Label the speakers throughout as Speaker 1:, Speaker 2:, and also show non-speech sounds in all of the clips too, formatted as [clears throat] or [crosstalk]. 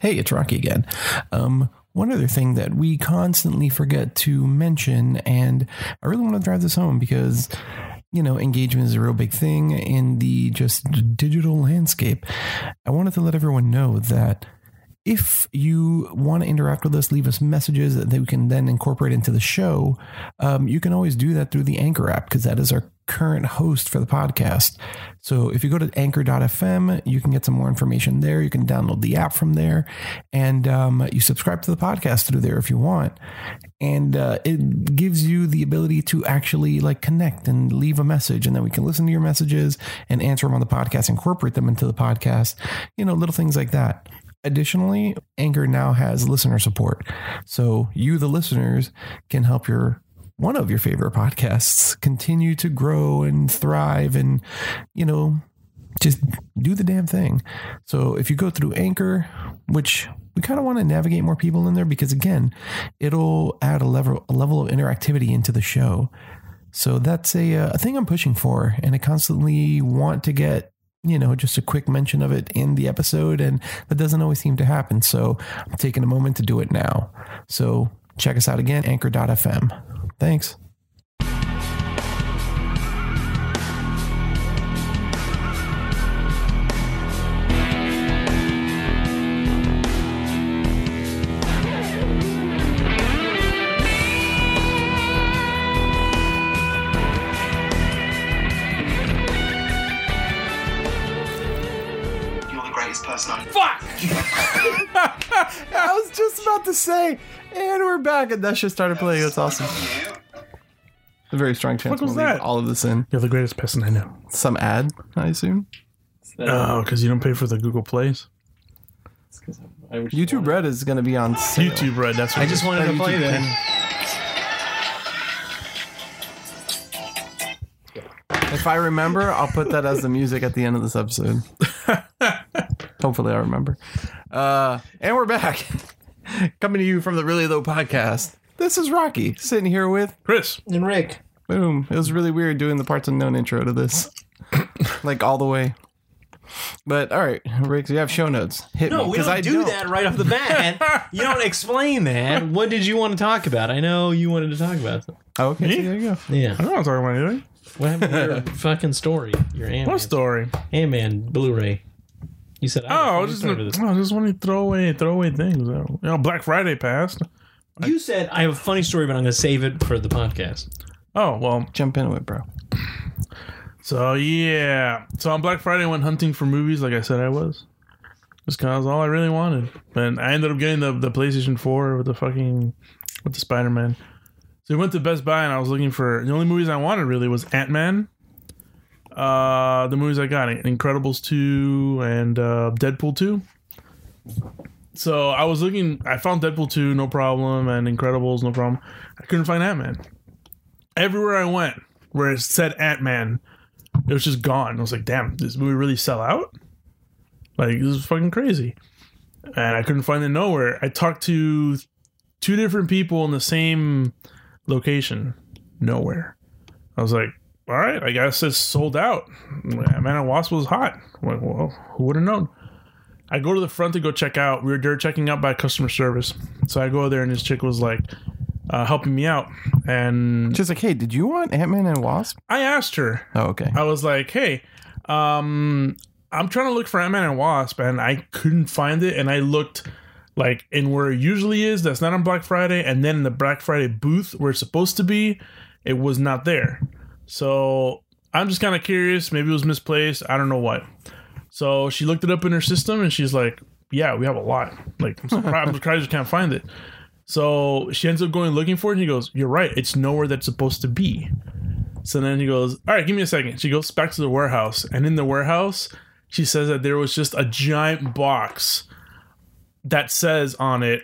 Speaker 1: Hey, it's Rocky again. Um, one other thing that we constantly forget to mention, and I really want to drive this home because, you know, engagement is a real big thing in the just digital landscape. I wanted to let everyone know that if you want to interact with us, leave us messages that we can then incorporate into the show. Um, you can always do that through the Anchor app because that is our current host for the podcast. So if you go to anchor.fm, you can get some more information there. You can download the app from there and um, you subscribe to the podcast through there if you want. And uh, it gives you the ability to actually like connect and leave a message. And then we can listen to your messages and answer them on the podcast, incorporate them into the podcast, you know, little things like that. Additionally, Anchor now has listener support. So you, the listeners, can help your one of your favorite podcasts continue to grow and thrive and, you know, just do the damn thing. So if you go through Anchor, which we kind of want to navigate more people in there because again, it'll add a level a level of interactivity into the show. So that's a, uh, a thing I'm pushing for, and I constantly want to get you know, just a quick mention of it in the episode, and that doesn't always seem to happen. So I'm taking a moment to do it now. So check us out again, anchor.fm. Thanks.
Speaker 2: You're the greatest person I
Speaker 3: Fuck!
Speaker 1: I was just about to say, and we're back, and that shit started playing. That's awesome. A very strong chance
Speaker 3: What was
Speaker 1: we'll leave
Speaker 3: that?
Speaker 1: all of this in.
Speaker 4: You're the greatest person I know.
Speaker 1: Some ad, I assume.
Speaker 4: Oh, because you don't pay for the Google Plays.
Speaker 1: YouTube Red is going to be on sale.
Speaker 4: YouTube Red. That's what
Speaker 5: I just wanted to play that.
Speaker 1: If I remember, I'll put that as the music at the end of this
Speaker 3: [laughs]
Speaker 1: episode. Hopefully, I remember. Uh, and we're back, [laughs] coming to you from the Really Low Podcast. This is Rocky sitting here with
Speaker 4: Chris.
Speaker 5: And Rick.
Speaker 1: Boom. It was really weird doing the parts unknown intro to
Speaker 5: [coughs]
Speaker 1: this, like all the way. But all right, Riggs, you have show notes. Hit
Speaker 5: No,
Speaker 1: me,
Speaker 5: we
Speaker 1: 'cause
Speaker 5: don't
Speaker 1: I
Speaker 5: do that right off the [laughs] bat. you don't explain that. What did you want to talk about? I know you wanted to talk about something.
Speaker 1: Oh, okay, see, there you go.
Speaker 4: I
Speaker 5: Yeah.
Speaker 4: don't want to talk about anything.
Speaker 5: What happened to your [laughs] fucking story? Your Ant Man.
Speaker 4: What story?
Speaker 5: Ant Man Blu-ray. You said
Speaker 4: Oh,
Speaker 5: I
Speaker 4: I
Speaker 5: was
Speaker 4: was just,
Speaker 5: part of this.
Speaker 4: oh, I just wanted to throw away, throw away things. You know, Black Friday passed.
Speaker 5: You said I have a funny story, but I'm going to save it for the podcast.
Speaker 4: Oh well.
Speaker 1: Jump into it, bro.
Speaker 4: So yeah. So on Black Friday, I went hunting for movies, like I said I was. Just cause all I really wanted, and I ended up getting the the PlayStation Four with the fucking with the Spider Man. So we went to Best Buy, and I was looking for the only movies I wanted really was Ant Man. Uh, the movies I got: Incredibles two and uh, Deadpool two. So I was looking. I found Deadpool two, no problem, and Incredibles, no problem. I couldn't find Ant Man. Everywhere I went, where it said Ant Man, it was just gone. I was like, damn, this movie really sell out? Like, this is fucking crazy. And I couldn't find it nowhere. I talked to two different people in the same location. Nowhere. I was like, all right, I guess it's sold out. Man and Wasp was hot. I'm like, well, who would have known? I go to the front to go check out. We were they were checking out by customer service. So I go there and this chick was like uh, helping me out. And
Speaker 1: Just like, hey, did you want Ant Man and Wasp?
Speaker 4: I asked her,
Speaker 1: Oh, okay.
Speaker 4: I was like, hey, um, I'm trying to look for Ant Man and Wasp, and I couldn't find it. And I looked like in where it usually is, that's not on Black Friday, and then in the Black Friday booth where it's supposed to be, it was not there. So I'm just kind of curious. Maybe it was misplaced. I don't know what. So she looked it up in her system, and she's like, "Yeah, we have a lot. Like, I'm surprised, I'm surprised you can't find it." So she ends up going looking for it, and he goes, "You're right. It's nowhere that's supposed to be." So then he goes, All right, give me a second. She goes back to the warehouse. And in the warehouse, she says that there was just a giant box that says on it,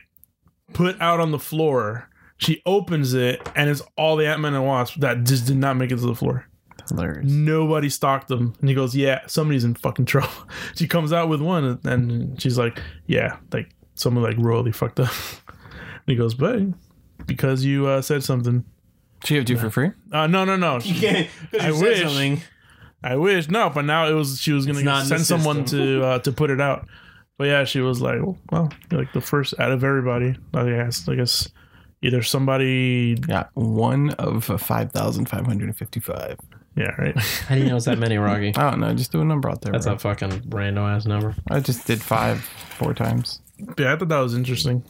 Speaker 4: put out on the floor. She opens it, and it's all the Ant Man and Wasp that just did not make it to the floor.
Speaker 1: Hilarious.
Speaker 4: Nobody stalked them. And he goes, Yeah, somebody's in fucking [laughs] trouble. She comes out with one, and she's like, Yeah, like someone like royally fucked up. [laughs] and he goes, But because you uh, said something.
Speaker 1: She have you for free?
Speaker 4: Uh, no, no, no.
Speaker 5: Yeah, 'cause
Speaker 4: I
Speaker 5: [laughs] you said
Speaker 4: wish.
Speaker 5: something.
Speaker 4: I wish no, but now it was she was gonna
Speaker 5: It's not in the
Speaker 4: send someone to uh, to put it out. But yeah, she was like, well, like the first out of everybody. I guess, I guess either somebody,
Speaker 1: Got one of 5,555.
Speaker 4: yeah, right. [laughs]
Speaker 5: How do you know it's that many, Rocky?
Speaker 1: I don't know. Oh, Just do a number out there.
Speaker 5: That's
Speaker 1: bro.
Speaker 5: a fucking random ass number.
Speaker 1: I just did five four times.
Speaker 4: yeah, I thought that was interesting.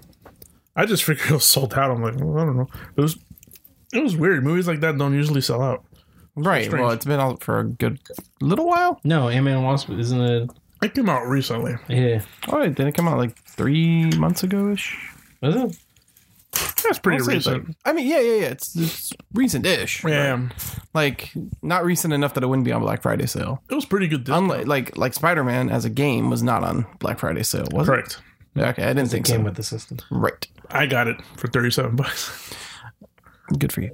Speaker 4: I just figured it was sold out. I'm like, well, I don't know. It was, it was weird. Movies like that don't usually sell out.
Speaker 1: Right.
Speaker 4: Strange.
Speaker 1: Well, it's been out for a good little while.
Speaker 5: No, Ant Man Wasp isn't it?
Speaker 4: It came out recently.
Speaker 5: Yeah,
Speaker 1: Oh, it didn't come out like three months ago ish.
Speaker 5: is it?
Speaker 4: That's pretty recent.
Speaker 1: I mean, yeah, yeah, yeah. It's, it's recent ish.
Speaker 4: yeah,
Speaker 1: Like, not recent enough that it wouldn't be on Black Friday sale.
Speaker 4: it was pretty good. This
Speaker 1: Unlike, like, like Spider Man as a game was not on Black Friday sale, was
Speaker 4: correct.
Speaker 1: it? Okay, I didn't think so.
Speaker 5: Came with the system.
Speaker 1: right.
Speaker 4: I got it for thirty-seven bucks. [laughs]
Speaker 1: Good for you.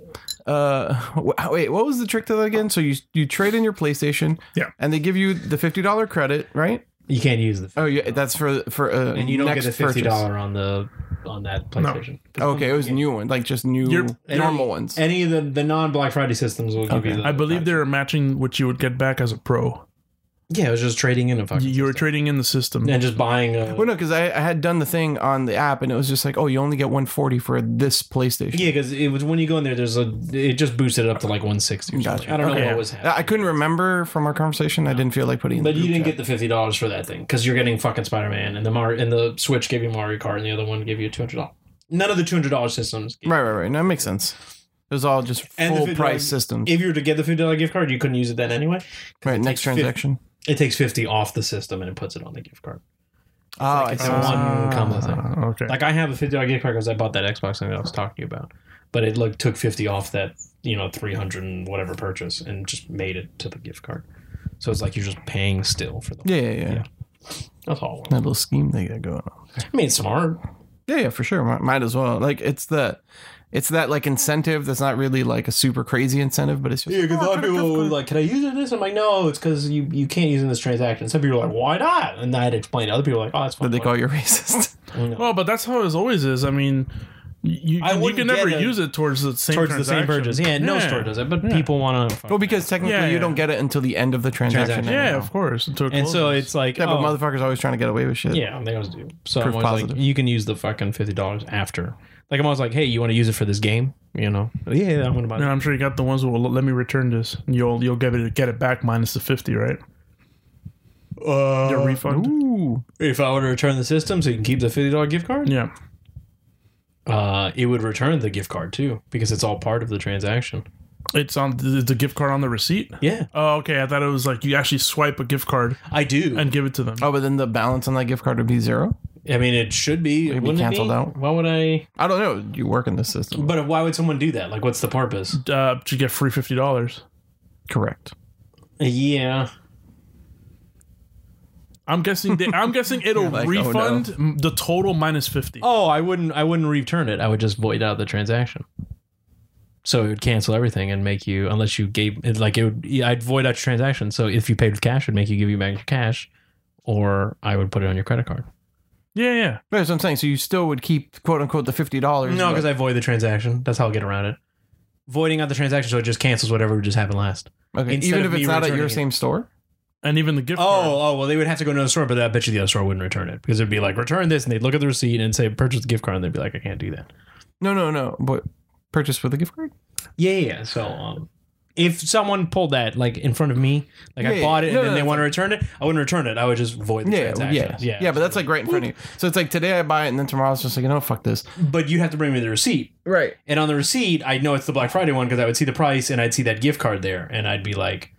Speaker 1: Uh, wh- wait, what was the trick to that again? So you you trade in your PlayStation,
Speaker 4: Yeah.
Speaker 1: and they give you the fifty dollar credit, right?
Speaker 5: You can't use the.
Speaker 1: Oh, yeah, that's for for uh,
Speaker 5: and you don't
Speaker 1: next
Speaker 5: get the fifty
Speaker 1: purchase.
Speaker 5: dollar on the on that PlayStation.
Speaker 1: Oh, Okay, it was new one, like just new
Speaker 4: You're-
Speaker 1: normal ones.
Speaker 5: Any of the, the non Black Friday systems will give you. The,
Speaker 4: I believe they were matching what you would get back as a pro.
Speaker 5: Yeah, it was just trading in a fucking.
Speaker 4: You were trading in the system.
Speaker 5: and just buying a.
Speaker 1: Well, no, because I, I had done the thing on the app, and it was just like, oh, you only get one forty for this PlayStation.
Speaker 5: Yeah, because it was when you go in there. There's a. It just boosted it up to like 160. Or something.
Speaker 1: Gotcha.
Speaker 5: I don't know
Speaker 4: Okay.
Speaker 5: what was happening,
Speaker 1: I I couldn't remember from our conversation. I didn't feel like putting. in the
Speaker 5: but you
Speaker 1: group
Speaker 5: didn't
Speaker 1: chat.
Speaker 5: get the fifty dollars for that thing because you're getting fucking Spider Man and the Mar and the Switch gave you Mario Kart and the other one gave you two hundred dollars. None of the two hundred dollars systems. gave-
Speaker 1: right, right, right. No, that makes sense. It was all just
Speaker 5: And the
Speaker 1: full
Speaker 5: $50
Speaker 1: price systems.
Speaker 5: If you were to get the fifty dollar gift card, you couldn't use it then anyway.
Speaker 1: Right, next
Speaker 5: takes fif-
Speaker 1: transaction.
Speaker 5: It takes fifty off the system and it puts it on the gift card.
Speaker 1: Oh,
Speaker 5: it's
Speaker 1: I see.
Speaker 5: a one combo thing.
Speaker 4: Ah, okay.
Speaker 5: [laughs] Like I have a fifty dollar gift card because I bought that Xbox thing that I was talking to you about, but it like took fifty off that you know three hundred and whatever purchase and just made it to the gift card. So it's like you're just paying still for the.
Speaker 1: yeah, yeah, yeah,
Speaker 5: Yeah. That's all. it
Speaker 1: That
Speaker 5: was.
Speaker 1: little scheme they got going on.
Speaker 5: I mean, it's smart.
Speaker 1: Yeah, yeah, for sure. Might, might as well. Like it's the, it's that like incentive that's not really like a super crazy incentive, but it's just
Speaker 5: because a lot of people were like, "Can I use it in this?" I'm like, "No, it's because you you can't use it in this transaction." Some people are like, "Why not?" And I had to explain. it. Other people are like, "Oh, that's fine."
Speaker 1: that they call you racist. [laughs]
Speaker 4: Well, oh, but that's how it always is. I mean, you,
Speaker 5: I
Speaker 4: you can
Speaker 5: wouldn't
Speaker 4: never
Speaker 5: get a-
Speaker 4: use it towards the same
Speaker 5: towards the
Speaker 4: transaction.
Speaker 5: same purchase. Yeah, no store does it, but people want to.
Speaker 1: well, because technically
Speaker 4: Yeah,
Speaker 1: you
Speaker 4: yeah.
Speaker 1: don't get it until the end of the transaction.
Speaker 5: Transaction.
Speaker 4: Yeah,
Speaker 1: anyhow.
Speaker 4: of course. Until it
Speaker 5: and so
Speaker 4: closes.
Speaker 5: it's like,
Speaker 1: Yeah,
Speaker 5: oh,
Speaker 1: but motherfuckers always trying to get away with shit.
Speaker 5: Yeah, they always do. So
Speaker 1: Proof
Speaker 5: I'm always
Speaker 1: positive.
Speaker 5: like, you can use the fucking fifty dollars after. Like I'm always like, hey, you want to use it for this game? You know? Yeah, I'm gonna buy.
Speaker 4: And I'm sure you got the ones that will let me return this. And You'll you'll get it get it back minus the fifty, right?
Speaker 5: Uh,
Speaker 4: Your refund.
Speaker 1: Ooh.
Speaker 5: if I were to return the system, so you can keep the fifty dollar gift card,
Speaker 4: Yeah.
Speaker 5: uh, it would return the gift card too because it's all part of the transaction.
Speaker 4: It's on the, the gift card on the receipt.
Speaker 5: Yeah,
Speaker 4: Oh, okay. I thought it was like you actually swipe a gift card
Speaker 5: I do.
Speaker 4: and give it to them.
Speaker 1: Oh, but then the balance on that gift card would be zero.
Speaker 5: I mean, it should be.
Speaker 1: It'd be
Speaker 5: wouldn't it
Speaker 1: canceled out.
Speaker 5: Why would I?
Speaker 1: I don't know. You work in this system.
Speaker 5: But why would someone do that? Like, what's the purpose?
Speaker 4: Uh, to get free fifty dollars.
Speaker 1: Correct.
Speaker 5: Yeah,
Speaker 4: I'm guessing. They, I'm
Speaker 5: [laughs]
Speaker 4: guessing it'll
Speaker 1: like, oh, no.
Speaker 4: refund m- the total minus fifty.
Speaker 5: Oh, I wouldn't. I wouldn't return it. I would just void out the transaction. So it would cancel everything and make you, unless you gave it like it would. Yeah, I'd void out your transaction. So if you paid with cash, it'd make you give you back your cash, or I would put it on your credit card.
Speaker 4: Yeah, yeah.
Speaker 1: But that's what I'm saying. So you still would keep quote unquote the fifty dollars.
Speaker 5: No, because I void the transaction. That's how I get around it. Voiding out the transaction, so it just cancels whatever just happened last.
Speaker 1: okay,
Speaker 5: instead
Speaker 1: even
Speaker 5: of
Speaker 1: if
Speaker 5: me
Speaker 1: it's not at your
Speaker 5: returning it.
Speaker 1: same store.
Speaker 4: And even the gift card.
Speaker 5: Oh, oh, well, they would have to go to another store, but I bet you the other store wouldn't return it because it'd be like return this, and they'd look at the receipt and say purchase the gift card, and they'd be like, I can't do that.
Speaker 1: No, no, no. But purchase with a gift card.
Speaker 5: Yeah, yeah. yeah. So um, if someone pulled that like in front of me, like
Speaker 1: Yeah,
Speaker 5: I
Speaker 1: yeah.
Speaker 5: bought it
Speaker 1: No,
Speaker 5: and
Speaker 1: no,
Speaker 5: then they
Speaker 1: it's
Speaker 5: want to return it, I wouldn't return it. I would just void the
Speaker 1: Yeah, yeah,
Speaker 5: transaction.
Speaker 1: yeah, yeah. But that's like right in front of you. So it's like today I buy it, and then tomorrow it's just like, you know, fuck this.
Speaker 5: but you have to bring me the receipt.
Speaker 1: Right.
Speaker 5: And on the receipt, I'd know it's the Black Friday one because I would see the price and I'd see that gift card there, and I'd be like,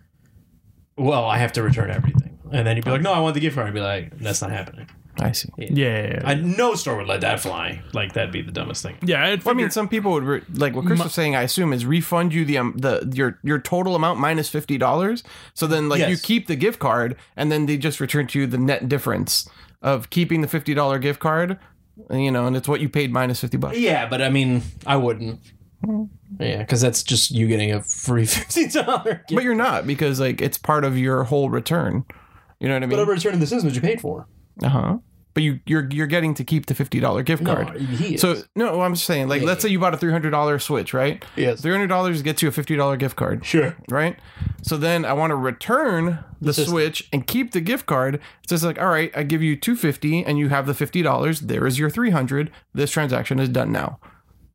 Speaker 5: "Well, I have to return everything." And then you'd be like, "No, I want the gift card." I'd be like, "That's not happening."
Speaker 1: I see.
Speaker 4: Yeah, yeah. yeah.
Speaker 5: I no store would let that fly. Like that'd be the dumbest thing.
Speaker 4: yeah
Speaker 1: Well, I
Speaker 4: I
Speaker 1: mean,
Speaker 4: figured-
Speaker 1: some people would re- like what Chris was saying. I assume is refund you the um, the your your total amount minus fifty dollars. So then, like you
Speaker 5: Yes.
Speaker 1: keep the gift card, and then they just return to you the net difference of keeping the fifty dollar gift card. You know, and it's what you paid minus fifty bucks.
Speaker 5: Yeah, but I mean, I wouldn't. Yeah, because that's just you getting a free [laughs] fifteen dollar.
Speaker 1: But you're not because like it's part of your whole return. You know what I
Speaker 5: But I'm
Speaker 1: mean?
Speaker 5: returning the system that you paid for.
Speaker 1: Uh huh. but you you're you're getting to keep the fifty dollar gift card.
Speaker 5: he is.
Speaker 1: So no, I'm just saying, like,
Speaker 5: Yeah,
Speaker 1: let's say you bought a three hundred dollar Switch, right?
Speaker 5: Yes.
Speaker 1: Three hundred dollars gets you a fifty dollar gift card,
Speaker 5: sure.
Speaker 1: right? So then I want to return the
Speaker 5: It's just-
Speaker 1: Switch and keep the gift card. It's just like, all right, I give you two fifty, and you have the fifty dollars. There is your three hundred. This transaction is done now.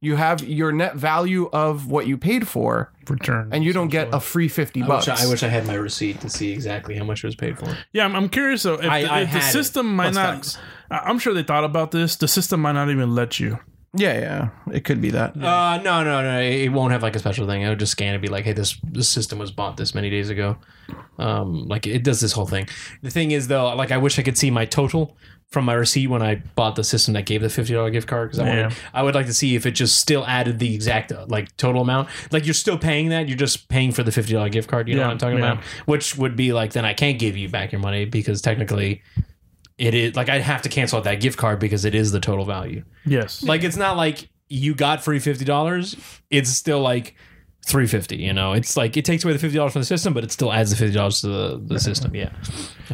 Speaker 1: You have your net value of what you paid for,
Speaker 4: Return.
Speaker 1: and you don't get a free fifty
Speaker 5: I
Speaker 1: bucks.
Speaker 5: wish I, I wish I had my receipt to see exactly how much it was paid for.
Speaker 4: Yeah, I'm, I'm curious though. If,
Speaker 5: I-
Speaker 4: the,
Speaker 5: I
Speaker 4: if the
Speaker 5: had it,
Speaker 4: system might
Speaker 1: plus
Speaker 4: not,
Speaker 1: tax.
Speaker 4: I- I'm sure they thought about this. The system might not even let you.
Speaker 1: yeah, yeah, it could be that.
Speaker 5: Uh, no, no, no. It it won't have like a special thing. It'll just scan and be like, "Hey, this this system was bought this many days ago." Um, like it does this whole thing. The thing is though, like I wish I could see my total from my receipt when I bought the system that gave the fifty dollar gift card because I
Speaker 4: Yeah.
Speaker 5: wanted, I would like to see if it just still added the exact uh, like total amount. Like you're still paying that, you're just paying for the fifty dollar gift card. You know
Speaker 4: Yeah,
Speaker 5: what I'm talking
Speaker 4: yeah.
Speaker 5: about? Which would be like then I can't give you back your money because technically. It is like I'd have to cancel out that gift card because it is the total value.
Speaker 4: Yes.
Speaker 5: Like it's not like you got free fifty dollars. It's still like three fifty. You know, it's like it takes away the fifty dollars from the system, but it still adds the fifty dollars to the, the system. Yeah.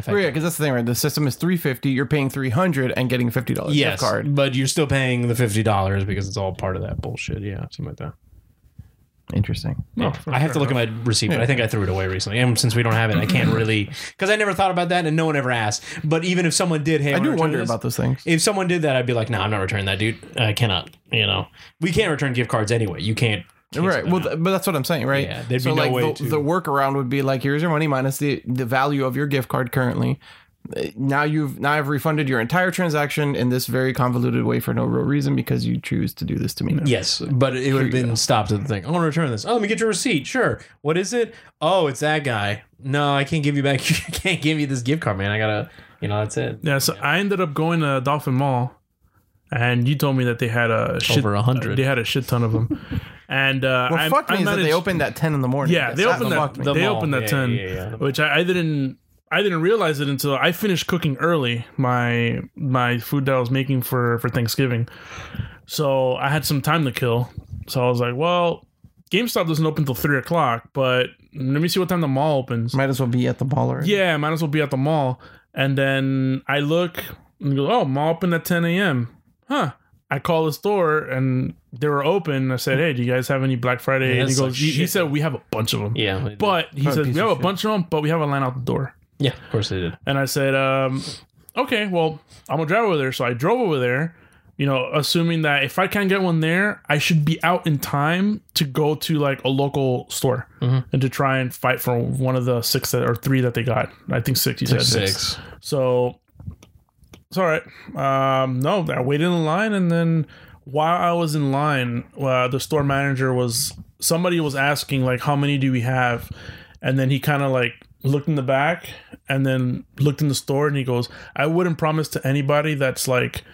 Speaker 1: Well, yeah, because that's the thing, right? The system is three fifty. You're paying three hundred and getting a fifty dollar
Speaker 5: Yes,
Speaker 1: gift card.
Speaker 5: but you're still paying the fifty dollars because it's all part of that bullshit. Yeah, something like that. Oh,
Speaker 1: Interesting.
Speaker 4: No,
Speaker 5: I have to look at my receipt, but I think I threw it away recently. And since we don't have it, I can't
Speaker 1: [clears throat]
Speaker 5: really because I never thought about that, and no one ever asked. But even if someone did, hey,
Speaker 1: I
Speaker 5: wanna
Speaker 1: do
Speaker 5: return
Speaker 1: wonder
Speaker 5: this?
Speaker 1: about those things.
Speaker 5: If someone did that, I'd be like, no, I'm not returning that, dude. I cannot. You know, we can't return gift cards anyway. You can't. cancel
Speaker 1: Right.
Speaker 5: them
Speaker 1: Well,
Speaker 5: out.
Speaker 1: th- but that's what I'm saying, right?
Speaker 5: Yeah, there'd
Speaker 1: so
Speaker 5: be no
Speaker 1: like
Speaker 5: way
Speaker 1: the,
Speaker 5: to-
Speaker 1: the workaround would be like, here's your money minus the the value of your gift card currently. Uh, Now you've now I've refunded your entire transaction in this very convoluted way for no real reason because you choose to do this to me. now.
Speaker 5: Yes, but it would have been stopped at the thing. I want to return this. Oh, let me get your receipt. Sure. What is it? Oh, it's that guy. No, I can't give you back. [laughs] I can't give you this gift card, man. I gotta, you know, that's it.
Speaker 4: Yeah, so I ended up going to Dolphin Mall, and you told me that they had a shit,
Speaker 5: Over 100.
Speaker 4: They had a shit ton of them, and uh,
Speaker 1: What
Speaker 4: I'm-
Speaker 1: fucked me
Speaker 4: I'm
Speaker 1: is that
Speaker 4: not
Speaker 1: they
Speaker 4: ins-
Speaker 1: opened at ten in the morning.
Speaker 4: Yeah, they
Speaker 1: That's
Speaker 4: opened
Speaker 1: what
Speaker 4: that.
Speaker 1: fucked me.
Speaker 5: the
Speaker 4: they
Speaker 5: mall.
Speaker 4: opened that
Speaker 5: Yeah,
Speaker 4: ten,
Speaker 5: yeah, yeah, the
Speaker 4: which I, I didn't. I didn't realize it until I finished cooking early my my food that I was making for for Thanksgiving. So I had some time to kill. So I was like, well, GameStop doesn't open till three o'clock, but let me see what time the mall opens.
Speaker 1: Might as well be at the ball already.
Speaker 4: Yeah, might as well be at the mall. And then I look and go, oh, mall open at 10 a.m. Huh. I call the store and they were open. I said, hey, do you guys have any Black Friday?
Speaker 5: Hmm. Yeah,
Speaker 4: and he
Speaker 5: that's
Speaker 4: goes,
Speaker 5: like
Speaker 4: he, he
Speaker 5: shit.
Speaker 4: said, we have a bunch of them.
Speaker 5: Yeah,
Speaker 4: But
Speaker 1: Probably
Speaker 4: he says,
Speaker 1: a piece
Speaker 4: we have
Speaker 1: of
Speaker 4: a
Speaker 1: shit.
Speaker 4: bunch of them, but we have a line out the door.
Speaker 5: yeah, of course they did.
Speaker 4: And I said, um, okay, well, I'm going to drive over there. So I drove over there, you know, assuming that if I can't get one there, I should be out in time to go to like a local store
Speaker 1: Mm-hmm.
Speaker 4: and to try and fight for one of the six that, or three that they got. I think six, you said.
Speaker 5: Six.
Speaker 4: So it's all right. Um, no, I waited in line, and then while I was in line, uh, the store manager was somebody was asking like, "How many do we have?" And then he kind of like looked in the back, and then looked in the store, and he goes, "I wouldn't promise to anybody that's like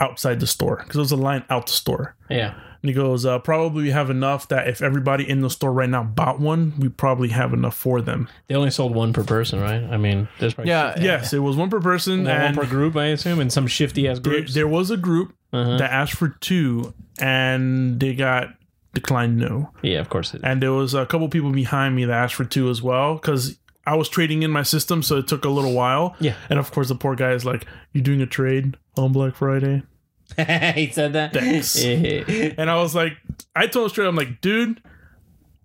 Speaker 4: outside the store because it was a line out the store."
Speaker 5: Yeah,
Speaker 4: And he goes, uh, "Probably we have enough that if everybody in the store right now bought one, we probably have enough for them."
Speaker 5: they only sold one per person, right? I mean, there's probably [laughs]
Speaker 1: Yeah.
Speaker 4: Yes, it was one per person
Speaker 5: one, one
Speaker 4: and
Speaker 5: per group, I assume, and some shifty ass
Speaker 4: There,
Speaker 5: groups.
Speaker 4: there was a group
Speaker 5: Uh-huh.
Speaker 4: that asked for two, and they got declined no.
Speaker 5: yeah, of course they did.
Speaker 4: And there was a couple people behind me that asked for two as well because I was trading in my system, so it took a little while.
Speaker 5: Yeah. [laughs]
Speaker 4: And of course, the poor guy is like, "You doing a trade on Black Friday?"
Speaker 5: he said that.
Speaker 4: Thanks.
Speaker 5: [laughs] Yeah.
Speaker 4: And I was like, I told him straight, I'm like, dude,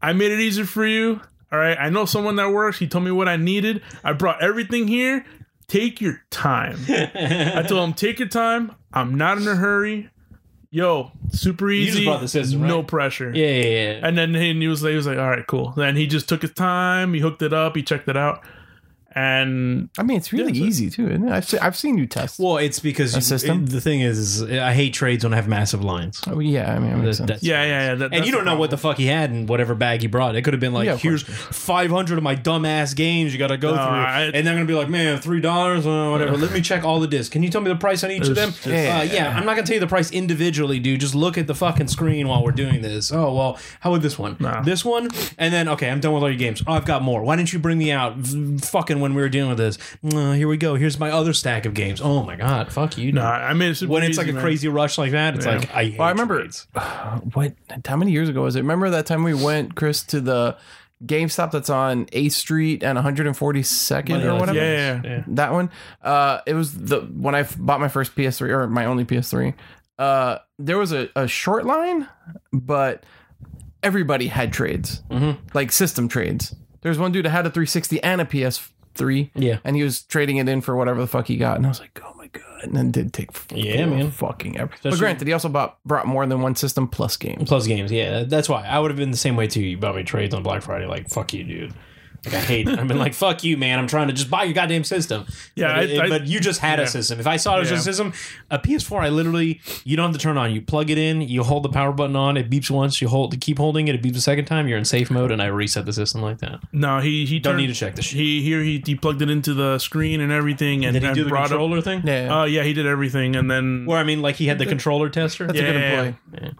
Speaker 4: I made it easy for you. All right, I know someone that works. He told me what I needed. I brought everything here. Take your time.
Speaker 5: [laughs]
Speaker 4: I told him, take your time. I'm not in a hurry. Yo, super easy.
Speaker 5: just brought the system,
Speaker 4: No
Speaker 5: right?
Speaker 4: pressure.
Speaker 5: yeah, yeah, yeah.
Speaker 4: And then he, and he was like, he was like, all right, cool. Then he just took his time. He hooked it up. He checked it out. And
Speaker 1: I mean, it's really
Speaker 4: Yeah, so-
Speaker 1: easy too. Isn't it? I've se- I've seen you test.
Speaker 5: Well, it's because you-
Speaker 1: system?
Speaker 5: the thing is, is I hate trades when I have massive lines.
Speaker 1: Oh, yeah, I mean, it makes
Speaker 5: That-
Speaker 1: sense.
Speaker 5: that's-
Speaker 4: yeah, yeah, yeah. that-
Speaker 5: and
Speaker 4: that's
Speaker 5: you don't
Speaker 4: the
Speaker 5: know what the fuck he had in whatever bag he brought. It could have been like,
Speaker 1: Yeah, of
Speaker 5: here's 500 of my dumbass games you got to go through.
Speaker 4: I-
Speaker 5: and they're going to be like, man, $3, uh, whatever. Let me check all the discs. Can you tell me the price on each of them?
Speaker 4: It's-
Speaker 5: uh, yeah, I'm not going to tell you the price individually, dude. Just look at the fucking screen while we're doing this. Oh, well, how about this one?
Speaker 4: Nah.
Speaker 5: This one? And then, okay, I'm done with all your games. Oh, I've got more. Why didn't you bring me out v- fucking when we were dealing with this? Uh, here we go. Here's my other stack of games. Oh, my God. Fuck you, dude.
Speaker 4: Nah, I mean, it's super
Speaker 5: When it's
Speaker 4: easy,
Speaker 5: like a
Speaker 4: man.
Speaker 5: crazy rush like that, it's
Speaker 4: Yeah.
Speaker 5: like I.
Speaker 1: [sighs]
Speaker 5: Hate
Speaker 1: Well, I remember-
Speaker 5: trades.
Speaker 1: what how many years ago was it? Remember that time we went, Chris, to the GameStop that's on 8th Street and 142nd or whatever.
Speaker 4: Yeah, yeah,
Speaker 5: yeah.
Speaker 1: That one. Uh, it was the when I f- bought my first PS3 or my only PS3. Uh, there was a, a short line, but everybody had trades,
Speaker 5: Mhm.
Speaker 1: like system trades. There's one dude that had a 360 and a PS3,
Speaker 5: Yeah.
Speaker 1: and he was trading it in for whatever the fuck he got. And I was like, oh my god! And then did take
Speaker 5: Yeah, man.
Speaker 1: fucking ever. But
Speaker 5: Especially-
Speaker 1: granted, he also bought brought more than one system plus games.
Speaker 5: Plus games, yeah. That's why I would have been the same way too. You bought me trades on Black Friday, like fuck you, dude. Like I hate. it. I've been like fuck you, man. I'm trying to just buy your goddamn system.
Speaker 4: Yeah,
Speaker 5: but,
Speaker 4: I-
Speaker 5: it-
Speaker 4: I-
Speaker 5: but you just had
Speaker 4: yeah.
Speaker 5: a system. If I saw it was
Speaker 4: Yeah.
Speaker 5: just a system, a PS4, I literally you don't have to turn on. You plug it in, you hold the power button on, it beeps once. You hold, keep holding it, it beeps a second time. You're in safe mode, and I reset the system like that.
Speaker 4: No, he he
Speaker 5: Don't
Speaker 4: turned,
Speaker 5: need to check the shit.
Speaker 4: He here he, he plugged it into the screen and everything, and
Speaker 5: Did he
Speaker 4: and
Speaker 5: do the
Speaker 4: brought up.
Speaker 5: controller thing?
Speaker 1: Yeah,
Speaker 4: Oh yeah, he did everything, and then
Speaker 5: Where I mean, like he had the controller tester. [laughs]
Speaker 1: that's a good
Speaker 4: yeah.
Speaker 1: employee.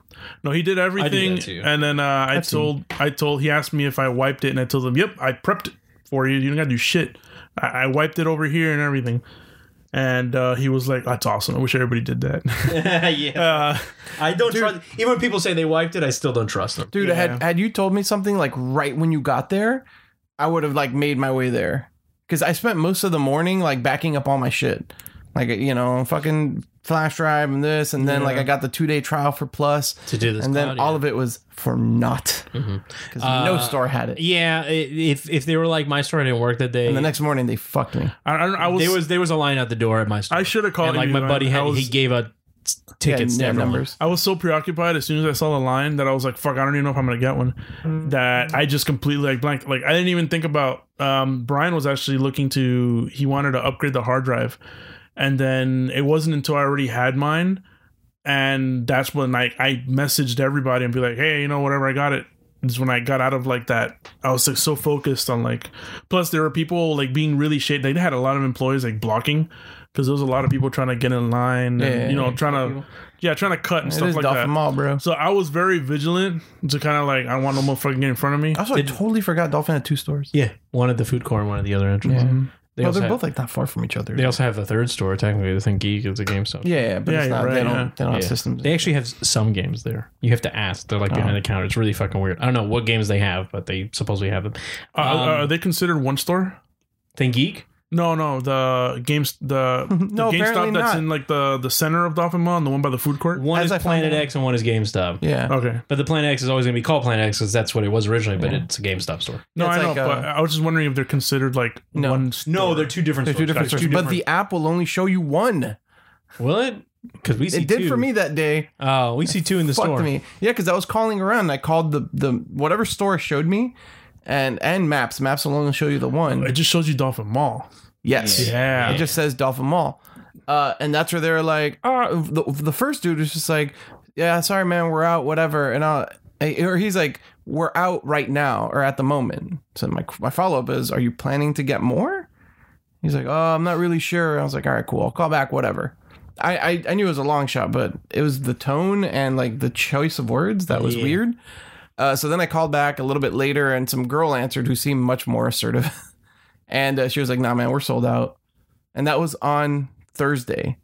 Speaker 4: no, he did everything,
Speaker 5: too.
Speaker 4: and then uh, I told I told he asked me if I wiped it, and I told him, "Yep, I prepped it for you. You don't gotta do shit. I, I wiped it over here and everything." And uh, he was like, "That's awesome. I wish everybody did that." [laughs]
Speaker 5: yeah,
Speaker 4: uh,
Speaker 5: I don't trust. Even when people say they wiped it, I still don't trust them.
Speaker 1: Dude, had had you told me something like right when you got there, I would have like made my way there because I spent most of the morning like backing up all my shit, like you know, fucking flash drive and this, and then like I got the two day trial for Plus,
Speaker 5: To do this,
Speaker 1: and then
Speaker 5: cloud, yeah.
Speaker 1: all of it was for naught
Speaker 5: Mhm.
Speaker 1: because no
Speaker 5: Uh,
Speaker 1: store had it.
Speaker 5: Yeah, i- if if they were like my store didn't work that day,
Speaker 1: And the next morning they fucked me.
Speaker 4: I, I, don't- I was,
Speaker 5: there was there was a line out the door at my store.
Speaker 4: I should have called
Speaker 5: and like
Speaker 4: you,
Speaker 5: my
Speaker 4: man.
Speaker 5: buddy
Speaker 4: I
Speaker 5: had
Speaker 4: was,
Speaker 5: he gave out s- tickets
Speaker 1: yeah,
Speaker 5: to
Speaker 1: yeah,
Speaker 5: everyone.
Speaker 1: numbers.
Speaker 4: I was so preoccupied as soon as I saw the line that I was like, "Fuck, I don't even know if I'm gonna get
Speaker 1: Mm.
Speaker 4: one." That I just completely like blanked. Like I didn't even think about. Um, Brian was actually looking to. He wanted to upgrade the hard drive, and then it wasn't until I already had mine, and that's when like I messaged everybody and be like, "Hey, you know, whatever, I got it." Is when I got out of like that. I was like so focused on like. Plus, there were people like being really shady. They had a lot of employees like blocking. Because there was a lot of people trying to get in line, and,
Speaker 1: Yeah,
Speaker 4: you know,
Speaker 1: yeah,
Speaker 4: trying to, yeah, trying to cut and
Speaker 1: It
Speaker 4: stuff
Speaker 1: is
Speaker 4: like
Speaker 1: Dolphin
Speaker 4: that.
Speaker 1: Mall, bro.
Speaker 4: So I was very vigilant to kind of like I don't want no motherfucking get in front of me.
Speaker 1: Also, I totally forgot Dolphin had two stores.
Speaker 5: Yeah, one at the food court, and one at the other entrance. They,
Speaker 1: well,
Speaker 5: also
Speaker 1: they're
Speaker 5: have,
Speaker 1: both like not far from each other.
Speaker 5: they also have a third store technically. The thing Geek is a GameStop.
Speaker 1: yeah, yeah, but
Speaker 4: Yeah,
Speaker 1: it's
Speaker 4: you're
Speaker 1: not, they
Speaker 4: right,
Speaker 1: don't,
Speaker 4: yeah.
Speaker 1: they don't have
Speaker 5: Yeah.
Speaker 1: systems.
Speaker 5: They actually have s- some games there. You have to ask. They're like
Speaker 1: Oh.
Speaker 5: behind the counter. It's really fucking weird. I don't know what games they have, but they supposedly have them.
Speaker 4: Uh,
Speaker 5: Um,
Speaker 4: are they considered one store?
Speaker 5: Thing Geek?
Speaker 4: No, no, the games
Speaker 1: [laughs]
Speaker 4: the,
Speaker 1: No,
Speaker 4: the
Speaker 1: apparently
Speaker 4: GameStop that's
Speaker 1: not.
Speaker 4: in like the the center of Dolphin Mall and the one by the food court.
Speaker 5: One
Speaker 1: As I
Speaker 5: is
Speaker 1: found
Speaker 5: Planet
Speaker 1: out.
Speaker 5: X and one is GameStop.
Speaker 1: yeah.
Speaker 4: Okay,
Speaker 5: But the Planet X is always going to be called Planet X because that's what it was originally, but it's a GameStop store.
Speaker 4: no,
Speaker 1: It's
Speaker 4: I know,
Speaker 1: like,
Speaker 4: but
Speaker 1: uh,
Speaker 4: I was just wondering if they're considered like
Speaker 1: No.
Speaker 4: one. Store.
Speaker 5: No, they're two different
Speaker 1: They're two different
Speaker 5: stores.
Speaker 1: stores,
Speaker 4: two
Speaker 1: but the app will only show you one.
Speaker 5: Will it? Because we see
Speaker 1: It did
Speaker 5: two.
Speaker 1: for me that day.
Speaker 5: Oh, we see two in the
Speaker 1: fucked
Speaker 5: store.
Speaker 1: me. Yeah, because I was calling around. And I called the the whatever store showed me, and and maps. Maps will only show you the
Speaker 4: It
Speaker 1: one.
Speaker 4: just shows you Dolphin Mall.
Speaker 1: Yes.
Speaker 4: Uh, Yeah.
Speaker 1: It just says Dolphin Mall. Uh, and that's where they were like, oh, the, the first dude was just like, yeah, sorry, man, we're out, whatever. And I, or he's like, we're out right now or at the moment. So my, my follow up is, are you planning to get more? He's like, oh, I'm not really sure. I was like, all right, cool. I'll call back, whatever. I, I, I knew it was a long shot, but it was the tone and like the choice of words that was
Speaker 5: Yeah.
Speaker 1: weird. Uh, so then I called back a little bit later, and some girl answered who seemed much more assertive. [laughs] and uh, she was like, nah, man, we're sold out. And that was on Thursday.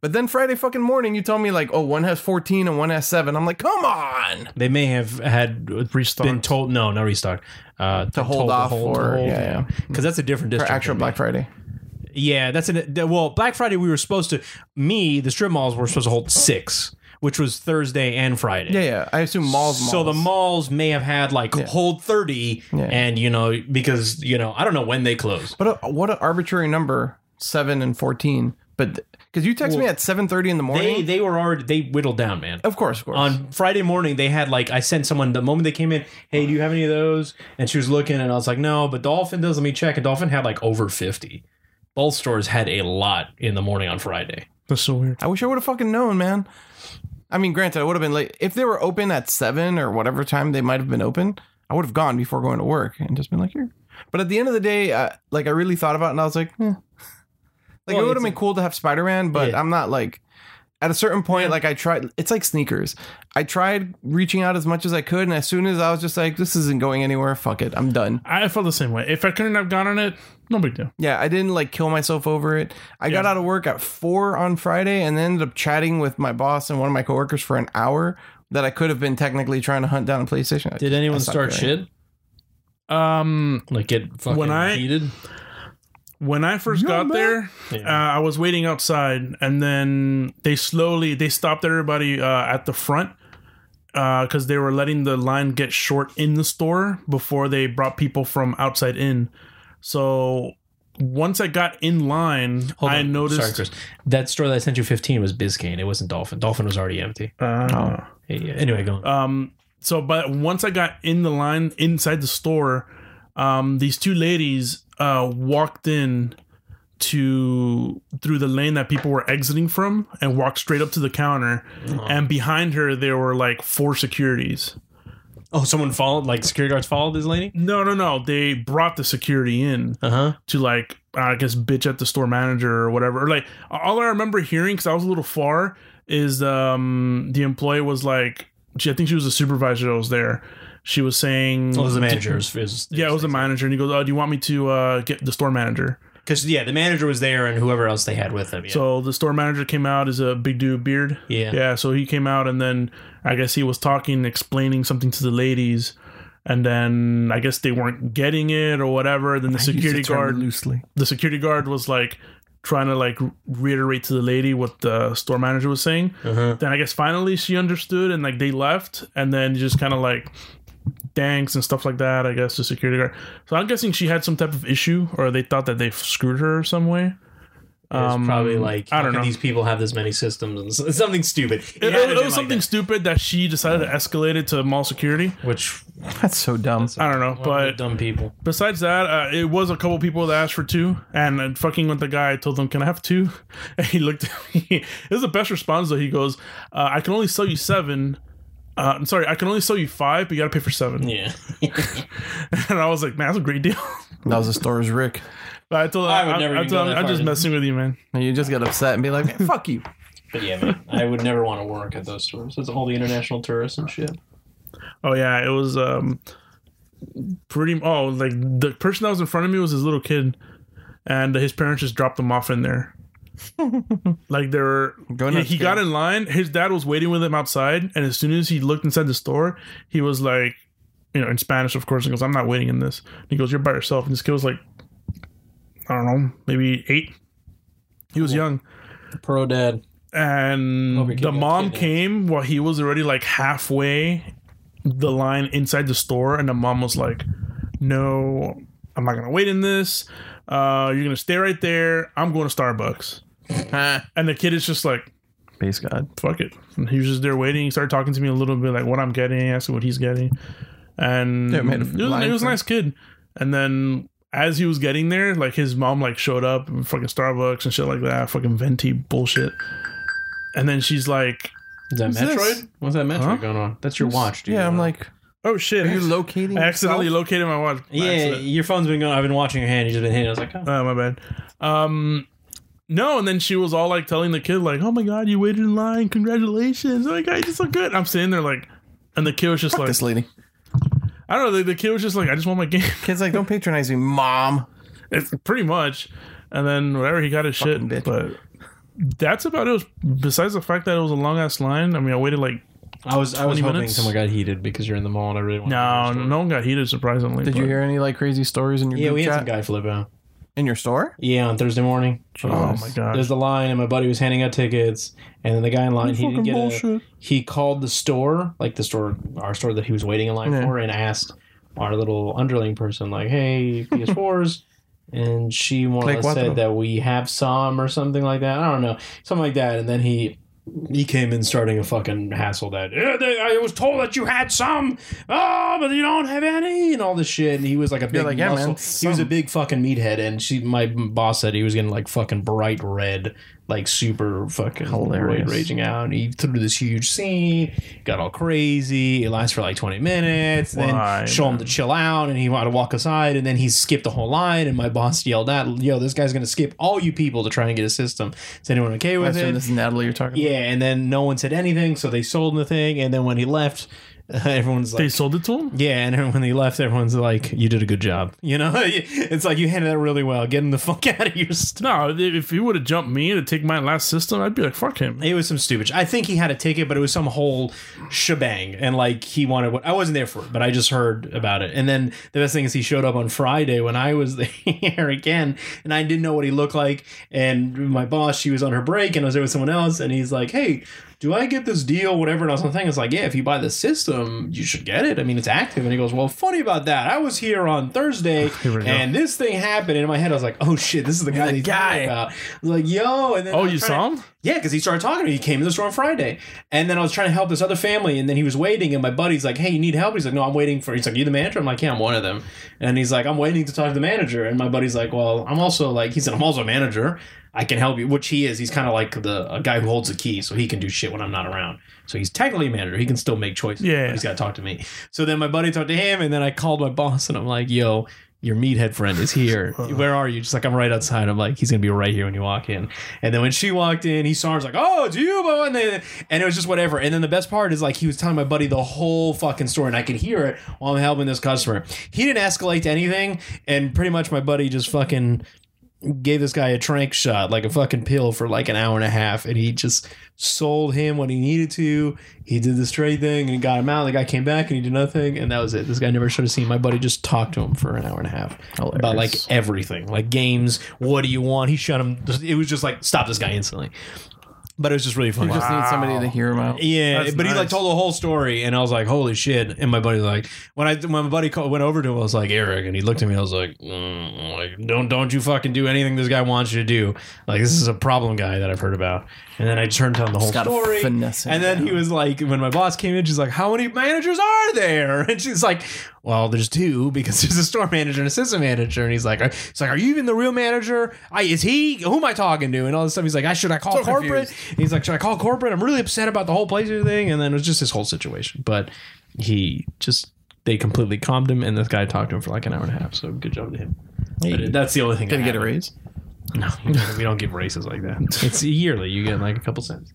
Speaker 1: But then Friday fucking morning, you told me, like, oh, one has 14 and one has seven. I'm like, come on.
Speaker 5: They may have had
Speaker 4: Restocked.
Speaker 5: been told no, not restock. Uh,
Speaker 1: To hold off for- yeah,
Speaker 5: because Mm-hmm. that's a different
Speaker 1: For
Speaker 5: district.
Speaker 1: actual
Speaker 5: than
Speaker 1: Black Friday.
Speaker 5: me. Yeah, that's an that- well Black Friday. We were supposed to me the strip malls were supposed to hold six, which was Thursday and Friday.
Speaker 1: Yeah, yeah. I assume malls, malls.
Speaker 5: So the malls may have had like hold thirty,
Speaker 1: Yeah.
Speaker 5: and you know because you know I don't know when they close.
Speaker 1: But a, what an arbitrary number, seven and 14. But because you text me at 7.30 in the morning.
Speaker 5: They they were already they whittled down, man.
Speaker 1: of course, of course.
Speaker 5: on Friday morning, they had like I sent someone the moment they came in. Hey, do you have any of those? And she was looking, and I was like, no, but Dolphin does. Let me check. And Dolphin had like over fifty. Both stores had a lot in the morning on Friday.
Speaker 4: That's so weird.
Speaker 1: I wish I would have fucking known, man. I mean, granted, I would have been late. If they were open at seven or whatever time they might have been open, I would have gone before going to work and just been like, here. But at the end of the day, I, like, I really thought about it and I was like, eh. [laughs] Like,
Speaker 5: Well,
Speaker 1: it would
Speaker 5: it's
Speaker 1: have been cool to have Spider Man, but
Speaker 5: Yeah.
Speaker 1: I'm not like, at a certain point, like, I tried, it's like sneakers. I tried reaching out as much as I could. And as soon as I was just like, this isn't going anywhere, fuck it, I'm done.
Speaker 4: I felt the same way. If I couldn't have gone on it, no big deal.
Speaker 1: Yeah, I didn't like kill myself over it. I got out of work at four on Friday and ended up chatting with my boss and one of my coworkers for an hour that I could have been technically trying to hunt down a PlayStation. I
Speaker 5: Did
Speaker 1: just- I
Speaker 5: anyone
Speaker 1: stopped
Speaker 5: start
Speaker 1: doing it.
Speaker 5: shit?
Speaker 4: Um,
Speaker 5: Like get fucking
Speaker 4: When I-
Speaker 5: heated.
Speaker 4: when I first got there, uh, I was waiting outside, and then they slowly they stopped everybody uh, at the front because they were letting the line get short in the store before they brought people from outside in. So once I got in line,
Speaker 5: Hold
Speaker 4: I
Speaker 5: on.
Speaker 4: noticed.
Speaker 5: Sorry, Chris. That store that I sent you 15 was Biscayne. It wasn't Dolphin. Dolphin was already empty.
Speaker 4: Uh,
Speaker 5: Yeah, yeah. Anyway, go on.
Speaker 4: Um, so, but once I got in the line inside the store, um, these two ladies uh, walked in to through the lane that people were exiting from and walked straight up to the counter. And behind her, there were like four securities.
Speaker 5: oh, someone followed, like security guards followed this lady?
Speaker 4: No, no, no. They brought the security in
Speaker 5: Uh huh.
Speaker 4: to like I guess bitch at the store manager or whatever. Or like all I remember hearing because I was a little far is um the employee was like she, I think she was a supervisor that was there. She was saying
Speaker 5: Well, it was the manager. It was- it was-
Speaker 4: Yeah, it was a manager, and he goes, "Oh, do you want me to uh, get the store manager?"
Speaker 5: Because yeah, the manager was there and whoever else they had with them. Yeah.
Speaker 4: So the store manager came out as a big dude, beard.
Speaker 5: yeah.
Speaker 4: Yeah, so he came out and then I guess he was talking, explaining something to the ladies, and then I guess they weren't getting it or whatever. Then the
Speaker 1: I use
Speaker 4: security
Speaker 1: the term
Speaker 4: guard
Speaker 1: loosely.
Speaker 4: the security guard was like trying to like reiterate to the lady what the store manager was saying.
Speaker 5: Uh-huh.
Speaker 4: Then I guess finally she understood and like they left and then just kind of like thanks and stuff like that. I guess the security guard. So I'm guessing she had some type of issue or they thought that they screwed her some way.
Speaker 5: It was
Speaker 4: Um,
Speaker 5: probably like
Speaker 4: I
Speaker 5: how
Speaker 4: don't
Speaker 5: could
Speaker 4: know.
Speaker 5: These people have this many systems [laughs] and s- something stupid.
Speaker 4: It,
Speaker 5: had to
Speaker 4: it- it
Speaker 5: been
Speaker 4: was
Speaker 5: like
Speaker 4: something
Speaker 5: that.
Speaker 4: stupid that she decided to escalate it to mall security.
Speaker 5: which
Speaker 1: That's so dumb.
Speaker 4: I don't know,
Speaker 5: one of the
Speaker 4: but
Speaker 5: dumb people.
Speaker 4: besides that, uh, it was a couple people that asked for two, and uh, fucking with the guy, I told him, "Can I have two? [laughs] And he looked at me. [laughs] This is the best response though. He goes, uh, "I can only sell you seven. Uh, I'm sorry, I can only sell you five, but you got to pay for seven.
Speaker 5: Yeah. [laughs]
Speaker 4: [laughs] And I was like, "Man, that's a great deal." [laughs]
Speaker 1: That was a store's Rick.
Speaker 4: But I told him,
Speaker 5: I
Speaker 4: I
Speaker 5: would never
Speaker 4: I
Speaker 5: even
Speaker 4: told
Speaker 5: go
Speaker 4: him,
Speaker 5: that
Speaker 4: "I'm
Speaker 5: far,
Speaker 4: just
Speaker 5: dude."
Speaker 4: messing with you, man."
Speaker 1: And you just get upset and be like, "Man, "Fuck [laughs] you."
Speaker 5: But yeah, man, I would never want to work at those stores. It's all the international tourists and shit.
Speaker 4: Oh yeah, it was um pretty. Oh, like the person that was in front of me was his little kid, and his parents just dropped him off in there. like they were.
Speaker 1: Go
Speaker 4: he
Speaker 1: nuts,
Speaker 4: he
Speaker 1: kid.
Speaker 4: got in line. His dad was waiting with him outside, and as soon as he looked inside the store, he was like, you know, in Spanish, of course. He goes, "I'm not waiting in this." And he goes, "You're by yourself." And this kid was like, I don't know, maybe eight. He was young
Speaker 5: Pro dad. Hope your
Speaker 4: and
Speaker 5: kid
Speaker 4: the
Speaker 5: got
Speaker 4: mom
Speaker 5: kidnapped.
Speaker 4: came while he was already like halfway the line inside the store and the mom was like no i'm not gonna wait in this uh, you're gonna stay right there i'm going to starbucks and the kid is just like
Speaker 1: Base God.
Speaker 4: fuck it and he was just there waiting he started talking to me a little bit like what i'm getting asking what he's getting and
Speaker 1: Yeah,
Speaker 4: it
Speaker 1: made a
Speaker 4: was, he
Speaker 1: line
Speaker 4: was a
Speaker 1: for-
Speaker 4: nice kid and then as he was getting there like his mom like showed up and fucking starbucks and shit like that fucking venti bullshit and then she's like
Speaker 5: Is that
Speaker 1: Who's
Speaker 5: Metroid?
Speaker 1: this?
Speaker 5: What's that Metroid
Speaker 4: Huh?
Speaker 5: going on? That's your watch, dude.
Speaker 1: Yeah, I'm like,
Speaker 4: Oh shit!
Speaker 1: are you locating?
Speaker 4: I accidentally
Speaker 1: yourself?
Speaker 4: located my watch. by
Speaker 5: Yeah,
Speaker 4: accident.
Speaker 5: your phone's been going. I've been watching your hand. You've just been hitting. it. I was like, oh.
Speaker 4: Oh, my bad. Um, no, and then she was all like telling the kid, like, "Oh my god, you waited in line. Congratulations! Oh my god, you did so good." I'm sitting there like, and the kid was just
Speaker 1: Fuck
Speaker 4: like,
Speaker 1: this lady.
Speaker 4: I don't know. The, the kid was just like, "I just want my game." [laughs]
Speaker 1: Kid's like, "Don't patronize me, mom."
Speaker 4: it's pretty much. And then whatever, he got his shit.
Speaker 1: Fucking bitch.
Speaker 4: But that's about it. Besides the fact that it was a long ass line, I mean, I waited like
Speaker 5: I was I was
Speaker 4: 20
Speaker 5: hoping
Speaker 4: minutes?
Speaker 5: someone got heated because you're in the mall and I really want.
Speaker 4: no, no one got heated. Surprisingly,
Speaker 1: Did you
Speaker 4: but-
Speaker 1: hear any like crazy stories in your
Speaker 5: Yeah,
Speaker 1: group
Speaker 5: we had
Speaker 1: chat?
Speaker 5: some guy flip out.
Speaker 1: in your store?
Speaker 5: Yeah, on Thursday morning.
Speaker 4: Oh my god!
Speaker 5: There's the line, and my buddy was handing out tickets, and then the guy in line he didn't
Speaker 4: Fucking
Speaker 5: get a,
Speaker 4: bullshit.
Speaker 5: He called the store, like the store, our store that he was waiting in line
Speaker 1: Yeah.
Speaker 5: for, and asked our little underling person, like, "Hey, PS4s." [laughs] And she more or
Speaker 1: Play
Speaker 5: less
Speaker 1: cuatro.
Speaker 5: said that we have some or something like that. I don't know, something like that. And then he he came in starting a fucking hassle that "Eh, they- I was told that you had some, oh, but you don't have any, and all this shit. And he was like a big
Speaker 1: like, "Yeah,
Speaker 5: muscle.
Speaker 1: man,
Speaker 5: he was a
Speaker 1: some."
Speaker 5: big fucking meathead, and she, my boss said he was getting like fucking bright red, like super fucking
Speaker 1: Hilarious.
Speaker 5: ra- raging out. And he threw this huge scene, got all crazy. It lasts for like twenty minutes.
Speaker 4: Why,
Speaker 5: then show him
Speaker 4: man?
Speaker 5: to chill out, and he wanted to walk aside, and then he skipped the whole line. And my boss yelled out, "Yo, this guy's gonna skip all you people to try and get a system. Is anyone okay
Speaker 1: I
Speaker 5: with
Speaker 1: assume
Speaker 5: it?"
Speaker 1: this is Natalie you're talking
Speaker 5: Yeah, and then no one said anything, so they sold him the thing. And then when he left, [laughs] everyone's
Speaker 4: They
Speaker 5: like,
Speaker 4: sold it to him?
Speaker 5: yeah, and when they left, everyone's like, you did a good job. You know, [laughs] it's like you handled that really well. Get him the [laughs] fuck out of your
Speaker 4: No,
Speaker 5: stuff.
Speaker 4: if he would have jumped me to take my last system, I'd be like, fuck him.
Speaker 5: It was some stupid. sh- I think he had a ticket, but it was some whole shebang, and like he wanted what I wasn't there for it, but I just heard about it. And then the best thing is he showed up on Friday when I was [laughs] there again, and I didn't know what he looked like. And my boss, she was on her break, and I was there with someone else, and he's like, "Hey, do I get this deal, whatever?" And I was on the thing. It's like, "Yeah, if you buy the system, you should get it. I mean, it's active." And he goes, "Well, funny about that. I was here on Thursday,
Speaker 4: [laughs] Here we go.
Speaker 5: and this thing happened." And in my head, I was like, "Oh shit, this is the guy that he's talking
Speaker 4: guy.
Speaker 5: about." I was like, "Yo," and then
Speaker 4: Oh,
Speaker 5: I was
Speaker 4: you
Speaker 5: trying to-
Speaker 4: saw him?
Speaker 5: yeah, because he started talking to me. He came to the store on Friday. And then I was trying to help this other family. And then he was waiting. And my buddy's like, hey, you need help? He's like, no, I'm waiting for. He's like, you the manager? I'm like, yeah, I'm one of them. And he's like, I'm waiting to talk to the manager. And my buddy's like, well, I'm also like, he said, I'm also a manager. I can help you, which he is. He's kind of like the a guy who holds the key, so he can do shit when I'm not around. So he's technically a manager. He can still make choices.
Speaker 4: Yeah.
Speaker 5: but He's got to talk to me. So then my buddy talked to him. And then I called my boss and I'm like, yo, your meathead friend is here. Where are you? Just like I'm right outside. I'm like, he's gonna be right here when you walk in. And then when she walked in, he saw her. He's like, oh, it's you, Bo. And then and it was just whatever. And then the best part is like he was telling my buddy the whole fucking story, and I could hear it while I'm helping this customer. He didn't escalate to anything, and pretty much my buddy just fucking gave this guy a trank shot, like a fucking pill for like an hour and a half, and he just sold him what he needed to. He did this trade thing and he got him out. The guy came back and he did nothing, and that was it. This guy never should have seen my buddy just talked to him for an hour and a half about like everything, like games. What do you want? He shut him. It was just like stop this guy instantly. But it was just really funny.
Speaker 1: You just need somebody to hear him out.
Speaker 5: Yeah,
Speaker 4: That's
Speaker 5: but he like
Speaker 4: nice.
Speaker 5: told the whole story, and I was like, "Holy shit!" And my buddy like, when I when my buddy called, went over to him, I was like, "Eric," and he looked at me, I was like, mm, "Like, don't don't you fucking do anything this guy wants you to do. Like, this is a problem guy that I've heard about." And then I turned on the whole
Speaker 1: gotta
Speaker 5: story,
Speaker 1: finesse it
Speaker 5: and then he
Speaker 1: down.
Speaker 5: was like, when my boss came in, she's like, "How many managers are there?" [laughs] And she's like, "Well, there's two because [laughs] there's a store manager and a system manager." And he's like, "It's like, are you even the real manager? I is he? Who am I talking to?" And all this stuff. He's like, "I should I call
Speaker 1: So
Speaker 5: corporate?"
Speaker 1: confused.
Speaker 5: And he's like, "Should I call corporate? I'm really upset about the whole Blazer thing." And then it was just this whole situation. But he just they completely calmed him, and this guy talked to him for like an hour and a half. So good job to him. But it- that's the only thing.
Speaker 1: Gonna
Speaker 5: that
Speaker 1: get a
Speaker 5: happened.
Speaker 1: raise?
Speaker 5: No, we don't give races
Speaker 1: [laughs]
Speaker 5: like that. It's yearly. You get like a couple cents.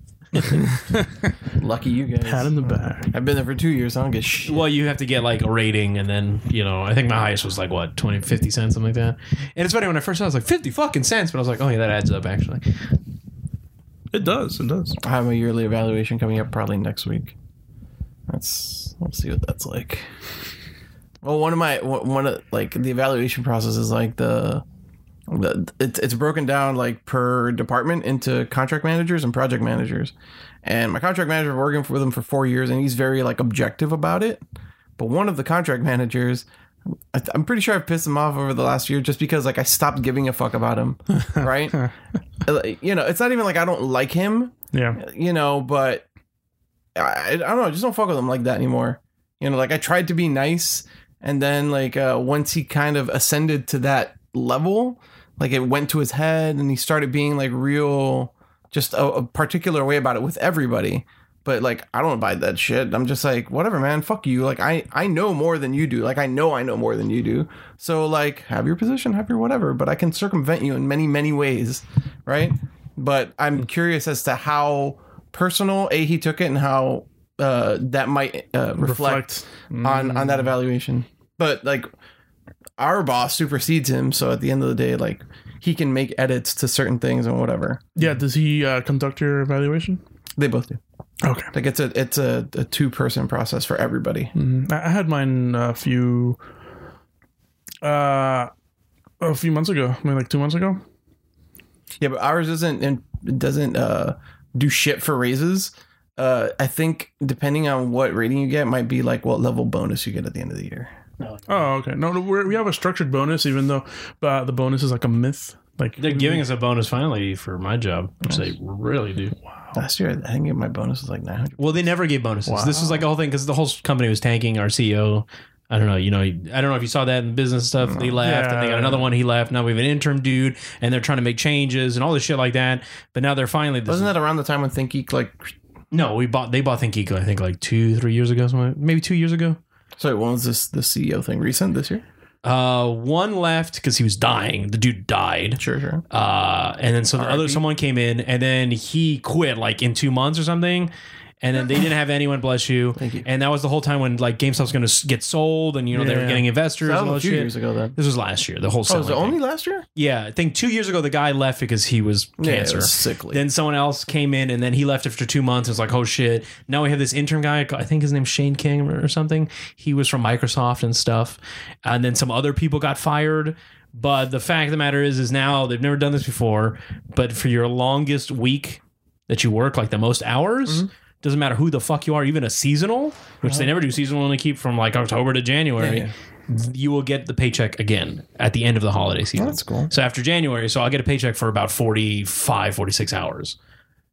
Speaker 1: Lucky you guys.
Speaker 4: Pat in the back.
Speaker 1: I've been there for two years. I don't get [laughs] shit.
Speaker 5: Well, you have to get like a rating, and then you know, I think my highest was like what 20, 50 cents, something like that. And it's funny when I first saw, it, I was like fifty fucking cents, but I was like, oh yeah, that adds up actually.
Speaker 4: It does. It does.
Speaker 1: I have my yearly evaluation coming up probably next week. That's we'll see what that's like. Well, one of my one one of like the evaluation process is like the, the it's it's broken down like per department into contract managers and project managers, and my contract manager I've working with him for four years and he's very like objective about it, but one of the contract managers. I th- I'm pretty sure I've pissed him off over the last year just because like I stopped giving a fuck about him, right? Like, you know, it's not even like I don't like him
Speaker 4: Yeah.
Speaker 1: you know, but I, I don't know. I just don't fuck with him like that anymore. You know, like I tried to be nice, and then like uh, once he kind of ascended to that level, like it went to his head, and he started being like real, just a, a particular way about it with everybody. But like I don't buy that shit. I'm just like whatever, man. Fuck you. Like I I know more than you do. Like I know I know more than you do. So like have your position, have your whatever. But I can circumvent you in many many ways, right? But I'm curious as to how personal a he took it and how uh, that might uh, reflect, on on that evaluation. But like our boss supersedes him, so at the end of the day, like he can make edits to certain things and whatever.
Speaker 4: Yeah. Does he uh, conduct your evaluation?
Speaker 1: They both do.
Speaker 4: Okay.
Speaker 1: Like it's a it's a, a two person process for everybody.
Speaker 4: Mhm. I I had mine a few, uh, a few months ago, maybe like two months ago.
Speaker 1: Yeah, but ours doesn't and it doesn't uh, do shit for raises. Uh, I think depending on what rating you get, might be like what level bonus you get at the end of the year.
Speaker 5: Uh,
Speaker 4: Oh, okay. No, no we're, we have a structured bonus, even though uh, the bonus is like a myth. Like
Speaker 5: They're giving us a bonus finally for my job, which they really do.
Speaker 1: Last year, I think my bonus was like nine hundred.
Speaker 5: Well, they never gave bonuses. This was like the whole thing because the whole company was tanking. Our CEO, I don't know, you know, I don't know if you saw that in the business stuff. They left, and they got
Speaker 4: Yeah.
Speaker 5: another one. He left. Now we have an interim dude, and they're trying to make changes and all this shit like that. But now they're finally. This
Speaker 1: Wasn't that around the time when ThinkGeek like
Speaker 5: no? We bought. They bought ThinkGeek. I think like two, three years ago, somewhere, maybe two years ago.
Speaker 1: sorry, when was this the CEO thing? Recent this year?
Speaker 5: Uh, one left because he was dying. The dude died.
Speaker 1: Sure, sure.
Speaker 5: Uh, and then so the other
Speaker 1: RIP.
Speaker 5: someone came in, and then he quit like in two months or something. and then they didn't have anyone. Bless you.
Speaker 1: Thank you.
Speaker 5: And that was the whole time when like GameStop's going to get sold, and you know they were
Speaker 4: Yeah.
Speaker 5: getting investors.
Speaker 1: That
Speaker 5: and all
Speaker 1: was a few
Speaker 5: that shit.
Speaker 1: years ago then.
Speaker 5: This was last year. The whole
Speaker 1: Oh,
Speaker 5: selling
Speaker 1: was it
Speaker 5: thing.
Speaker 1: only last year?
Speaker 5: Yeah, I think two years ago the guy left because he was
Speaker 1: it
Speaker 5: cancer.
Speaker 1: was sickly.
Speaker 5: then someone else came in, and then he left after two months. It was like, oh shit! Now we have this interim guy. I think his name's Shane King or or something. He was from Microsoft and stuff. And then some other people got fired. But the fact of the matter is, is now they've never done this before. But for your longest week that you work, like the most hours. Doesn't matter who the fuck you are, even a seasonal, which they never do seasonal, only keep from like October to January. You will get the paycheck again at the end of the holiday season.
Speaker 6: That's cool.
Speaker 5: So after January, so I'll get a paycheck for about 45, 46 hours,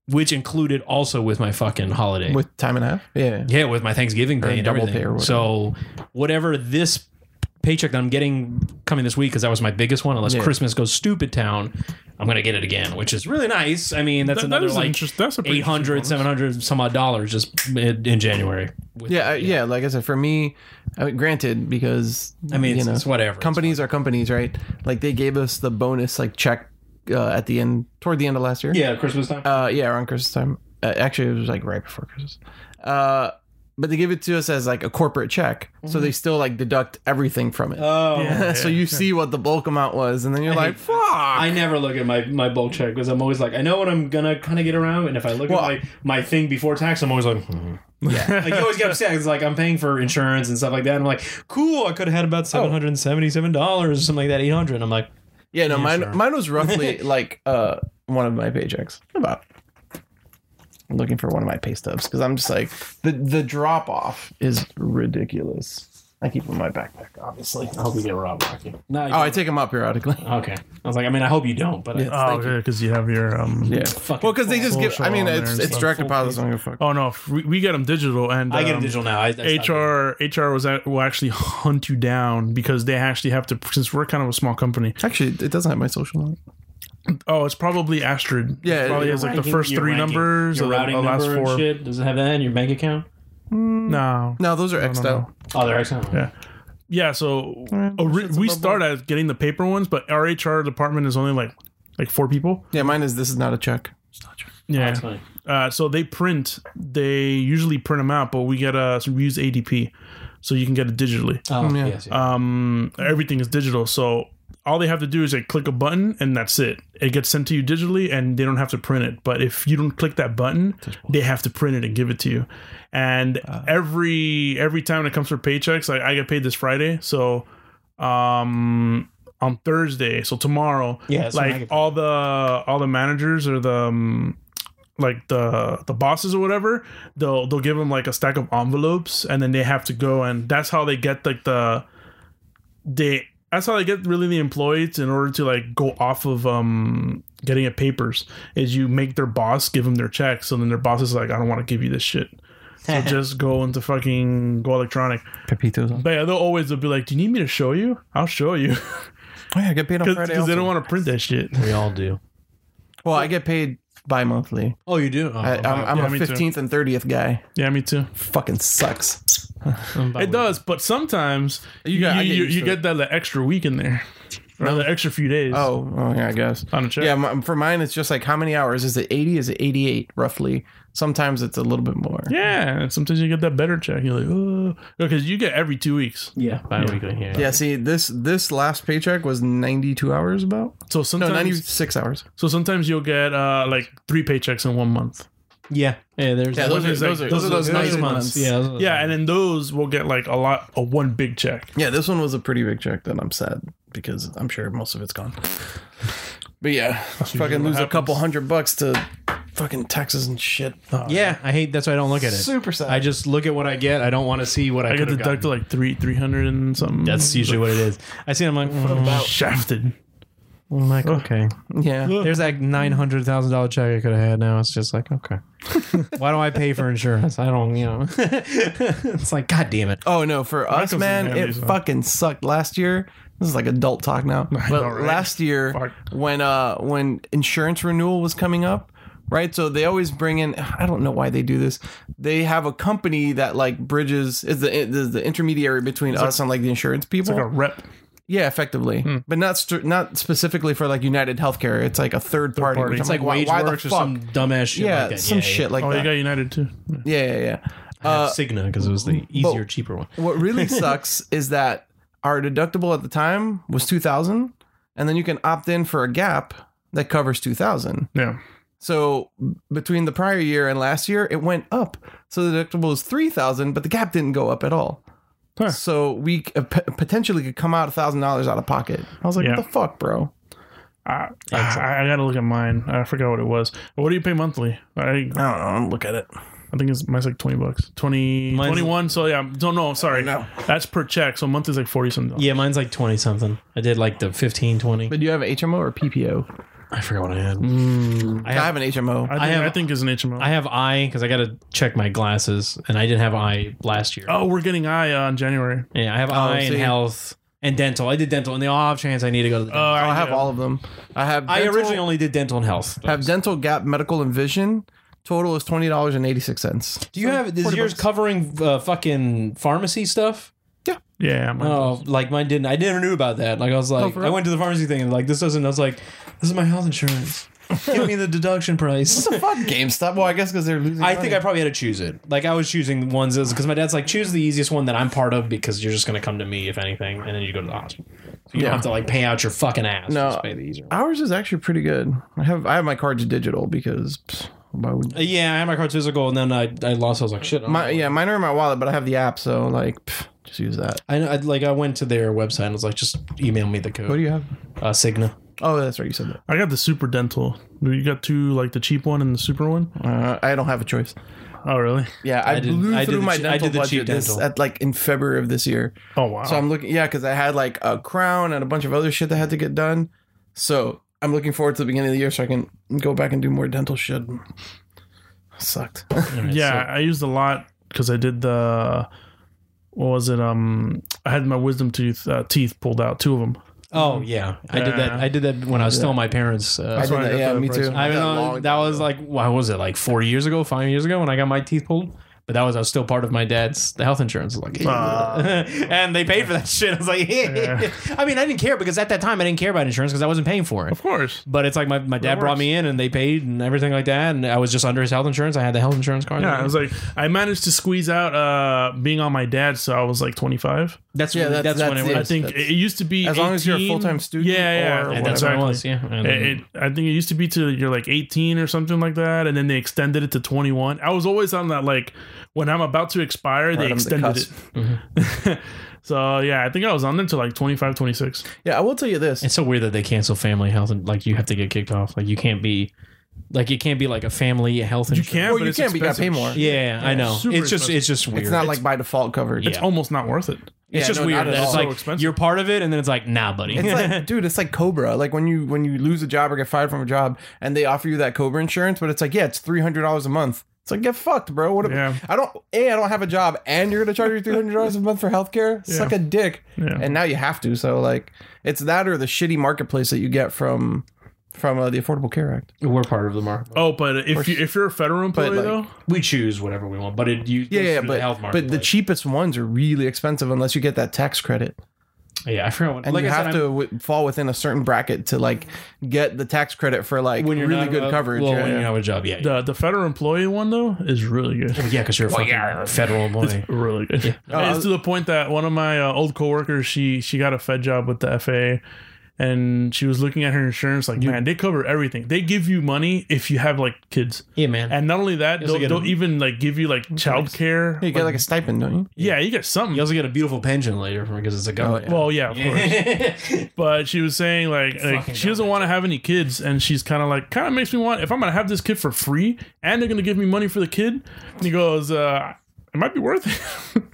Speaker 5: which included also with my fucking holiday.
Speaker 6: With time and a half?
Speaker 1: Yeah.
Speaker 5: yeah, with my Thanksgiving
Speaker 6: Or
Speaker 5: pay and
Speaker 6: double
Speaker 5: everything.
Speaker 6: pay or whatever.
Speaker 5: So whatever this paycheck that I'm getting coming this week, because that was my biggest one, unless
Speaker 1: Yeah.
Speaker 5: Christmas goes stupid town, I'm going to get it again, which is really nice. I mean, that's
Speaker 4: That- that
Speaker 5: another
Speaker 4: is an
Speaker 5: like
Speaker 4: interest- that's a pretty
Speaker 5: 800,
Speaker 4: interesting
Speaker 5: 700 some odd dollars just in, in January. With-
Speaker 6: Yeah.
Speaker 1: Yeah, I- yeah, like I said, for me, I mean, granted, because
Speaker 5: I mean,
Speaker 1: you
Speaker 5: it's,
Speaker 1: know,
Speaker 5: it's whatever.
Speaker 6: Companies
Speaker 1: these are companies, right? Like they gave us the bonus like check uh, at the end, toward the end of last year.
Speaker 5: yeah, Christmas time.
Speaker 1: uh, yeah, around Christmas time. Uh, actually, it was like right before Christmas. Uh, but they give it to us as like a corporate check, so they still like deduct everything from it.
Speaker 5: Mm-hmm. oh,
Speaker 1: [laughs]
Speaker 4: Yeah.
Speaker 1: so you see what the bulk amount was,
Speaker 5: [laughs]
Speaker 1: and then you're like, "Fuck!"
Speaker 5: I never look at my, my bulk check because I'm always like, I know what I'm gonna kind of get around, and if I look
Speaker 1: Well,
Speaker 5: at my, my thing before tax, I'm always like, hmm. [laughs] like you always get upset. It's like I'm paying for insurance and stuff like that. And I'm like, cool, I could have had
Speaker 4: Oh.
Speaker 5: about seven hundred and seventy-seven dollars or something like that, eight hundred. I'm like,
Speaker 1: yeah, no,
Speaker 5: Yeah,
Speaker 1: mine,
Speaker 5: sure.
Speaker 1: mine was [laughs] roughly like uh one of my paychecks, about. I'm looking for one of my pay stubs because I'm just like the the drop off is ridiculous. I keep 'em in my backpack, obviously.
Speaker 5: I hope you get robbed, Rocky. No,
Speaker 1: Oh, I take them out periodically.
Speaker 5: okay. I was like, I mean, I hope you don't, but uh, I,
Speaker 4: Oh, okay, because you have your um.
Speaker 1: [laughs] Yeah.
Speaker 5: fucking
Speaker 1: Well, because they just give. I mean,
Speaker 4: Social on
Speaker 1: it's
Speaker 4: there
Speaker 1: it's
Speaker 4: and
Speaker 1: direct
Speaker 5: stuff.
Speaker 1: deposits. I'm gonna fuck.
Speaker 4: Oh no, f- we, we get them digital, and
Speaker 5: I get a
Speaker 4: um,
Speaker 5: digital now. I, that's not good.
Speaker 4: HR HR was at, will actually [laughs] hunt you down because they actually have to since we're kind of a small company.
Speaker 1: Actually, it doesn't have my social on. it.
Speaker 4: Oh, it's probably Astrid.
Speaker 1: Yeah,
Speaker 4: it probably
Speaker 1: your
Speaker 4: has like the
Speaker 5: Ranking-
Speaker 4: first
Speaker 5: your
Speaker 4: three
Speaker 5: ranking,
Speaker 4: numbers, or
Speaker 5: your
Speaker 4: the-
Speaker 5: routing
Speaker 4: the last
Speaker 5: number and
Speaker 4: four.
Speaker 5: shit. Does it have that in your bank account?
Speaker 4: No,
Speaker 1: No, those are
Speaker 4: no,
Speaker 1: Xed
Speaker 4: no.
Speaker 1: out.
Speaker 5: Oh, they're excellent.
Speaker 4: Yeah. Yeah, so
Speaker 1: Mm,
Speaker 4: ori-
Speaker 1: it's a
Speaker 4: we
Speaker 1: bubble.
Speaker 4: start at getting the paper ones, but our HR department is only like like four people.
Speaker 1: Yeah, mine is. This is not a check.
Speaker 4: Yeah.
Speaker 5: That's funny.
Speaker 4: Uh, so they print. They usually print them out, but we get uh so we use ADP, so you can get it digitally.
Speaker 5: Oh,
Speaker 1: yeah.
Speaker 5: yes, yes.
Speaker 4: um, everything is digital. So all they have to do is like click a button and that's it. It gets sent to you digitally and they don't have to print it. But if you don't click that button, they have to print it and give it to you. And
Speaker 5: Uh.
Speaker 4: every every time it comes for paychecks, like I get paid this Friday, so um on Thursday, so tomorrow,
Speaker 5: Yeah, that's when I
Speaker 4: like
Speaker 5: get paid.
Speaker 4: all the all the managers or the um, like the the bosses or whatever they'll they'll give them like a stack of envelopes and then they have to go and that's how they get like the they that's how they get really the employees in order to like go off of um getting at papers is you make their boss give them their checks so then their boss is like i don't want to give you this shit so just go into fucking go electronic
Speaker 1: Pepito's on.
Speaker 4: but yeah they'll always they'll be like do you need me to show you i'll show you [laughs]
Speaker 1: Oh, yeah, I get paid on Friday.
Speaker 4: because they
Speaker 1: also.
Speaker 4: don't want to print that shit
Speaker 5: we all do.
Speaker 1: well, I get paid bi-monthly.
Speaker 5: Oh, you do.
Speaker 1: I, I'm, I'm
Speaker 4: Yeah,
Speaker 1: a
Speaker 4: me too.
Speaker 1: 15th and 30th guy.
Speaker 4: yeah me too
Speaker 1: Fucking sucks.
Speaker 4: It does, but sometimes you,
Speaker 1: got- I
Speaker 4: you,
Speaker 1: get
Speaker 4: you,
Speaker 1: used
Speaker 4: you
Speaker 1: to
Speaker 4: get that like, extra week in there, or the extra few days.
Speaker 1: Oh, oh yeah, I guess.
Speaker 4: on a check.
Speaker 1: Yeah, m- for mine, it's just like how many hours is it? 80? Is it 88? Roughly. Sometimes it's a little bit more.
Speaker 4: yeah. And sometimes you get that better check. You're like, oh, because you get every two weeks.
Speaker 5: Yeah, bi-weekly. Yeah.
Speaker 1: Yeah. See, this this last paycheck was 92 hours about.
Speaker 4: So
Speaker 1: No,
Speaker 4: sometimes,
Speaker 1: 96 hours.
Speaker 4: so sometimes you'll get uh, like three paychecks in one month.
Speaker 5: Yeah. Yeah, there's
Speaker 1: Yeah, those are- those are- those are those nice months.
Speaker 5: Yeah, those are those
Speaker 4: Yeah, and then those will get like a lot, a one big check.
Speaker 1: Yeah, this one was a pretty big check that I'm sad because I'm sure most of it's gone. But yeah, fucking lose a
Speaker 4: happens.
Speaker 1: couple hundred bucks to fucking taxes and shit. Oh,
Speaker 5: months. yeah, I hate that's why I don't look at it.
Speaker 1: Super sad.
Speaker 5: I just look at what I get. I don't want to see what I,
Speaker 4: I
Speaker 5: could
Speaker 4: get
Speaker 5: have
Speaker 4: deducted
Speaker 5: gotten.
Speaker 4: like three, three hundred and something.
Speaker 5: That's usually what it is. I see it, I'm like, mm,
Speaker 4: shafted.
Speaker 5: I'm like okay.
Speaker 1: Yeah.
Speaker 5: There's that nine hundred thousand dollar check I could have had now. It's just
Speaker 1: [laughs]
Speaker 5: like, okay. Why do I pay for insurance? I don't you know. it's like, god damn it.
Speaker 1: Oh no, for us,
Speaker 4: Michael's
Speaker 1: man,
Speaker 4: in
Speaker 1: it
Speaker 4: Andy's, huh?
Speaker 1: fucking sucked last year. This is like adult talk
Speaker 4: [laughs]
Speaker 1: now, but
Speaker 4: know, right?
Speaker 1: last year
Speaker 4: Fuck.
Speaker 1: when uh when insurance renewal was coming up, right? So they always bring in. I don't know why they do this. They have a company that like bridges is the is the intermediary between us and like the insurance people.
Speaker 4: Like a rep.
Speaker 1: Yeah, effectively,
Speaker 4: Hmm.
Speaker 1: but not st- not specifically for like United Healthcare. It's like a third, party.
Speaker 4: party.
Speaker 1: which
Speaker 4: It's
Speaker 5: It's
Speaker 1: I'm
Speaker 5: like wage
Speaker 1: why, why
Speaker 5: works
Speaker 1: the
Speaker 5: or
Speaker 1: fuck?
Speaker 5: some dumbass shit.
Speaker 1: yeah,
Speaker 5: like that.
Speaker 1: some shit like
Speaker 4: oh,
Speaker 1: that.
Speaker 4: you got United too. Yeah.
Speaker 1: yeah, yeah, yeah. Uh,
Speaker 5: Cigna because it was the easier, cheaper one.
Speaker 1: what really sucks is that our deductible at the time was two thousand, and then you can opt in for a gap that covers two thousand.
Speaker 4: Yeah.
Speaker 1: So b- between the prior year and last year, it went up. So the deductible was three thousand, but the gap didn't go up at all.
Speaker 4: Huh.
Speaker 1: So we c- uh, p- potentially could come out thousand dollars out of pocket. I was like,
Speaker 4: Yeah.
Speaker 1: what the fuck, bro?
Speaker 4: I, I, I gotta look at mine. I forgot what it was. What do you pay monthly? I
Speaker 1: I don't know. I'm look at it.
Speaker 4: I think it's mine's like twenty bucks. 20,
Speaker 5: Mine's-
Speaker 4: 21 So yeah, no, no, sorry,
Speaker 1: No.
Speaker 4: that's per check. So monthly is like forty something.
Speaker 5: Oh, Yeah, mine's like twenty something. I did like the 15, 20.
Speaker 1: But do you have an HMO or PPO?
Speaker 5: I forgot what I had. I
Speaker 1: I
Speaker 5: have
Speaker 1: have an HMO.
Speaker 4: I think, I,
Speaker 5: I have-
Speaker 4: think it's an HMO.
Speaker 5: Mm-hmm. I have eye because I got to check my glasses, and I didn't have eye last year.
Speaker 4: oh, we're getting I uh, in January.
Speaker 5: Yeah, I have eye and
Speaker 1: see.
Speaker 5: health and dental. I did dental, and the off chance I need to go to the.
Speaker 4: Oh,
Speaker 5: Dentist.
Speaker 1: I
Speaker 4: I
Speaker 1: have all of them. I have.
Speaker 5: I
Speaker 1: dental-
Speaker 5: originally only did dental and health.
Speaker 1: have dental, gap, medical, and vision. Total is twenty dollars and eighty six cents.
Speaker 5: Do you have is yours covering uh, fucking pharmacy stuff?
Speaker 4: Yeah, mine
Speaker 5: Oh, like mine didn't. I never knew about that. Like I was like,
Speaker 1: for
Speaker 5: I
Speaker 1: real?
Speaker 5: went to the pharmacy thing and like this doesn't. I was like, this is my health insurance. Give me the deduction price.
Speaker 1: Fuck GameStop. Well, I guess because they're losing.
Speaker 5: I
Speaker 1: money.
Speaker 5: think I probably had to choose it. Like I was choosing ones because my dad's like, choose the easiest one that I'm part of because you're just gonna come to me if anything, and then you go to the hospital. So you
Speaker 1: Yeah.
Speaker 5: don't have to like pay out your fucking ass.
Speaker 1: No.
Speaker 5: Just pay the easier one.
Speaker 1: Ours is actually pretty good. I have I have my cards digital because pfft, why would
Speaker 5: Uh, yeah, I had my cards physical, and then I, I lost. I was like, shit. I don't
Speaker 1: my
Speaker 5: know.
Speaker 1: yeah mine are in my wallet, but I have the app, so like pfft, just use that.
Speaker 5: I, I like I went to their website and was like, just email me the code.
Speaker 1: What do you have?
Speaker 5: uh, Cigna.
Speaker 1: Oh, that's right, you said that.
Speaker 4: I got the super dental. You got two, like the cheap one and the super one.
Speaker 1: Uh, I don't have a choice.
Speaker 4: Oh, really?
Speaker 1: Yeah, I,
Speaker 5: did-
Speaker 1: blew
Speaker 5: I did
Speaker 1: through
Speaker 5: the
Speaker 1: my
Speaker 5: che- I
Speaker 1: dental
Speaker 5: did the cheap
Speaker 1: budget this-
Speaker 5: dental.
Speaker 1: at like in February of this year.
Speaker 4: Oh, wow.
Speaker 1: So I'm looking, yeah, because I had like a crown and a bunch of other shit that had to get done. So I'm looking forward to the beginning of the year so I can go back and do more dental shit. Sucked. [laughs]
Speaker 4: yeah, I used a lot because I did the. What was it? Um, I had my wisdom tooth uh, teeth pulled out, two of them.
Speaker 5: Oh yeah, I did that.
Speaker 4: Yeah.
Speaker 5: I did that when I was still in my parents. Uh,
Speaker 1: I
Speaker 4: why
Speaker 1: did
Speaker 4: I
Speaker 1: that.
Speaker 4: got
Speaker 1: Yeah,
Speaker 4: the
Speaker 1: me
Speaker 4: price
Speaker 1: too.
Speaker 4: one.
Speaker 5: I
Speaker 1: That
Speaker 5: don't know.
Speaker 1: long-
Speaker 5: That was like what was it like four years ago, five years ago when I got my teeth pulled. But that was I was still part of my dad's the health insurance. Like, [laughs] and they paid for that [laughs] shit. I was like, I mean, I didn't care because at that time I didn't care about insurance because I wasn't paying for it.
Speaker 4: Of course.
Speaker 5: But it's like my, my dad brought
Speaker 4: works.
Speaker 5: me in and they paid and everything like that, and I was just under his health insurance. I had the health insurance card.
Speaker 4: Yeah, I was like, I managed to squeeze out uh being on my dad's, so I was like 25.
Speaker 5: that's
Speaker 1: Yeah,
Speaker 5: when-
Speaker 1: that's- that's
Speaker 5: when
Speaker 1: it.
Speaker 5: it
Speaker 4: I
Speaker 5: was.
Speaker 4: think
Speaker 1: that's-
Speaker 4: it used to be
Speaker 1: As long as you're a
Speaker 4: 18.
Speaker 1: full-time student
Speaker 4: Yeah, yeah,
Speaker 1: or
Speaker 4: yeah,
Speaker 5: And that's when
Speaker 4: exactly.
Speaker 5: it was. Yeah, and
Speaker 4: It, it, I think it used to be to you're like 18 or something like that, and then they extended it to 21. I was always on that like when I'm about to expire, they
Speaker 1: on the
Speaker 4: extended it.
Speaker 1: cusp.
Speaker 4: so yeah, I think I was on there to like 25, 26.
Speaker 1: Yeah, I will tell you this.
Speaker 5: It's so weird that they cancel family health and like you have to get kicked off. Like you can't be, like it can't be like a family health
Speaker 4: You
Speaker 5: insurance.
Speaker 4: can,
Speaker 1: Well,
Speaker 4: but
Speaker 1: you
Speaker 4: it's
Speaker 1: can, but you gotta
Speaker 4: expensive.
Speaker 1: pay more.
Speaker 5: Yeah, I know.
Speaker 4: super
Speaker 5: it's just
Speaker 4: expensive.
Speaker 5: it's just weird.
Speaker 1: It's not like by default covered.
Speaker 5: Yeah.
Speaker 4: It's almost not worth it.
Speaker 1: Yeah,
Speaker 5: it's just
Speaker 1: no, not
Speaker 5: weird.
Speaker 1: at
Speaker 5: that It's
Speaker 1: all.
Speaker 5: like
Speaker 4: So expensive.
Speaker 5: you're part of it, and then it's like nah, buddy.
Speaker 1: [laughs] It's
Speaker 5: [laughs]
Speaker 1: like, dude, it's like Cobra. Like when you when you lose a job or get fired from a job, and they offer you that Cobra insurance, but it's like, yeah, it's three hundred dollars a month. It's like, get fucked, bro. What? if-
Speaker 4: Yeah.
Speaker 1: I don't. A, I don't have a job, and you're gonna charge me three hundred dollars a month for healthcare. Suck a dick.
Speaker 4: Yeah.
Speaker 1: And now you have to. So like, it's that or the shitty marketplace that you get from from uh, the Affordable Care Act.
Speaker 5: We're part of the market.
Speaker 4: Oh, but if you if you're a federal employee
Speaker 1: like-
Speaker 4: though,
Speaker 5: We choose whatever we want, but it you
Speaker 1: Yeah,
Speaker 5: it's
Speaker 1: yeah,
Speaker 5: the
Speaker 1: but
Speaker 5: health
Speaker 1: but the
Speaker 5: marketplace.
Speaker 1: cheapest ones are really expensive unless you get that tax credit,
Speaker 5: yeah, I forgot. What,
Speaker 1: and
Speaker 5: like
Speaker 1: you
Speaker 5: I
Speaker 1: have
Speaker 5: said,
Speaker 1: to
Speaker 5: I'm-
Speaker 1: w- fall within a certain bracket to like get the tax credit for like
Speaker 5: when you're
Speaker 1: really
Speaker 5: not,
Speaker 1: good
Speaker 5: uh,
Speaker 1: coverage.
Speaker 5: Well,
Speaker 1: Yeah,
Speaker 5: when
Speaker 1: yeah.
Speaker 5: you have a job, yeah,
Speaker 4: the the federal employee one though is really good.
Speaker 5: yeah, because you're a fucking federal employee.
Speaker 4: Really good. And
Speaker 1: I-
Speaker 4: it's to the point that one of my uh, old coworkers, she she got a Fed job with the FAA, and she was looking at her insurance like, man, they cover everything. They give you money if you have like kids,
Speaker 5: Yeah, man.
Speaker 4: and not only that,
Speaker 5: also
Speaker 4: they'll,
Speaker 5: get
Speaker 4: they'll
Speaker 5: a-
Speaker 4: even like give you like child care.
Speaker 1: You get like a stipend, don't you?
Speaker 4: yeah, you get something.
Speaker 5: you also get a beautiful pension later from because it's a
Speaker 1: Oh,
Speaker 5: government.
Speaker 4: Well, yeah, of course.
Speaker 5: [laughs]
Speaker 4: But she was saying like, like,
Speaker 5: Fucking
Speaker 4: she doesn't want to have any kids, and she's kind of like, kind of makes me want if I'm gonna have this kid for free, and they're gonna give me money for the kid. And he goes, uh, it might be worth it. [laughs]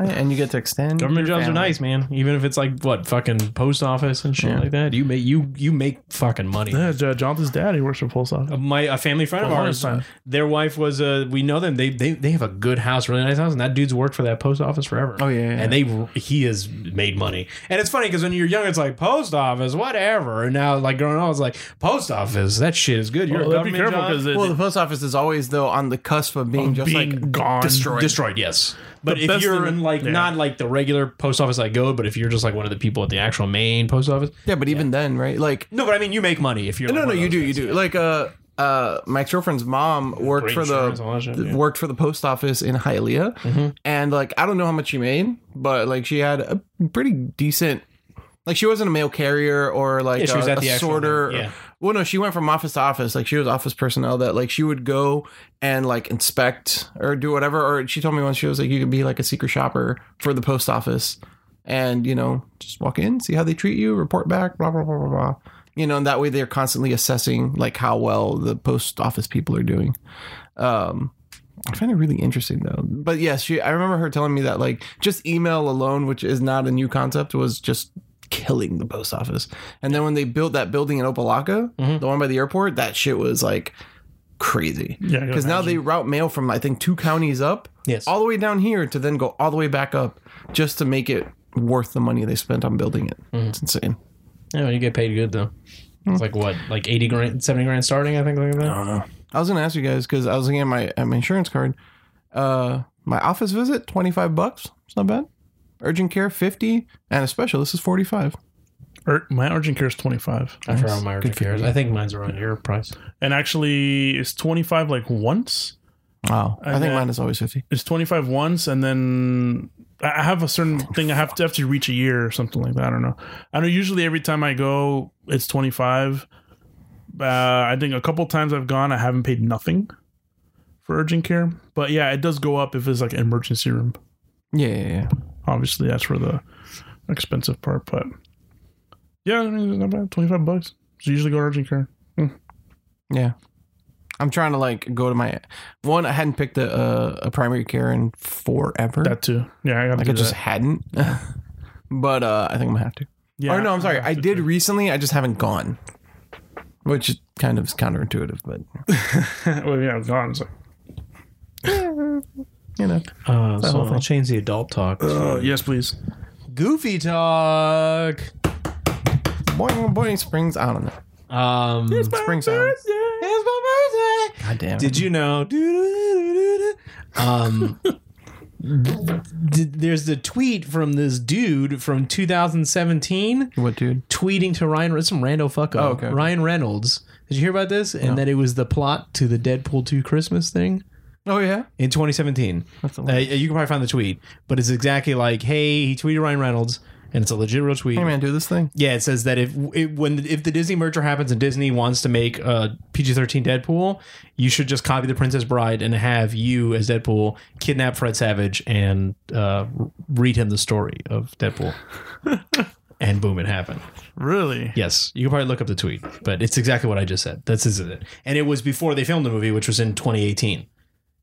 Speaker 1: Oh, And you get to extend.
Speaker 5: Government
Speaker 1: your
Speaker 5: jobs are
Speaker 1: family.
Speaker 5: nice, man. Even if it's like what fucking post office and shit like that, you make you you make fucking money.
Speaker 4: yeah, Jo- uh, Jonathan's dad, he works for Pulse Office.
Speaker 5: my a family friend of
Speaker 4: Well,
Speaker 5: ours,
Speaker 4: hundred
Speaker 5: their wife was uh we know them. They they they have a good house, really nice house, and that dude's worked for that post office forever.
Speaker 1: Oh, yeah, yeah,
Speaker 5: and they he has made money. And it's funny because when you're young, it's like post office, whatever. And now like growing up, it's like post office. That shit is good. You're a
Speaker 4: Well, be
Speaker 5: government
Speaker 4: careful
Speaker 5: job.
Speaker 4: because
Speaker 1: Well, the post office is always though on the cusp of being just
Speaker 4: being
Speaker 1: like
Speaker 4: gone.
Speaker 1: destroyed.
Speaker 5: destroyed. Yes, but
Speaker 4: The
Speaker 5: if
Speaker 4: best
Speaker 5: you're
Speaker 4: thing-
Speaker 5: in like
Speaker 4: Yeah.
Speaker 5: not like the regular post office I go, but if you're just like one of the people at the actual main post office.
Speaker 1: Yeah, but even then, right? Like,
Speaker 5: No, but I mean you make money if you're
Speaker 1: no, no, you do, you do. Like, uh, uh, my ex girlfriend's mom worked
Speaker 4: Great
Speaker 1: for
Speaker 4: insurance, all
Speaker 1: the
Speaker 4: that shit, yeah.
Speaker 1: worked for the post office in Hialeah,
Speaker 5: Mm-hmm.
Speaker 1: and like I don't know how much she made, but like she had a pretty decent. Like she wasn't a mail carrier or like
Speaker 5: Yeah, she
Speaker 1: a,
Speaker 5: was at
Speaker 1: a
Speaker 5: the actual
Speaker 1: sorter.
Speaker 5: thing, yeah.
Speaker 1: Well, no, she went from office to office. Like she was office personnel that like she would go and like inspect or do whatever. Or she told me once she was like, you could be like a secret shopper for the post office, and you know just walk in, see how they treat you, report back, blah blah blah blah blah. You know, and that way they're constantly assessing like how well the post office people are doing. Um, I find it really interesting though. But yes, she I remember her telling me that like just email alone, which is not a new concept, was just killing the post office. And then when they built that building in Opalaka,
Speaker 5: Mhm.
Speaker 1: the one by the airport, that shit was like crazy.
Speaker 4: Yeah, I can
Speaker 1: Because now they route mail from I think two counties up,
Speaker 5: Yes.
Speaker 1: all the way down here to then go all the way back up just to make it worth the money they spent on building it. It's insane.
Speaker 5: Yeah, you get paid good though. It's like what, like eighty grand, seventy grand starting, I think, like that.
Speaker 1: I was gonna ask you guys because I was looking at my at my insurance card. Uh, my office visit twenty five bucks. It's not bad. Urgent care fifty, and a specialist is forty five.
Speaker 4: Ur- Er, my urgent care is 25.
Speaker 5: I forgot my urgent cares. I think mine's around your price.
Speaker 4: And actually, it's 25 like once.
Speaker 1: Wow, I
Speaker 4: And
Speaker 1: think
Speaker 4: then-
Speaker 1: mine is always fifty.
Speaker 4: It's 25 once, and then I I have a certain thing I have to have to reach a year or something like that. I don't know. I know usually every time I go, it's 25. Uh, I think a couple times I've gone, I haven't paid nothing for urgent care. But yeah, it does go up if it's like an emergency room.
Speaker 1: Yeah, yeah, yeah.
Speaker 4: Obviously, that's for the expensive part. But yeah, I mean, it's not bad. 25 bucks. So usually go to urgent care.
Speaker 1: yeah. I'm trying to like go to my one. I hadn't picked a a, a primary care in forever.
Speaker 4: That too. Yeah, I got
Speaker 1: like
Speaker 4: to
Speaker 1: I
Speaker 4: do
Speaker 1: just
Speaker 4: that.
Speaker 1: hadn't. [laughs] but uh, I think I'm gonna have to.
Speaker 4: Yeah,
Speaker 5: Oh,
Speaker 1: or no, I'm sorry.
Speaker 4: have
Speaker 1: I
Speaker 4: to
Speaker 1: did
Speaker 4: do it.
Speaker 1: recently. I just haven't gone, which is kind of is counterintuitive, but
Speaker 4: [laughs] well, yeah, it's gone. So.
Speaker 1: you know.
Speaker 5: Uh, so I'll change the adult talk.
Speaker 4: Uh, yes, please.
Speaker 5: Goofy talk.
Speaker 1: Boing, boing, springs. I don't know.
Speaker 5: Um,
Speaker 1: Spring sounds.
Speaker 5: It's my birthday.
Speaker 1: God damn.
Speaker 5: Did you know? [laughs] Um, d- there's the tweet from this dude from 2017
Speaker 1: What, dude?
Speaker 5: tweeting to Ryan. It's some rando fuck
Speaker 1: Oh,
Speaker 5: up.
Speaker 1: okay.
Speaker 5: Ryan Reynolds. Did you hear about this? And that it was the plot to the Deadpool 2 Christmas thing
Speaker 1: Oh yeah.
Speaker 5: in 2017.
Speaker 1: That's the
Speaker 5: Uh, you can probably find the tweet, but it's exactly like, hey, he tweeted Ryan Reynolds, and it's a legit real tweet.
Speaker 1: Hey man, do this thing.
Speaker 5: Yeah, it says that if it, when if the Disney merger happens and Disney wants to make uh, PG thirteen Deadpool, you should just copy the Princess Bride and have you as Deadpool kidnap Fred Savage and uh, read him the story of Deadpool, and boom, it happened.
Speaker 4: Really?
Speaker 5: Yes, you can probably look up the tweet, but it's exactly what I just said. That's is it, and it was before they filmed the movie, which was in twenty eighteen,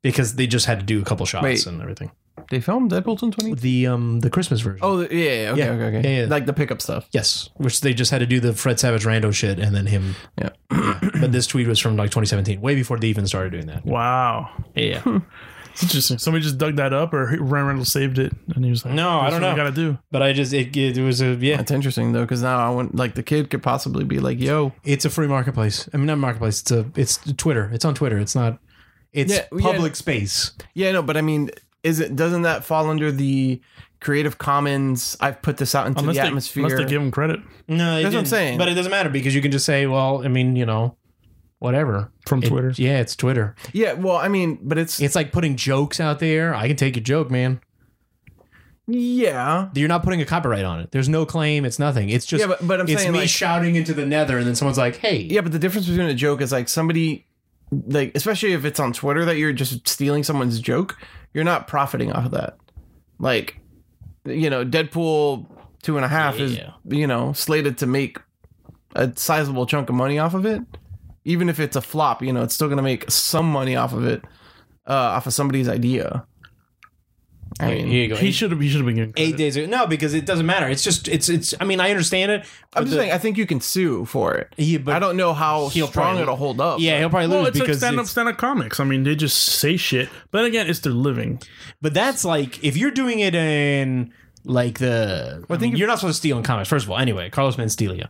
Speaker 5: because they just had to do a couple shots
Speaker 1: Wait.
Speaker 5: and everything.
Speaker 1: They filmed Deadpool in 20.
Speaker 5: The um the Christmas version.
Speaker 1: Oh the- yeah, yeah, okay,
Speaker 5: Yeah.
Speaker 1: okay, okay.
Speaker 5: Yeah, yeah.
Speaker 1: Like the pickup stuff.
Speaker 5: Yes, which they just had to do the Fred Savage rando shit and then him.
Speaker 1: Yeah.
Speaker 5: [clears throat] but this tweet was from like 2017, way before they even started doing that.
Speaker 4: Wow.
Speaker 5: Yeah.
Speaker 1: [laughs]
Speaker 4: It's interesting. Somebody just dug that up, or Ryan Reynolds saved it, and he was like,
Speaker 5: No, I
Speaker 4: "That's
Speaker 5: don't
Speaker 4: what
Speaker 5: know."
Speaker 4: I gotta do."
Speaker 5: but I just it, it was a yeah.
Speaker 1: That's interesting though, because now I want like the kid could possibly be like, yo,
Speaker 5: It's a free marketplace. I mean, not marketplace. It's a it's Twitter. It's on Twitter. It's not. It's
Speaker 1: Yeah, yeah.
Speaker 5: public space.
Speaker 1: yeah, no, but I mean, is it doesn't that fall under the Creative Commons? I've put this out into
Speaker 4: Unless
Speaker 1: the
Speaker 4: they,
Speaker 1: atmosphere.
Speaker 4: unless they give him credit
Speaker 5: No,
Speaker 1: That's
Speaker 5: it
Speaker 1: what I'm
Speaker 5: didn't.
Speaker 1: saying.
Speaker 5: But it doesn't matter because you can just say, well, I mean, you know, whatever.
Speaker 4: from
Speaker 5: It-
Speaker 4: Twitter.
Speaker 5: yeah, it's Twitter.
Speaker 1: yeah, well, I mean, but it's
Speaker 5: It's like putting jokes out there. I can take your joke, man.
Speaker 1: yeah,
Speaker 5: You're not putting a copyright on it. There's no claim. It's nothing. It's just
Speaker 1: Yeah, but- but I'm
Speaker 5: it's
Speaker 1: saying,
Speaker 5: me
Speaker 1: like-
Speaker 5: shouting into the nether, and then someone's like, "Hey,
Speaker 1: yeah. But the difference between a joke is like somebody, like especially if it's on Twitter that you're just stealing someone's joke, you're not profiting off of that. Like, you know, Deadpool two and a half is
Speaker 5: Yeah.
Speaker 1: you know slated to make a sizable chunk of money off of it. Even if it's a flop, you know, it's still going to make some money off of it, uh, off of somebody's idea. I mean,
Speaker 5: Here you go.
Speaker 4: He
Speaker 5: Eight-
Speaker 4: should have. He should have been getting
Speaker 5: eight
Speaker 4: credit.
Speaker 5: days ago. No, because it doesn't matter. It's just it's it's. I mean, I understand it.
Speaker 1: I'm
Speaker 5: but
Speaker 1: just
Speaker 5: the-
Speaker 1: saying, I think you can sue for it.
Speaker 5: Yeah, but
Speaker 1: I don't know how
Speaker 5: he'll
Speaker 1: strong
Speaker 5: probably-
Speaker 1: it'll hold up.
Speaker 5: Yeah, he'll probably lose
Speaker 4: Well, it's like
Speaker 5: because.
Speaker 4: stand up,
Speaker 5: it's-
Speaker 4: stand up comics. I mean, they just say shit. But then again, it's their living.
Speaker 5: but that's like if you're doing it in Like
Speaker 7: I
Speaker 5: the I
Speaker 7: think
Speaker 5: mean,
Speaker 7: if-
Speaker 5: you're not supposed to steal in comics. First of all, anyway, Carlos Manstelia.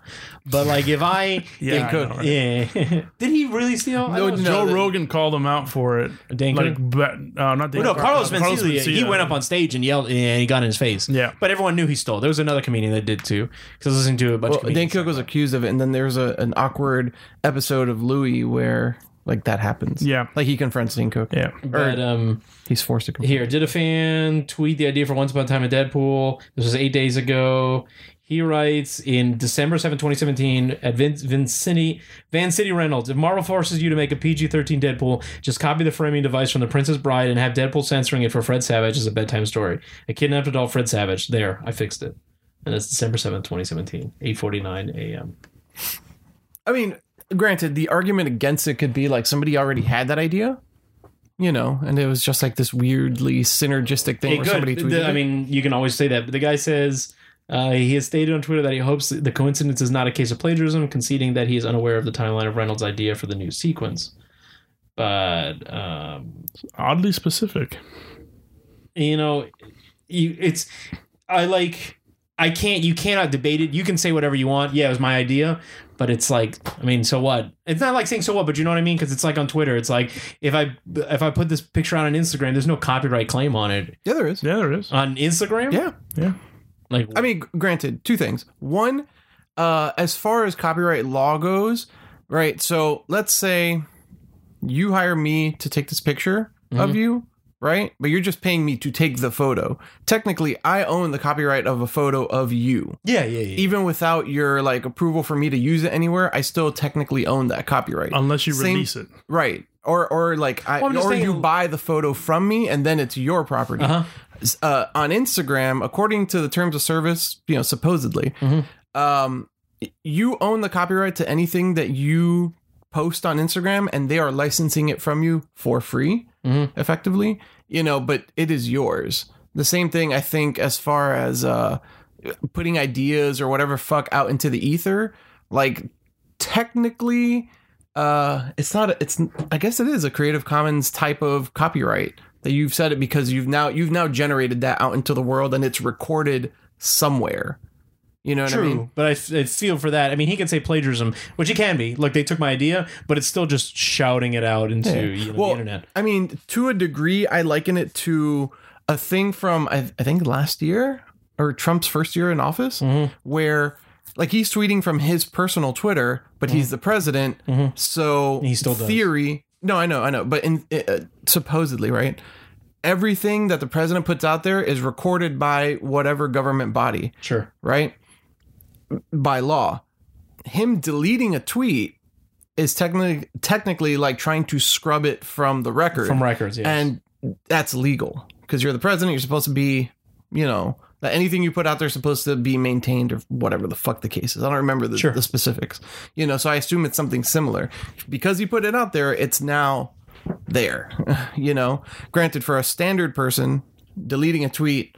Speaker 5: But like if I
Speaker 4: Yeah, I
Speaker 5: if-
Speaker 4: know, right?
Speaker 5: yeah. did he really steal? I
Speaker 7: No,
Speaker 5: don't know.
Speaker 7: no.
Speaker 4: Joe
Speaker 7: that-
Speaker 4: Rogan called him out for it.
Speaker 5: Dan
Speaker 4: like,
Speaker 5: Cook?
Speaker 4: but, uh, not Dan
Speaker 5: Well, no,
Speaker 4: Cook,
Speaker 5: Carlos
Speaker 4: uh,
Speaker 5: Mencia, he
Speaker 4: Mencia.
Speaker 5: went up on stage and yelled, and he got in his face.
Speaker 4: Yeah.
Speaker 5: but everyone knew he stole. There was another comedian that did too. Because I was listening to a bunch
Speaker 1: Well,
Speaker 5: of
Speaker 1: Dan
Speaker 5: comedians.
Speaker 1: Cook was accused of it, and then there's a an awkward episode of Louis where like that happens.
Speaker 4: Yeah.
Speaker 1: like he confronts Dan Cook.
Speaker 4: Yeah.
Speaker 5: But um,
Speaker 1: he's forced to. Confront.
Speaker 5: here did a fan tweet the idea for Once Upon a Time in Deadpool? This was eight days ago. He writes in December 7, 2017, at Vince, Vincini, Van City Reynolds. If Marvel forces you to make a PG 13 Deadpool, just copy the framing device from The Princess Bride and have Deadpool censoring it for Fred Savage as a bedtime story. A kidnapped adult Fred Savage. There, I fixed it. And that's December 7th, 2017, 8.49 a.m.
Speaker 1: I mean, granted, the argument against it could be like somebody already had that idea, you know, and it was just like this weirdly synergistic thing
Speaker 5: It
Speaker 1: where
Speaker 5: could.
Speaker 1: somebody tweeted.
Speaker 5: The- I
Speaker 1: it.
Speaker 5: mean, you can always say that. But the guy says uh, he has stated on Twitter that he hopes that the coincidence is not a case of plagiarism, conceding that he is unaware of the timeline of Reynolds' idea for the new sequence. But um,
Speaker 4: Oddly specific.
Speaker 5: you know, you, it's I like I can't you cannot debate it. You can say whatever you want. Yeah, it was my idea, but it's like I mean, so what? It's not like saying so what, but you know what I mean? Because it's like on Twitter, it's like if I if I put this picture on an Instagram, there's no copyright claim on it
Speaker 1: yeah, there is.
Speaker 4: Yeah, there is.
Speaker 5: on Instagram.
Speaker 1: Yeah,
Speaker 5: like
Speaker 1: I mean, granted, two things. One, uh, as far as copyright law goes, right? So let's say you hire me to take this picture of you, right? But you're just paying me to take the photo. Technically, I own the copyright of a photo of you.
Speaker 5: yeah, yeah, yeah.
Speaker 1: Even without your like approval for me to use it anywhere, I still technically own that copyright.
Speaker 4: Unless you
Speaker 1: Same-
Speaker 4: release it.
Speaker 1: Right. Or or like I
Speaker 5: Well, I'm just
Speaker 1: or
Speaker 5: thinking-
Speaker 1: you buy the photo from me and then it's your property.
Speaker 5: Uh-huh.
Speaker 1: S- Uh, on Instagram, according to the terms of service, you know, supposedly,
Speaker 5: Mhm.
Speaker 1: um, you own the copyright to anything that you post on Instagram, and they are licensing it from you for free,
Speaker 5: Mhm.
Speaker 1: effectively. You know, but it is yours. The same thing, I think, as far as uh, putting ideas or whatever fuck out into the ether, like technically uh it's not it's i guess it is a creative commons type of copyright that you've said it because you've now you've now generated that out into the world and it's recorded somewhere you know what
Speaker 5: True,
Speaker 1: i mean
Speaker 5: but I, f- I feel for that. I mean, he can say plagiarism, which he can be. Like they took my idea, but it's still just shouting it out into you know,
Speaker 1: Well,
Speaker 5: the internet.
Speaker 1: i mean to a degree i liken it to a thing from i, I think last year or trump's first year in office
Speaker 5: Mm-hmm.
Speaker 1: where like he's tweeting from his personal twitter but he's the president so
Speaker 5: Mm-hmm. He still does.
Speaker 1: theory no i know i know but in uh, supposedly right everything that the president puts out there is recorded by whatever government body,
Speaker 5: Sure,
Speaker 1: right? By law. Him deleting a tweet is technically technically like trying to scrub it from the record.
Speaker 5: from records, yes.
Speaker 1: and that's legal because you're the president, you're supposed to be, you know, that anything you put out there is supposed to be maintained or whatever the fuck the case is. I don't remember the,
Speaker 5: Sure.
Speaker 1: the specifics. You know, so I assume it's something similar. Because you put it out there, it's now there. [laughs] you know, granted, for a standard person, deleting a tweet,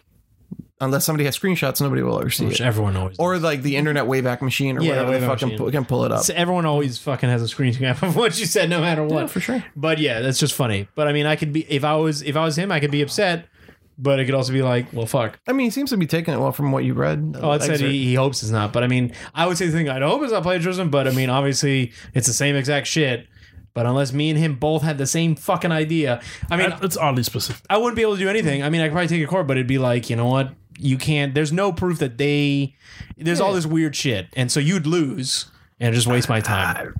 Speaker 1: unless somebody has screenshots, nobody will ever see
Speaker 5: which
Speaker 1: it.
Speaker 5: everyone always
Speaker 1: Or like the internet wayback machine or
Speaker 5: Yeah,
Speaker 1: whatever the
Speaker 5: Wayback
Speaker 1: fuck can,
Speaker 5: Machine.
Speaker 1: pu- can pull it up.
Speaker 5: does. So everyone always fucking has a screen [laughs] cap of what you said, no matter what.
Speaker 1: Yeah, for sure.
Speaker 5: But yeah, that's just funny. But I mean, I could be if I was if I was him, I could be upset. But it could also be like, well, fuck.
Speaker 1: I mean, he seems to be taking it well from what you read. uh,
Speaker 5: Oh, it said
Speaker 1: Excerpt.
Speaker 5: he, he hopes it's not. But I mean, I would say the thing I'd hope it's not plagiarism, but I mean, obviously, it's the same exact shit. But unless me and him both had the same fucking idea, I mean,
Speaker 4: That- It's oddly specific.
Speaker 5: I wouldn't be able to do anything. I mean, I could probably take a court, but it'd be like, you know what? You can't. There's no proof that they. There's all this weird shit, and so you'd lose, and just waste my time.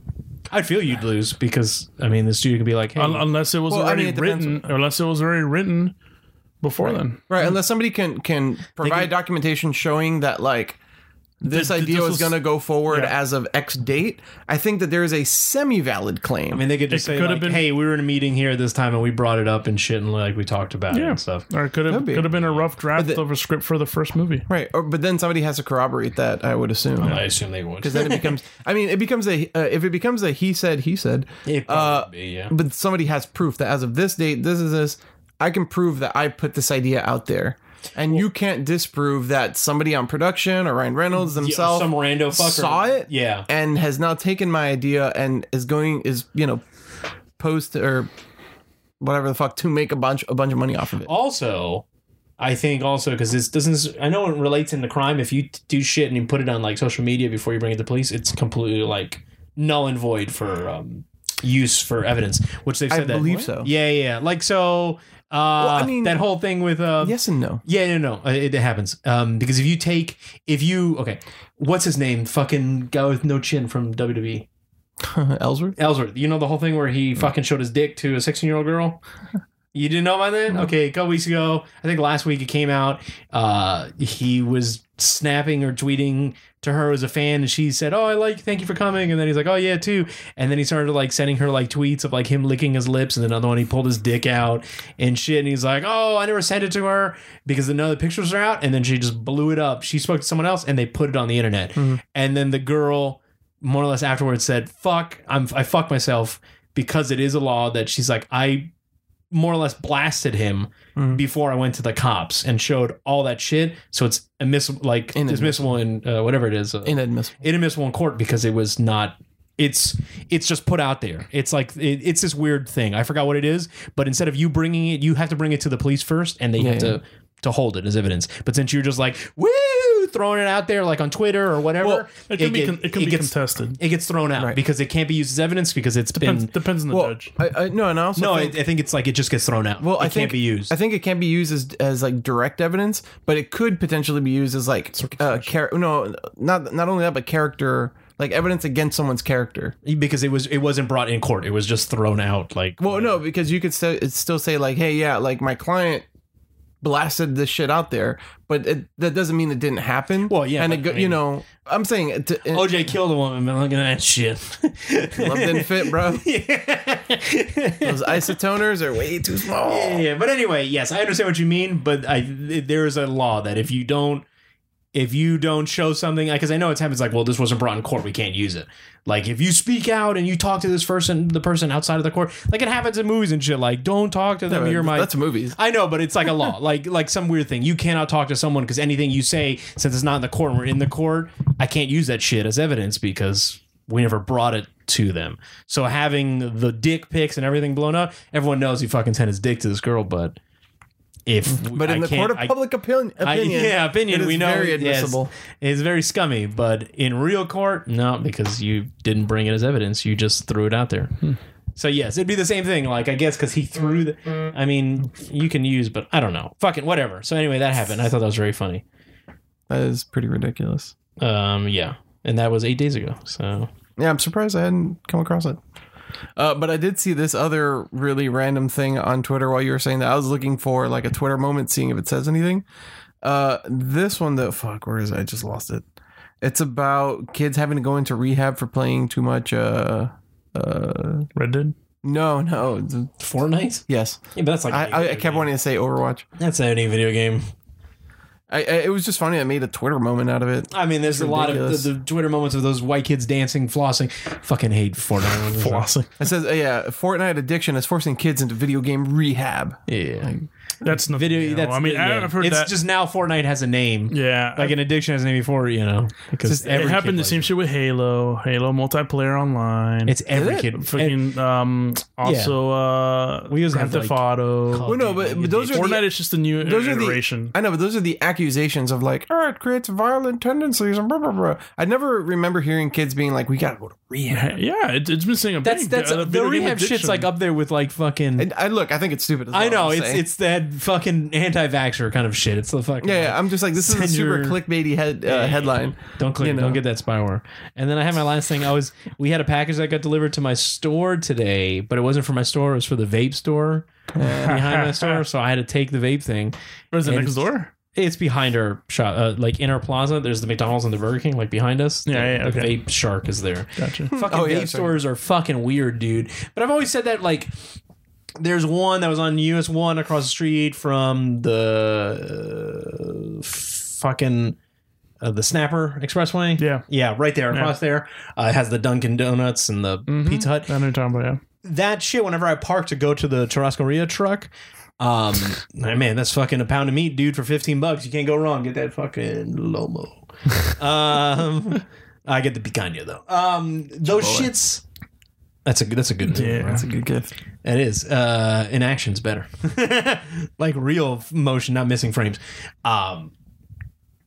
Speaker 5: I'd feel you'd lose because I mean, the studio could be like, hey,
Speaker 4: Un- unless it was
Speaker 1: Well, I
Speaker 4: already
Speaker 1: mean, it depends
Speaker 4: written. Unless it was already written before then.
Speaker 1: Right, unless somebody can can provide documentation showing that like this
Speaker 4: Th- th-
Speaker 1: idea
Speaker 4: this
Speaker 1: was
Speaker 4: was-
Speaker 1: going to go forward
Speaker 4: yeah.
Speaker 1: as of X date, I think that there is a semi-valid claim.
Speaker 5: I mean, they could just
Speaker 4: It
Speaker 5: say,
Speaker 4: could have
Speaker 5: like,
Speaker 4: been-
Speaker 5: hey, we were in a meeting here at this time, and we brought it up and shit, and like we talked about it
Speaker 4: Yeah.
Speaker 5: and stuff.
Speaker 4: Or it could have
Speaker 1: Could be.
Speaker 4: could have been a rough draft
Speaker 1: the-
Speaker 4: of a script for the first movie.
Speaker 1: right, or, but then somebody has to corroborate that. I would assume
Speaker 5: I assume they would.
Speaker 1: because then it becomes. I mean, it becomes a uh, if it becomes a he said he said.
Speaker 5: It
Speaker 1: uh,
Speaker 5: probably, yeah.
Speaker 1: but somebody has proof that as of this date, this is this. I can prove that I put this idea out there, and you can't disprove that somebody on production or Ryan Reynolds themselves
Speaker 5: some rando fucker
Speaker 1: saw it
Speaker 5: Yeah.
Speaker 1: and has now taken my idea and is going is you know post or whatever the fuck to make a bunch a bunch of money off of it
Speaker 5: Also, I think also because this doesn't. I know it relates into crime. If you t- do shit and you put it on like social media before you bring it to police, it's completely like null and void for um, use for evidence. Which they've
Speaker 3: I
Speaker 5: said that.
Speaker 3: believe so.
Speaker 5: Yeah, yeah. yeah. Like so. Uh,
Speaker 1: I mean-
Speaker 5: that whole thing with uh,
Speaker 1: yes and no. [laughs]
Speaker 5: yeah, no, no, uh, it, it happens. Um, because if you take, if you okay, what's his name? Fucking guy with no chin from E. WWE,
Speaker 1: Ellsworth.
Speaker 5: Ellsworth. You know the whole thing where he fucking showed his dick to a sixteen-year-old girl. You didn't know about that? Okay, a couple weeks ago, I think last week it came out. Uh, he was snapping or tweeting to her as a fan, and she said, "Oh, I like, thank you for coming." And then he's like, "Oh yeah, too." And then he started like sending her like tweets of like him licking his lips, and then another one he pulled his dick out and shit. And he's like, "Oh, I never sent it to her because the other pictures are out." And then she just blew it up. She spoke to someone else, and they put it on the internet. And then the girl, more or less afterwards, said, "Fuck, I'm I fuck myself." Because it is a law that she's like, I more or less blasted him before I went to the cops and showed all that shit. So it's admissible, like
Speaker 1: Inadmissible.
Speaker 5: dismissible in uh, whatever it is, uh,
Speaker 1: Inadmissible.
Speaker 5: inadmissible in court because it was not. It's it's just put out there. It's like it, it's this weird thing. I forgot what it is, but instead of you bringing it, you have to bring it to the police first, and they
Speaker 1: Yeah,
Speaker 5: have to to hold it as evidence. But since you're just like woo, throwing it out there like on Twitter or whatever,
Speaker 4: Well, it can be
Speaker 5: get-
Speaker 4: con- it can be
Speaker 5: gets
Speaker 4: contested.
Speaker 5: it gets thrown out
Speaker 1: Right.
Speaker 5: because it can't be used as evidence because it's
Speaker 4: Depends,
Speaker 5: been
Speaker 4: depends on the
Speaker 1: Well,
Speaker 4: judge.
Speaker 1: I, I, no, and I also
Speaker 5: no. I,
Speaker 1: think,
Speaker 5: I think it's like it just gets thrown out.
Speaker 1: well, I
Speaker 5: it can't
Speaker 1: think
Speaker 5: be used.
Speaker 1: I think it can be used as as like direct evidence, but it could potentially be used as like uh, char- no, not not only that, but character like evidence against someone's character.
Speaker 5: because it was it wasn't brought in court. It was just thrown out. Like
Speaker 1: Well, no, because you could st- still say like, "Hey, yeah, like my client blasted this shit out there," but it, that doesn't mean it didn't happen.
Speaker 5: Well, yeah,
Speaker 1: and
Speaker 5: but
Speaker 1: it go,
Speaker 5: I
Speaker 1: you
Speaker 5: mean- Oh,
Speaker 1: know, I'm saying it to, it
Speaker 5: OJ killed a woman. Man, look at that shit. [laughs]
Speaker 1: love didn't fit, bro.
Speaker 5: yeah.
Speaker 1: Those isotoners are way too small.
Speaker 5: yeah, but anyway, yes, I understand what you mean. But I there is a law that if you don't if you don't show something, because I know it's happens like, well, this wasn't brought in court, we can't use it. Like if you speak out and you talk to this person, the person outside of the court, like it happens in movies and shit. Like don't talk to them. you're my
Speaker 1: That's movies.
Speaker 5: I know, but it's like a law, [laughs] like like some weird thing. You cannot talk to someone because anything you say, since it's not in the court and we're in the court, I can't use that shit as evidence because we never brought it to them. So having the dick pics and everything blown up, everyone knows he fucking sent his dick to this girl, but if
Speaker 1: But in
Speaker 5: I
Speaker 1: the
Speaker 5: can't-
Speaker 1: court of
Speaker 5: I-
Speaker 1: public opinion,
Speaker 5: I-
Speaker 1: opinion,
Speaker 5: yeah, opinion.
Speaker 1: it is
Speaker 5: we know
Speaker 1: very
Speaker 5: yes,
Speaker 1: admissible.
Speaker 5: it's very scummy, but in real court, no, because you didn't bring it as evidence. You just threw it out there.
Speaker 1: Hmm.
Speaker 5: So yes, it'd be the same thing. Like I guess because he threw the. I mean, you can use, but I don't know. Fucking whatever. So anyway, that happened. I thought that was very funny.
Speaker 1: That is pretty ridiculous.
Speaker 5: Um, yeah, and that was eight days ago. So
Speaker 1: Yeah, I'm surprised I hadn't come across it. Uh, but I did see this other really random thing on Twitter while you were saying that. I was looking for like a Twitter moment, seeing if it says anything. Uh, this one that fuck, where is it? I just lost it. It's about kids having to go into rehab for playing too much. Uh, uh,
Speaker 4: Red Dead.
Speaker 1: no, no, th-
Speaker 5: Fortnite.
Speaker 1: yes.
Speaker 5: Yeah, but that's like
Speaker 1: I, I, I kept wanting to say Overwatch.
Speaker 5: That's not any video game.
Speaker 1: I, I it was just funny. I made a Twitter moment out of it.
Speaker 5: I mean, there's a lot of
Speaker 1: ridiculous.
Speaker 5: the, the Twitter moments of those white kids dancing, flossing. Fucking hate Fortnite.
Speaker 4: Flossing.
Speaker 1: It says, uh, yeah, Fortnite addiction is forcing kids into video game rehab.
Speaker 5: Yeah.
Speaker 4: That's not
Speaker 5: video. That's
Speaker 4: I mean,
Speaker 5: yeah.
Speaker 4: I've heard
Speaker 5: it's
Speaker 4: that.
Speaker 5: just now Fortnite has a name.
Speaker 4: yeah,
Speaker 5: like an addiction has a name before, you know, because
Speaker 1: It's just-
Speaker 5: every
Speaker 4: it happened
Speaker 5: kid
Speaker 4: the
Speaker 5: like-
Speaker 4: same shit with Halo. Halo multiplayer online.
Speaker 5: It's every
Speaker 1: it?
Speaker 5: kid. and-
Speaker 4: fucking um. Also, uh,
Speaker 5: We used to
Speaker 4: Grand
Speaker 5: have,
Speaker 4: Theft
Speaker 5: like,
Speaker 4: Auto.
Speaker 1: Well, no, but, but those are the
Speaker 4: Oh, Fortnite is just a new
Speaker 1: those are the-
Speaker 4: iteration.
Speaker 1: I know, but those are the accusations of like, oh, it creates violent tendencies and blah blah blah. I never remember hearing kids being like, we gotta go to rehab.
Speaker 4: [laughs] yeah, it, it's been saying a
Speaker 5: That's
Speaker 4: big,
Speaker 5: that's
Speaker 4: uh,
Speaker 5: the
Speaker 4: video game
Speaker 5: rehab shit's
Speaker 4: addiction.
Speaker 5: like up there with like fucking.
Speaker 1: And I look, I think it's stupid. As
Speaker 5: I know it's it's that fucking anti-vaxxer kind of shit. It's the fucking
Speaker 1: yeah, yeah. I'm just like, this is a
Speaker 5: Send
Speaker 1: super
Speaker 5: your-
Speaker 1: clickbaity head uh, headline.
Speaker 5: Don't click.
Speaker 1: You
Speaker 5: it.
Speaker 1: know.
Speaker 5: Don't get that spyware. And then I had my last thing. I was we had a package that got delivered to my store today, but it wasn't for my store. It was for the
Speaker 1: [laughs]
Speaker 5: vape store behind my store. So I had to take the vape thing.
Speaker 4: Where's it
Speaker 5: and
Speaker 4: next
Speaker 5: it's-
Speaker 4: door?
Speaker 5: It's behind our shop, uh, like in our plaza. There's the McDonald's and the Burger King, like behind us.
Speaker 4: Yeah,
Speaker 5: The-
Speaker 4: yeah,
Speaker 5: the
Speaker 4: okay.
Speaker 5: vape shark is there.
Speaker 4: Gotcha.
Speaker 5: fucking
Speaker 1: Oh,
Speaker 5: vape
Speaker 1: yeah, sorry.
Speaker 5: stores are fucking weird, dude. But I've always said that like there's one that was on US one across the street from the uh, fucking uh, the Snapper Expressway.
Speaker 4: Yeah.
Speaker 5: yeah, right there
Speaker 4: Yeah. Mm-hmm.
Speaker 5: across there. Uh, it has the Dunkin' Donuts and the Pizza Hut
Speaker 4: I know you're talking about yeah.
Speaker 5: that shit whenever I park to go to the Churrascaria truck.
Speaker 1: [laughs]
Speaker 5: Um, man, that's fucking a pound of meat, dude, for 15 bucks. You can't go wrong. Get that fucking
Speaker 1: [laughs]
Speaker 5: Lomo. um, I get the picanha though. Um, those shits. That's a good, that's a good,
Speaker 4: Yeah.
Speaker 5: yeah.
Speaker 1: It's a good gift.
Speaker 5: It is. Uh, in action's better. [laughs] like real f- motion, not missing frames. Um,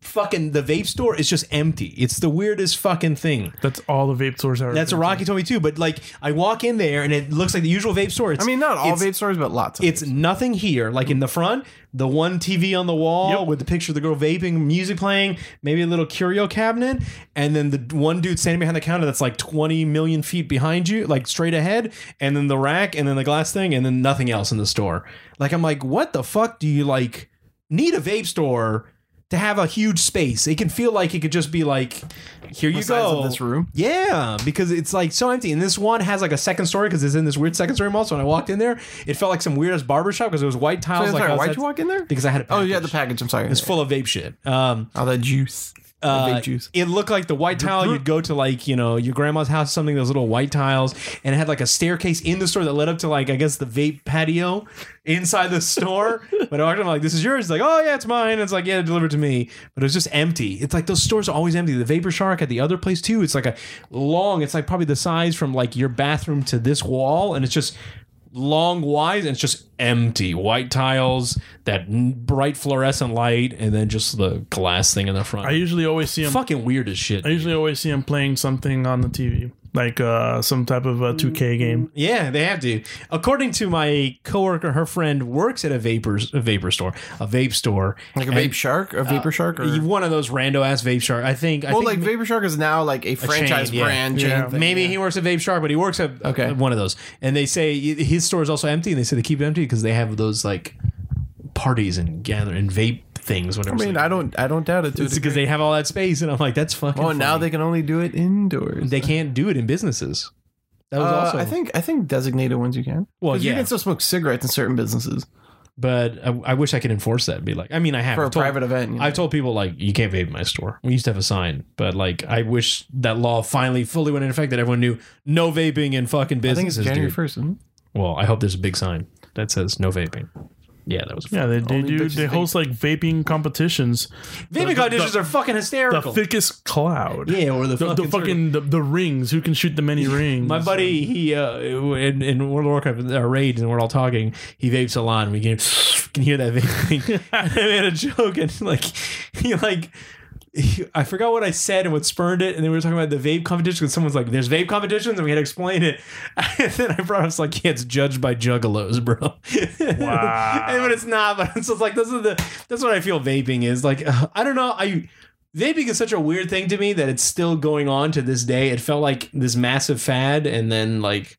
Speaker 5: fucking the vape store is just empty. It's the weirdest fucking thing.
Speaker 4: That's all the vape stores are.
Speaker 5: That's a Rocky told me too. But like, I walk in there and it looks like the usual vape store. It's,
Speaker 1: I mean, not all
Speaker 5: it's-
Speaker 1: vape stores, but lots. Of
Speaker 5: It's nothing here. Like in the front, the one TV on the wall with the picture of the girl vaping, music playing, maybe a little curio cabinet, and then the one dude standing behind the counter that's like 20 million feet behind you, like straight ahead, and then the rack, and then the glass thing, and then nothing else in the store. Like, I'm like, what the fuck do you like need a vape store? To have a huge space, it can feel like it could just be like, here you
Speaker 1: the size
Speaker 5: go.
Speaker 1: of this room.
Speaker 5: Yeah, because it's like so empty. And this one has like a second story because it's in this weird second story mall. So when I walked in there, it felt like some weirdest barbershop because it was white tiles.
Speaker 1: Sorry,
Speaker 5: like
Speaker 1: sorry,
Speaker 5: outside-
Speaker 1: why'd you walk in there?
Speaker 5: Because I had a
Speaker 1: Oh
Speaker 5: package.
Speaker 1: yeah, the package. I'm sorry.
Speaker 5: It's full of vape shit. Um,
Speaker 1: All that juice. The
Speaker 5: uh,
Speaker 1: vape juice.
Speaker 5: It looked like the white tile you'd go to like you know your grandma's house, something those little white tiles, and it had like a staircase in the store that led up to like I guess the vape patio inside
Speaker 1: [laughs]
Speaker 5: the store. but I walked in, I'm like, "This is yours." It's like, "Oh yeah, it's mine." It's like, "Yeah, delivered to me," but it was just empty. It's like those stores are always empty. The Vapor Shark at the other place too. It's like a long. It's like probably the size from like your bathroom to this wall, and it's just long wise and it's just empty white tiles that n- bright fluorescent light and then just the glass thing in the front
Speaker 4: I usually always see them.
Speaker 5: fucking weird as shit.
Speaker 4: I usually always see them playing something on the TV, like uh, some type of a
Speaker 5: Mm.
Speaker 4: 2K game.
Speaker 5: Yeah, they have to. According to my coworker, her friend works at a vapor a vapor store, a vape store,
Speaker 1: Like a
Speaker 5: And
Speaker 1: vape shark, a vapor shark, or
Speaker 5: uh, you- One of those rando ass vape shark. I think. I
Speaker 1: well,
Speaker 5: think
Speaker 1: like vapor shark is now like a, franchise
Speaker 5: chain, yeah.
Speaker 1: brand chain.
Speaker 4: Yeah.
Speaker 1: thing.
Speaker 5: Maybe he works at Vape Shark, but he works at
Speaker 1: Okay.
Speaker 5: uh, one of those. And they say his store is also empty, and they say they keep it empty because they have those like parties and gather and vape things. Whatever.
Speaker 1: I mean, I don't, I don't doubt it. To
Speaker 5: it's because they have all that space, and I'm like, that's fucking.
Speaker 1: Oh, now
Speaker 5: funny.
Speaker 1: they can only do it indoors.
Speaker 5: they can't do it in businesses. That was
Speaker 1: Uh,
Speaker 5: also.
Speaker 1: I think I think designated ones you can.
Speaker 5: Well,
Speaker 1: 'Cause
Speaker 5: yeah.
Speaker 1: you can still smoke cigarettes in certain businesses
Speaker 5: but I, I wish I could enforce that. And be like, I mean, I have
Speaker 1: for a
Speaker 5: I've told-
Speaker 1: private event. you know.
Speaker 5: I've told people like you can't vape in my store. We used to have a sign, but like I wish that law finally fully went into effect that everyone knew no vaping in fucking
Speaker 1: I think it's
Speaker 5: businesses.
Speaker 1: January
Speaker 5: dude.
Speaker 1: first.
Speaker 5: Well, I hope there's a big sign that says no vaping. Yeah, that was
Speaker 4: Yeah, they, they
Speaker 1: Only
Speaker 4: do.
Speaker 1: bitches
Speaker 4: They host like vaping competitions.
Speaker 5: vaping conditions
Speaker 4: the-
Speaker 5: are fucking
Speaker 4: The
Speaker 5: hysterical.
Speaker 4: thickest cloud.
Speaker 5: yeah, or the,
Speaker 4: The, the
Speaker 5: fucking.
Speaker 4: fucking the, the rings. Who can shoot the many rings?
Speaker 5: [laughs] my
Speaker 4: [laughs]
Speaker 5: buddy, he uh, in, in World of Warcraft uh, raids, and we're all talking. He vapes a lot, and we can, [laughs] can hear that vaping. and I made a joke, and like he like I forgot what I said and what spurned it, and then we were talking about the vape competition because someone's like, "There's vape competitions," and we had to explain it. [laughs] And then I brought up, it's like, "Yeah, it's judged by juggalos, bro." [laughs]
Speaker 4: Wow.
Speaker 5: and but it's not. But it's just like this is the that's what I feel vaping is like. uh, I don't know. I vaping is such a weird thing to me that it's still going on to this day. It felt like this massive fad, and then like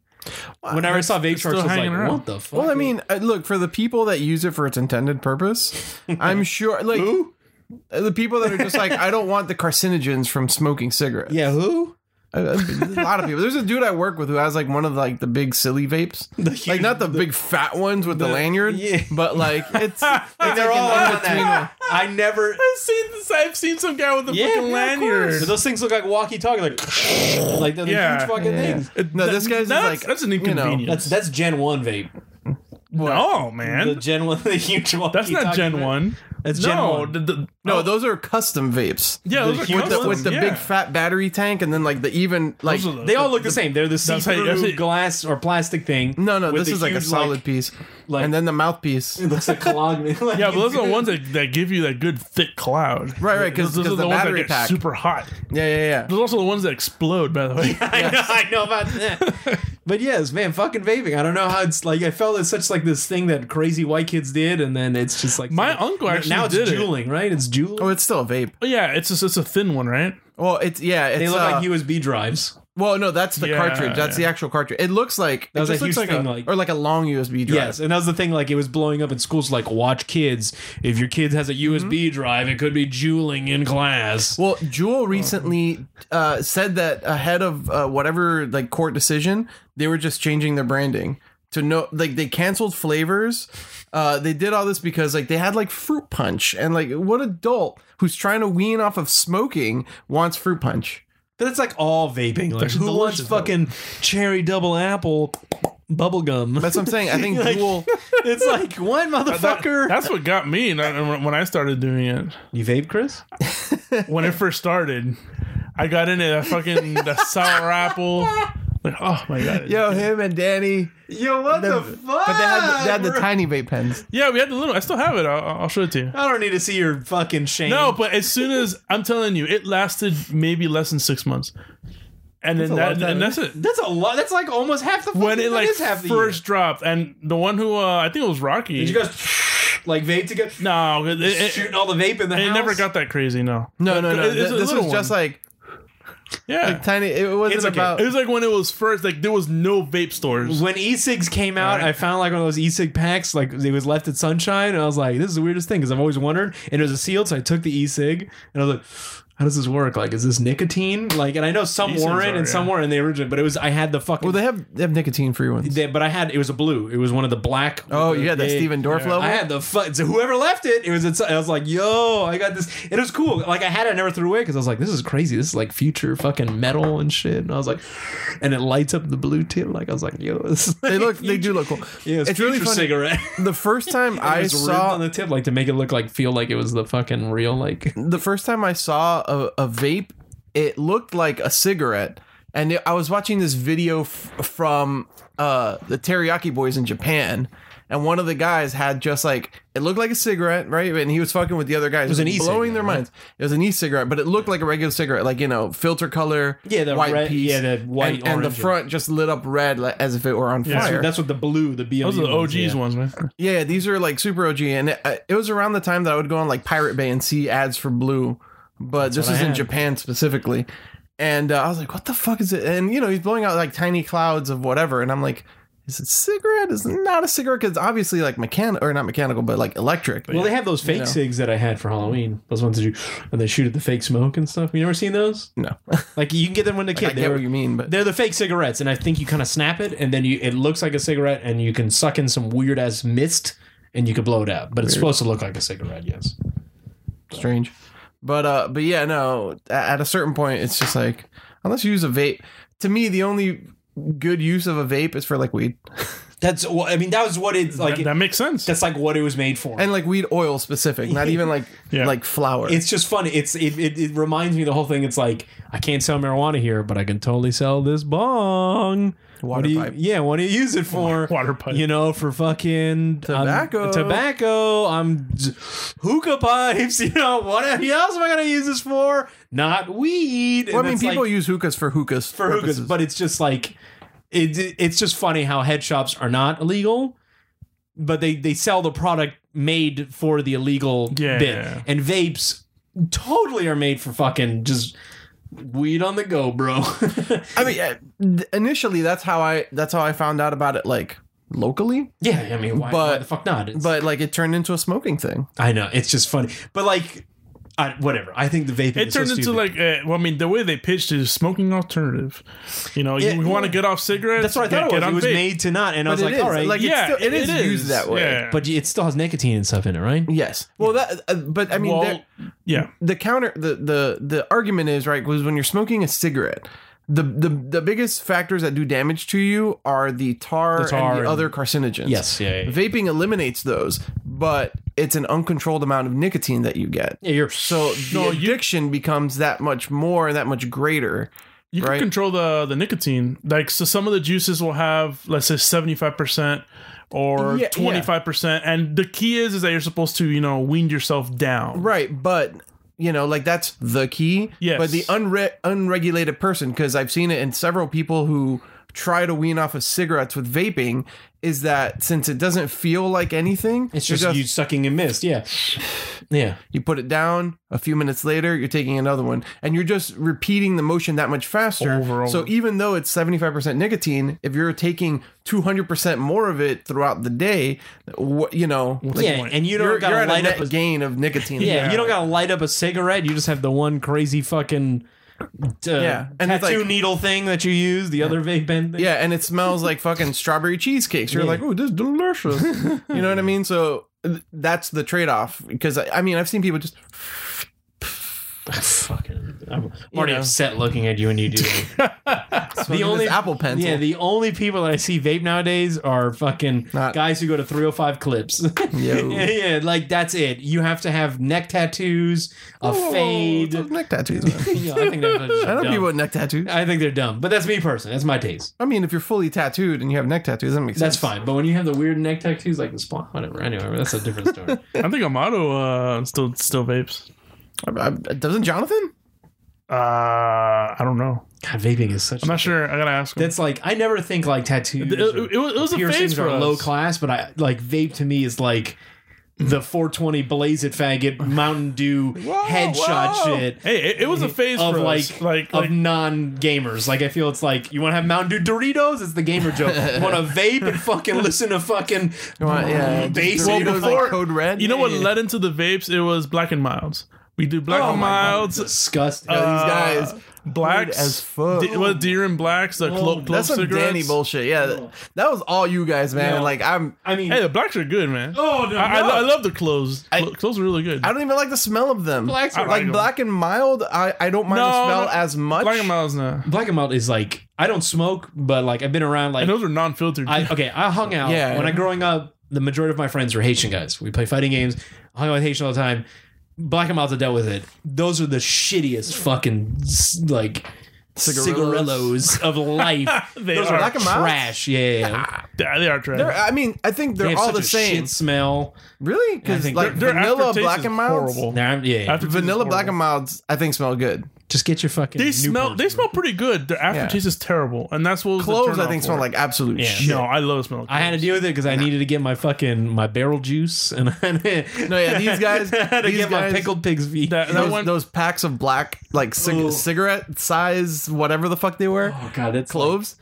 Speaker 5: whenever I saw vape sharks, I was like,
Speaker 4: hanging around.
Speaker 5: "What the fuck?"
Speaker 1: Well, I mean, uh, look for the people that use it for its intended
Speaker 5: [laughs]
Speaker 1: purpose. I'm sure, like uh, the people that are just like, I don't want the carcinogens from smoking cigarettes.
Speaker 5: yeah, who?
Speaker 4: [laughs]
Speaker 1: Uh, uh, a lot of people. There's a dude I work with who has like one of like the big silly
Speaker 5: [laughs]
Speaker 1: vapes, like not the, big fat ones with the, lanyard,
Speaker 5: yeah.
Speaker 1: but like
Speaker 5: [laughs]
Speaker 1: it's.
Speaker 5: And they're
Speaker 1: like
Speaker 5: all
Speaker 1: an
Speaker 4: [laughs]
Speaker 5: on
Speaker 1: in-between
Speaker 5: that. I never.
Speaker 4: I've seen this. I've seen some guy with a fucking lanyard.
Speaker 5: But those things look like walkie-talkie, like [laughs] like they're the
Speaker 4: Yeah.
Speaker 5: huge fucking
Speaker 1: Yeah.
Speaker 5: things.
Speaker 4: It-
Speaker 1: No,
Speaker 4: Uh, that-
Speaker 1: this guy's
Speaker 4: that's,
Speaker 1: like,
Speaker 4: that's an
Speaker 1: you know,
Speaker 5: That's
Speaker 4: inconvenience.
Speaker 5: that's Gen One vape.
Speaker 4: no,
Speaker 5: The
Speaker 4: man.
Speaker 5: Gen One, [laughs] the huge walkie.
Speaker 4: That's not Gen One.
Speaker 5: That's Gen
Speaker 4: No,
Speaker 5: One.
Speaker 4: the- the-
Speaker 1: No, those are custom vapes.
Speaker 4: Yeah, those
Speaker 1: The-
Speaker 4: are
Speaker 1: with the,
Speaker 4: custom,
Speaker 1: with the
Speaker 4: yeah.
Speaker 1: big fat battery tank, and then like the even like
Speaker 4: Those are the-
Speaker 5: They all look the, same. They're the
Speaker 4: how you- that's how
Speaker 5: see-through
Speaker 4: you-
Speaker 5: glass or plastic thing.
Speaker 1: no, no.
Speaker 5: with
Speaker 1: This
Speaker 5: the
Speaker 1: is like a
Speaker 5: huge,
Speaker 1: solid piece,
Speaker 5: like-
Speaker 1: and then the mouthpiece.
Speaker 4: [laughs]
Speaker 5: It [laughs] looks like [laughs] clog. like,
Speaker 4: Yeah, but those are the ones that, that give you that good thick cloud.
Speaker 1: Right, right, 'cause-
Speaker 4: Those- those
Speaker 1: 'cause
Speaker 4: are
Speaker 1: the
Speaker 4: ones
Speaker 1: battery
Speaker 4: that get
Speaker 1: pack.
Speaker 4: super hot.
Speaker 1: Yeah, yeah, yeah.
Speaker 4: Those are also the ones that explode. By the [laughs] way,
Speaker 5: [laughs] I know, I know about that. [laughs] but yes, man, fucking vaping. I don't know how it's like. I felt it's such like this thing that crazy white kids did, and then it's just like
Speaker 4: My uncle actually
Speaker 5: now it's
Speaker 4: did it.
Speaker 5: juuling, right? It's juuling.
Speaker 1: Oh, it's still a vape.
Speaker 4: But yeah, it's just, it's a thin one, right?
Speaker 1: Well, it's yeah. It's,
Speaker 5: they look
Speaker 1: uh,
Speaker 5: like USB drives.
Speaker 1: Well, no, that's the
Speaker 4: Yeah,
Speaker 1: cartridge. That's
Speaker 4: yeah.
Speaker 1: the actual cartridge. It looks like
Speaker 5: That was
Speaker 1: it
Speaker 5: a
Speaker 1: just looks
Speaker 5: huge
Speaker 1: like
Speaker 5: thing,
Speaker 1: a-
Speaker 5: like-
Speaker 1: or like a long USB drive.
Speaker 5: Yes, and that was the thing. Like it was blowing up in schools. Like watch kids. If your kid has a USB drive, it could be juuling in class.
Speaker 1: Well,
Speaker 5: Oh.
Speaker 1: Jewel recently uh, said that ahead of uh, whatever like court decision, they were just changing their branding to no like they canceled flavors. Uh, they did all this because like they had like fruit punch and like what adult who's trying to wean off of smoking wants fruit punch.
Speaker 5: But that's like all vaping. Like
Speaker 4: That's
Speaker 5: who wants
Speaker 4: delicious, though.
Speaker 5: fucking cherry double apple bubble gum?
Speaker 1: That's what I'm saying. I think
Speaker 5: [laughs] Like-
Speaker 1: Jewel.
Speaker 5: it's like [laughs] what motherfucker?
Speaker 4: That's what got me and I- when I started doing it.
Speaker 5: you vape, Chris?
Speaker 4: When it first started, I got into that fucking the sour apple, Like, oh my god.
Speaker 1: Yo, him and Danny.
Speaker 5: Yo, what the, fuck?
Speaker 1: But they had, the, they had the
Speaker 5: bro?
Speaker 1: tiny vape pens.
Speaker 4: Yeah, we had the little. I still have it. I'll, I'll show it to you.
Speaker 5: I don't need to see your fucking shame.
Speaker 4: No, but as soon as I'm telling you, it lasted maybe less than six months, and
Speaker 5: a
Speaker 4: then
Speaker 5: lot of
Speaker 4: that,
Speaker 5: time.
Speaker 4: and that's it.
Speaker 5: that's a lot. That's like almost half the.
Speaker 4: When
Speaker 5: fucking-
Speaker 4: it
Speaker 5: that
Speaker 4: like
Speaker 5: is half the
Speaker 4: first
Speaker 5: year.
Speaker 4: dropped, and the one who uh, I think it was Rocky.
Speaker 5: Did you guys [laughs] like vape together?
Speaker 4: no, it, it, it,
Speaker 5: shooting all the vape in the
Speaker 4: it
Speaker 5: house.
Speaker 4: never got that crazy. No,
Speaker 1: No, no, no.
Speaker 4: It's a
Speaker 1: Th- this
Speaker 4: little
Speaker 1: was just
Speaker 4: one.
Speaker 1: like
Speaker 4: yeah.
Speaker 1: tiny. It wasn't
Speaker 5: It's okay.
Speaker 1: about.
Speaker 4: it was like when it was first. Like there was no vape stores.
Speaker 5: When e-cigs came out, I found like one of those e-cig packs, like it was left at Sunshine, and I was like, "This is the weirdest thing," because I've always wondered. And it was a sealed, so I took the e-cig, and I was like, "How does this work? Like, is this nicotine? Like?" And I know some
Speaker 4: E-cigs
Speaker 5: were in
Speaker 4: are,
Speaker 5: and some
Speaker 4: yeah.
Speaker 5: were in the original, but it was I had the fucking.
Speaker 1: well, they have they have nicotine free ones.
Speaker 5: [laughs] they- but I had it was a blue. It was one of the black.
Speaker 1: oh, you had that
Speaker 5: Yeah.
Speaker 1: Stephen Dorff level.
Speaker 5: I had the fun. So whoever left it, it was. Its, I was like, "Yo, I got this." It was cool. Like I had it, I never threw away because I was like, "This is crazy. This is like future fucking metal and shit." And I was like, [sighs] and it lights up the blue tip. Like I was like, "Yo, this is
Speaker 1: they
Speaker 5: like
Speaker 1: look. They do look cool.
Speaker 5: [laughs] Yeah, it's,
Speaker 1: It's really
Speaker 5: future
Speaker 1: funny.
Speaker 5: cigarette." [laughs]
Speaker 1: The first time
Speaker 5: It
Speaker 1: I
Speaker 5: was ribbed on
Speaker 1: saw
Speaker 5: the tip, like to make it look like feel like it was the fucking real like.
Speaker 1: the first time I saw a, a vape, it looked like a cigarette. And it- I was watching this video f- from uh, the Teriyaki Boys in Japan. And one of the guys had just like, it looked like a cigarette, right? And he was fucking with the other guys. It
Speaker 5: was an e-cigarette,
Speaker 1: Blowing their minds. It was an e cigarette, but it looked like a regular cigarette, like, you know, filter color,
Speaker 5: Yeah, the
Speaker 1: white
Speaker 5: red-
Speaker 1: piece.
Speaker 5: yeah, the white
Speaker 1: And, and the
Speaker 5: orange.
Speaker 1: front just lit up red like, as if it were on
Speaker 4: That's-
Speaker 1: fire.
Speaker 5: That's what the blue, the BME.
Speaker 4: Those are the
Speaker 5: ones,
Speaker 4: OGs
Speaker 5: yeah.
Speaker 4: ones, man.
Speaker 1: Yeah, these are like super OG, and it, I- it was around the time that I would go on like Pirate Bay and see ads for Blue, but this
Speaker 5: what
Speaker 1: was
Speaker 5: I
Speaker 1: in
Speaker 5: had.
Speaker 1: Japan specifically, and uh, I was like, "What the fuck is it?" And you know, he's blowing out like tiny clouds of whatever, and I'm like, "Is it cigarette? Is it not a cigarette? Because obviously, like mechanical or not mechanical, but like electric."
Speaker 5: Well, they have those fake cigs that I had for Halloween. Those ones that you and they shoot at the fake smoke and stuff. You never seen those?
Speaker 1: no,
Speaker 5: [laughs] Like you can get them when the kid.
Speaker 1: I
Speaker 5: they
Speaker 1: get
Speaker 5: were-
Speaker 1: what you mean, but
Speaker 5: They're the fake cigarettes, and I think you kind of snap it, and then you it looks like a cigarette, and you can suck in some weird ass mist, and you can blow it out. But it's supposed to look like a cigarette, yes.
Speaker 1: strange. But uh, but yeah, no. a- At a certain point, it's just like unless you use a vape. To me, the only good use of a vape is for like weed
Speaker 5: That's what I mean. That was what it's like.
Speaker 4: That, that makes sense.
Speaker 5: that's like what it was made for.
Speaker 1: and like weed oil specific, not even like
Speaker 4: Yeah.
Speaker 1: like flour.
Speaker 5: it's just fun. It's it, it, it reminds me of the whole thing. It's like I can't sell marijuana here, but I can totally sell this bong. What
Speaker 1: Water
Speaker 5: do you,
Speaker 1: pipe.
Speaker 5: Yeah, what do you use it for?
Speaker 4: Water pipe.
Speaker 5: You know, for fucking um,
Speaker 1: Tobacco.
Speaker 5: tobacco. I'm hookah pipes. [laughs] You know, what else am I gonna use this for? Not weed.
Speaker 1: Well,
Speaker 5: And
Speaker 1: I mean,
Speaker 5: it's
Speaker 1: people
Speaker 5: like,
Speaker 1: use hookahs for hookahs
Speaker 5: for hookahs, but it's just like it, it's just funny how head shops are not illegal, but they they sell the product made for the illegal
Speaker 4: Yeah.
Speaker 5: bit, and vapes totally are made for fucking just weed on the go, bro. [laughs]
Speaker 1: I mean, uh, th- initially that's how I that's how I found out about it, like locally.
Speaker 5: yeah, I mean, why, why
Speaker 1: But-
Speaker 5: the fuck not? It's-
Speaker 1: But like, it turned into a smoking thing.
Speaker 5: I know it's just funny, but like, I, whatever. I think the vaping
Speaker 4: it
Speaker 5: is so
Speaker 4: turned into
Speaker 5: stupid.
Speaker 4: like, uh, well, I mean, the way they pitched is smoking alternative. You know,
Speaker 5: Yeah,
Speaker 4: you, want
Speaker 5: yeah.
Speaker 4: to get off cigarettes.
Speaker 5: that's what I thought
Speaker 4: get,
Speaker 5: it was.
Speaker 4: Get
Speaker 5: It
Speaker 4: on
Speaker 5: was
Speaker 4: vape.
Speaker 5: made to not, and
Speaker 1: But
Speaker 5: I was
Speaker 1: it
Speaker 5: like,
Speaker 1: is.
Speaker 5: all right,
Speaker 1: Like, it's
Speaker 4: yeah,
Speaker 1: still- it is used that way.
Speaker 4: Yeah.
Speaker 5: but it still has nicotine and stuff in it, right?
Speaker 1: Yes. Well, that. Uh, but I mean,
Speaker 4: Well,
Speaker 1: there-
Speaker 4: yeah,
Speaker 1: the counter the the the argument is right was when you're smoking a cigarette. The, the the biggest factors that do damage to you are the tar,
Speaker 5: The tar
Speaker 1: and the
Speaker 5: and-
Speaker 1: other carcinogens.
Speaker 5: Yes, yeah, yeah, yeah.
Speaker 1: Vaping eliminates those, but it's an uncontrolled amount of nicotine that you get.
Speaker 5: Yeah, you're
Speaker 1: So the
Speaker 4: No, you-
Speaker 1: addiction becomes that much more and that much greater.
Speaker 4: you can
Speaker 1: Right.
Speaker 4: control the the nicotine. Like, so some of the juices will have, let's say, seventy five percent or
Speaker 1: Yeah, yeah.
Speaker 4: twenty five percent, and the key is is that you're supposed to, you know, wean yourself down.
Speaker 1: Right, but you know, like that's the key.
Speaker 4: Yes.
Speaker 1: But the unre- unregulated person, because I've seen it in several people who try to wean off of cigarettes with vaping, is that since it doesn't feel like anything,
Speaker 5: It's
Speaker 1: you're
Speaker 5: just, you sucking in
Speaker 1: [sighs]
Speaker 5: mist. Yeah. Yeah.
Speaker 1: you put it down. A few minutes later, you're taking another one, and you're just repeating the motion that much faster.
Speaker 4: Over, over.
Speaker 1: So even though it's 75% nicotine, if you're taking 200% more of it throughout the day, wh- you know, like,
Speaker 5: yeah.
Speaker 4: point?
Speaker 5: And you don't
Speaker 1: you're,
Speaker 5: got
Speaker 1: you're
Speaker 5: to
Speaker 1: at a
Speaker 5: light
Speaker 1: net
Speaker 5: up a
Speaker 1: gain of nicotine.
Speaker 5: yeah,
Speaker 4: Yeah.
Speaker 5: you don't got to light up a cigarette. You just have the one crazy fucking uh,
Speaker 1: and it's
Speaker 5: tattoo
Speaker 1: like-
Speaker 5: needle thing that you use, the other vape pen thing.
Speaker 1: Yeah, and it smells like fucking strawberry cheesecakes. You're
Speaker 5: Yeah.
Speaker 1: like, oh, this is delicious. you know what I mean? So th- that's the trade off. Because I, I mean, I've seen people just
Speaker 5: [laughs] Fucking, I'm, I'm already
Speaker 1: know.
Speaker 5: upset looking at you when
Speaker 1: [laughs]
Speaker 5: you do. that. the only
Speaker 1: Apple Pencil.
Speaker 5: Yeah, the only people that I see vape nowadays are fucking
Speaker 1: Not-
Speaker 5: guys who go to 305 clips.
Speaker 1: [laughs] Yo.
Speaker 5: [laughs] yeah, yeah, like that's it. You have to have neck tattoos, a fade.
Speaker 1: Those Oh, neck tattoos. Man.
Speaker 5: You know, I think
Speaker 1: [laughs]
Speaker 5: they're
Speaker 1: I know
Speaker 5: [laughs] dumb.
Speaker 1: people with neck tattoos.
Speaker 5: I think they're dumb, but that's me person. That's my taste.
Speaker 1: I mean, if you're fully tattooed and you have neck tattoos, that makes
Speaker 5: That's
Speaker 1: sense.
Speaker 5: fine. But when you have the weird neck tattoos like the spawn, whatever. Anyway, that's a different
Speaker 4: [laughs]
Speaker 5: story.
Speaker 4: I think Amato uh, still still vapes.
Speaker 1: I, I, Uh, doesn't Jonathan?
Speaker 4: Uh, I don't know.
Speaker 5: God, vaping is such.
Speaker 4: I'm not sure. I gotta ask him.
Speaker 5: That's like I never think like tattoos.
Speaker 4: It, it-
Speaker 5: or-
Speaker 4: it was, it was a phase
Speaker 5: piercings
Speaker 4: for
Speaker 5: are
Speaker 4: us.
Speaker 5: low class, but I like vape to me is like
Speaker 4: [clears throat]
Speaker 5: the 420 blaze it faggot
Speaker 4: [laughs]
Speaker 5: Mountain Dew headshot
Speaker 4: whoa.
Speaker 5: shit.
Speaker 4: Hey, it, it was a phase
Speaker 5: of
Speaker 4: for
Speaker 5: like,
Speaker 4: us. Like,
Speaker 5: of
Speaker 4: like
Speaker 5: non gamers. Like I feel it's like you want to have Mountain Dew Doritos. It's the
Speaker 4: [laughs]
Speaker 5: gamer joke. want to vape and fucking listen to fucking
Speaker 1: Right, yeah.
Speaker 5: bass.
Speaker 1: Well,
Speaker 5: music.
Speaker 1: Doritos, like,
Speaker 4: before-
Speaker 1: Code Red.
Speaker 4: you know what
Speaker 1: Yeah. Oh
Speaker 4: led into the vapes? It was Black and Milds. We do Black and Milds.
Speaker 5: disgusting.
Speaker 1: These
Speaker 4: Uh,
Speaker 1: guys.
Speaker 4: Blacks
Speaker 1: as fuck. Oh,
Speaker 4: D- what deer and blacks? The clo- clove
Speaker 1: That's some
Speaker 4: cigarettes.
Speaker 1: Danny bullshit. Yeah, that, that was all you guys, man.
Speaker 5: No.
Speaker 1: Like I'm,
Speaker 5: I mean,
Speaker 4: Hey, the blacks are good, man.
Speaker 5: Oh, no,
Speaker 4: I, I,
Speaker 5: no.
Speaker 4: I love the cloves. Clo- cloves are really good.
Speaker 1: I don't even like the smell of them.
Speaker 5: Blacks are-
Speaker 1: I like
Speaker 4: I like
Speaker 1: black and mild. I, I don't mind the
Speaker 4: No,
Speaker 1: smell
Speaker 4: no,
Speaker 1: as much.
Speaker 4: Black and Miles now.
Speaker 5: Black and Mild is like I don't smoke, but like I've been around like
Speaker 4: And those are non-filtered.
Speaker 5: I okay, I hung out
Speaker 1: Yeah.
Speaker 5: when I growing up. The majority of my friends were Haitian guys. We play fighting games. I hung out with Haitian all the time. Black and Milds have dealt with it. Those are the shittiest fucking s- like
Speaker 1: Cigarillos.
Speaker 5: cigarillos, of life.
Speaker 4: [laughs] They
Speaker 5: Those are,
Speaker 1: [laughs]
Speaker 4: are.
Speaker 1: Black and Milds?
Speaker 5: trash. Yeah, yeah, yeah.
Speaker 4: Yeah, they are trash.
Speaker 1: They're, I mean, I think they're
Speaker 5: they have
Speaker 1: all
Speaker 5: such
Speaker 1: the
Speaker 5: a
Speaker 1: same.
Speaker 5: shit smell.
Speaker 1: Really?
Speaker 5: I
Speaker 1: Because
Speaker 5: think
Speaker 1: like
Speaker 4: Their
Speaker 1: vanilla
Speaker 4: aftertaste
Speaker 1: black
Speaker 4: is
Speaker 1: and milds,
Speaker 4: horrible.
Speaker 5: Nah, I'm- yeah, yeah.
Speaker 4: Aftertaste is
Speaker 1: vanilla black
Speaker 4: horrible.
Speaker 1: and milds, I think smell good.
Speaker 5: just get your fucking.
Speaker 4: They
Speaker 5: Newports.
Speaker 4: smell. They smell pretty good. Their aftertaste is terrible, and that's what was the
Speaker 1: Cloves, I
Speaker 4: turnoff
Speaker 1: think,
Speaker 4: for
Speaker 1: smell
Speaker 4: it.
Speaker 1: like absolute
Speaker 5: Yeah.
Speaker 1: shit.
Speaker 4: No, I love the smell. Of
Speaker 5: I had to
Speaker 4: cloves.
Speaker 5: deal with it because I needed to get my fucking my barrel juice and [laughs]
Speaker 1: No, yeah, these guys-
Speaker 5: I had to
Speaker 1: these
Speaker 5: get
Speaker 1: guys-
Speaker 5: my pickled pig's feet.
Speaker 4: that, that
Speaker 1: Those,
Speaker 4: one.
Speaker 1: those packs of black, like cig-
Speaker 5: Ugh.
Speaker 1: cigarette size, whatever the fuck they were,
Speaker 5: oh god, that's like-
Speaker 1: cloves.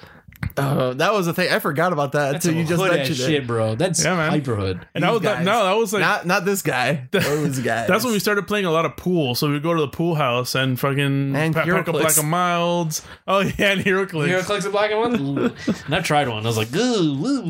Speaker 1: Uh, that was a thing. I forgot about that
Speaker 5: That's
Speaker 1: until
Speaker 5: some
Speaker 1: you just
Speaker 5: hood ass
Speaker 1: mentioned
Speaker 5: shit,
Speaker 1: it.
Speaker 5: bro. That's
Speaker 4: Yeah, man.
Speaker 5: hyperhood.
Speaker 4: and that was
Speaker 1: These
Speaker 4: like,
Speaker 1: guys.
Speaker 4: no, that was like
Speaker 1: not not this
Speaker 4: [laughs]
Speaker 1: guy. Those guys.
Speaker 4: That's when we started playing a lot of pool. So we'd go to the pool house and fucking
Speaker 1: And
Speaker 4: pa- pack a
Speaker 1: HeroClix.
Speaker 4: black of milds. Oh [laughs] yeah, and HeroClix.
Speaker 5: You ever collect a black and one? and I've tried one. I was like, ooh, woo,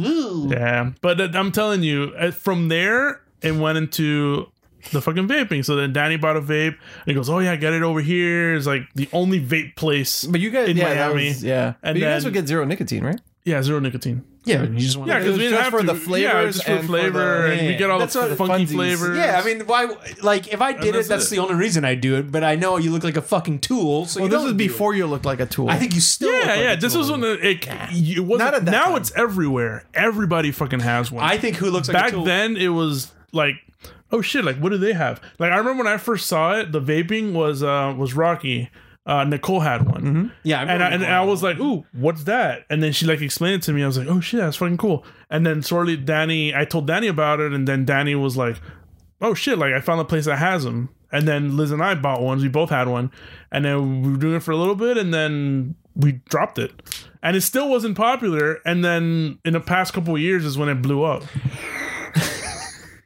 Speaker 5: woo.
Speaker 4: Yeah, but uh, I'm telling you, uh, from there it went into the fucking vaping. So then Danny bought a vape and he goes, "Oh yeah, I got it over here." It's like the only vape place.
Speaker 1: But you guys,
Speaker 4: in
Speaker 1: yeah, that
Speaker 4: Miami.
Speaker 1: was- yeah. but
Speaker 4: And
Speaker 1: you guys
Speaker 4: then-
Speaker 1: would get zero nicotine, right?
Speaker 4: yeah, zero nicotine.
Speaker 5: Yeah, but you just want
Speaker 4: Yeah,
Speaker 5: to.
Speaker 4: because
Speaker 1: was
Speaker 4: we didn't
Speaker 1: just
Speaker 4: have
Speaker 1: for
Speaker 4: to.
Speaker 1: the
Speaker 4: yeah,
Speaker 1: flavors
Speaker 4: just for
Speaker 1: and for
Speaker 4: flavor,
Speaker 1: the-
Speaker 4: and we get all
Speaker 1: That's
Speaker 4: the
Speaker 1: what-
Speaker 4: funky
Speaker 1: funsies.
Speaker 4: flavors.
Speaker 5: Yeah, I mean, why? Like, if I did
Speaker 4: that's
Speaker 5: it, that's
Speaker 4: it.
Speaker 5: the only reason I do it. But I know you look like a fucking tool, so
Speaker 1: Well,
Speaker 5: you
Speaker 1: this
Speaker 5: don't
Speaker 1: was
Speaker 5: do it.
Speaker 1: before you looked like a tool.
Speaker 5: I think you still. look
Speaker 4: Yeah,
Speaker 5: like
Speaker 4: yeah.
Speaker 5: a
Speaker 4: This
Speaker 5: tool.
Speaker 4: was when the, it, it wasn't.
Speaker 1: Not at that
Speaker 4: now
Speaker 1: time.
Speaker 4: it's everywhere. Everybody fucking has one.
Speaker 5: I think who looks like a
Speaker 4: back
Speaker 5: tool.
Speaker 4: then it was like oh shit like what do they have like i remember when i first saw it the vaping was uh was rocky uh nicole had one
Speaker 5: Yeah, I
Speaker 4: and, I,
Speaker 5: remember
Speaker 4: and
Speaker 5: Nicole
Speaker 4: I
Speaker 5: had
Speaker 4: was like ooh what's that and then she like explained it to me i was like oh shit that's fucking cool and then shortly danny i told danny about it and then danny was like oh shit like i found a place that has them and then liz and i bought ones we both had one and then we were doing it for a little bit and then we dropped it and it still wasn't popular and then in the past couple of years is when it blew up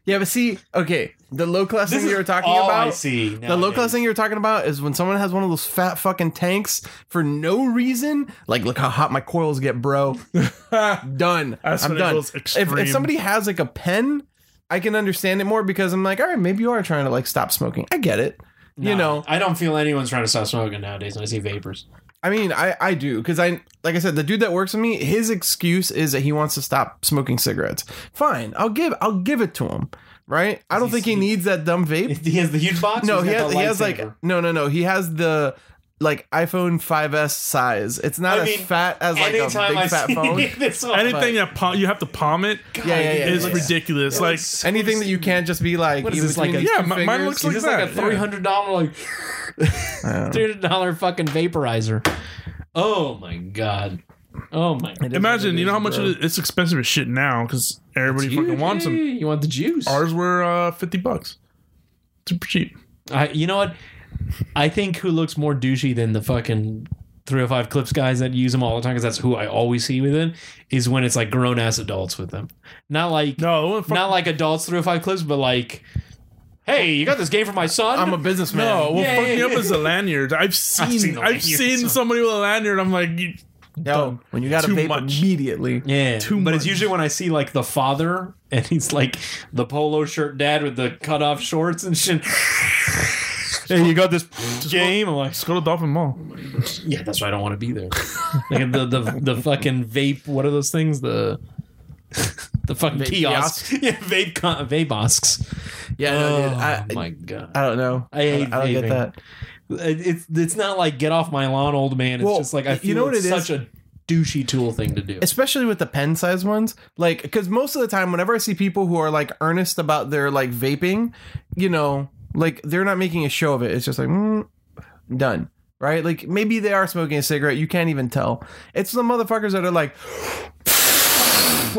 Speaker 1: Yeah, but see, okay, the low class
Speaker 5: This
Speaker 1: thing you
Speaker 5: is
Speaker 1: were talking
Speaker 5: all
Speaker 1: about.
Speaker 5: I see
Speaker 1: The low
Speaker 5: nowadays.
Speaker 1: class thing you were talking about is when someone has one of those fat fucking tanks for no reason. Like, look how hot my coils get, bro.
Speaker 4: [laughs]
Speaker 1: done.
Speaker 4: That's
Speaker 1: I'm
Speaker 4: when it
Speaker 1: done.
Speaker 4: goes
Speaker 1: If,
Speaker 4: extreme.
Speaker 1: if somebody has like a pen, I can understand it more because I'm like, all right, maybe you are trying to like stop smoking. I get it.
Speaker 5: Nah,
Speaker 1: you know,
Speaker 5: I don't feel anyone's trying to stop smoking nowadays when I see vapors. [laughs]
Speaker 1: I mean, I I do because I like I said, the dude that works with me, his excuse is that he wants to stop smoking cigarettes. Fine, I'll give I'll give it to him. Right? I don't
Speaker 5: he
Speaker 1: think he
Speaker 5: sleep?
Speaker 1: needs that dumb
Speaker 5: [laughs]
Speaker 1: vape.
Speaker 5: He has the huge box.
Speaker 1: No,
Speaker 5: or
Speaker 1: he
Speaker 5: he's
Speaker 1: has
Speaker 5: got
Speaker 1: he
Speaker 5: the
Speaker 1: has like
Speaker 5: lightsaber?
Speaker 1: no no no he has the like iPhone 5s size. It's not
Speaker 5: I
Speaker 1: as
Speaker 5: mean,
Speaker 1: fat as like a big
Speaker 5: Anytime I
Speaker 1: fat
Speaker 5: see
Speaker 1: phone.
Speaker 5: [laughs] this one,
Speaker 4: Anything that palm, you have to palm it
Speaker 5: God,
Speaker 1: Yeah, yeah, yeah,
Speaker 4: is
Speaker 1: yeah.
Speaker 4: ridiculous.
Speaker 5: It
Speaker 4: like
Speaker 5: looks so
Speaker 1: Anything that you can't just be like
Speaker 5: What is
Speaker 1: in
Speaker 5: this, like
Speaker 1: between
Speaker 5: a-
Speaker 1: these
Speaker 4: Yeah,
Speaker 1: two
Speaker 4: mi- mine
Speaker 1: fingers.
Speaker 4: looks
Speaker 5: Is
Speaker 4: like
Speaker 5: this like a
Speaker 4: that,
Speaker 5: three
Speaker 4: yeah.
Speaker 5: hundred dollar like
Speaker 1: Uh,
Speaker 5: three hundred dollar fucking vaporizer? Oh my god! Oh my!
Speaker 1: it is what
Speaker 4: imagine,
Speaker 1: it
Speaker 4: you know
Speaker 1: is,
Speaker 4: how much
Speaker 1: bro.
Speaker 4: it is, it's expensive as shit now because everybody fucking wants them.
Speaker 5: You want the juice?
Speaker 4: Ours were uh, fifty bucks, super cheap.
Speaker 5: I, you know what? I think who looks more douchey than the fucking. 305 clips guys that use them all the time because that's who I always see with it is when it's like grown ass adults with them. Not like
Speaker 4: No, it wasn't fuck-
Speaker 5: not like adults 305 clips, but like, hey, you got this game for my son?
Speaker 1: I'm a businessman.
Speaker 4: no. What
Speaker 5: Yeah,
Speaker 4: fucked
Speaker 5: yeah,
Speaker 4: me up
Speaker 5: yeah.
Speaker 4: is the lanyard. I've seen I've
Speaker 5: seen
Speaker 4: seen,
Speaker 5: the lanyards, so-
Speaker 4: somebody with a lanyard. I'm like, you-
Speaker 1: Yo, when you got to
Speaker 4: Too
Speaker 1: vape
Speaker 4: much.
Speaker 1: immediately.
Speaker 5: Yeah,
Speaker 4: Too
Speaker 5: but it's
Speaker 4: much.
Speaker 5: usually when I see like the father and he's like the polo shirt dad with the cut off shorts and shit. hey, you got this game. I'm like,
Speaker 4: Let's go to Dolphin Mall.
Speaker 5: yeah, that's why I don't want to be there. like the, the the fucking vape. What are those things? The [laughs] the fucking kiosks. [laughs] Yeah, vape con- vapesks.
Speaker 1: Yeah,
Speaker 5: Oh
Speaker 1: no, dude, I,
Speaker 5: my god.
Speaker 1: I don't know.
Speaker 5: I hate
Speaker 1: don't- I don't
Speaker 5: vaping.
Speaker 1: get that.
Speaker 5: It- It's it's not like get off my lawn, old man. It's
Speaker 1: Well,
Speaker 5: just like I
Speaker 1: you
Speaker 5: feel
Speaker 1: know what
Speaker 5: it's
Speaker 1: it is?
Speaker 5: such a douchey tool thing to do.
Speaker 1: especially with the pen size ones like because most of the time whenever i see people who are like earnest about their like vaping you know like they're not making a show of it it's just like mm, done right like maybe they are smoking a cigarette you can't even tell it's the motherfuckers that are like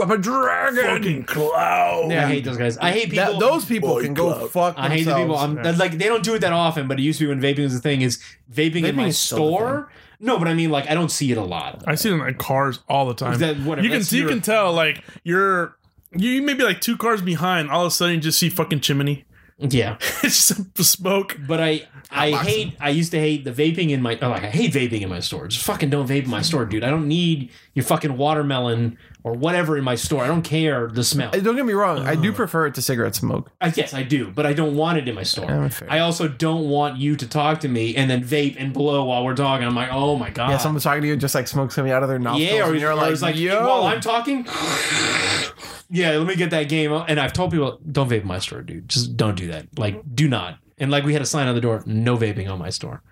Speaker 1: i'm a dragon
Speaker 4: cloud.
Speaker 5: I hate those guys. I hate people.
Speaker 1: that, those people can go fuck
Speaker 5: I hate the people.
Speaker 1: themselves.
Speaker 5: I'm, that's like they don't do it that often, but it used to be when vaping was a thing. Is vaping,
Speaker 1: Vaping
Speaker 5: in my
Speaker 1: is still a
Speaker 5: store? No, but I mean like I don't see it a lot.
Speaker 4: I see them in cars all the time.
Speaker 5: That- whatever,
Speaker 4: you can
Speaker 5: that's
Speaker 4: you
Speaker 5: your-
Speaker 4: can tell like you're you may be like two cars behind. All of a sudden, you just see fucking chimney.
Speaker 5: Yeah,
Speaker 4: [laughs] it's just smoke.
Speaker 1: [laughs]
Speaker 5: but I I hate I used to hate the vaping in my or like I hate vaping in my store. Just fucking don't vape in my store, dude. I don't need your fucking watermelon or whatever in my store. I don't care the smell.
Speaker 1: don't get me wrong i
Speaker 5: Uh.
Speaker 1: do prefer it to cigarette smoke
Speaker 5: I, Uh, yes, I do, but I don't want it in my store.
Speaker 1: Yeah, fair.
Speaker 5: I also don't want you to talk to me and then vape and blow while we're talking. I'm like, oh my god.
Speaker 1: yeah someone's talking to you just like smoke's coming out of their nostrils
Speaker 5: Yeah, or,
Speaker 1: and you're
Speaker 5: or
Speaker 1: like,
Speaker 5: it's like
Speaker 1: yo
Speaker 5: while I'm talking. yeah, let me get that game. up. And I've told people, don't vape in my store, dude. Just don't do that. Like, do not. And like we had a sign on the door, no vaping on my store.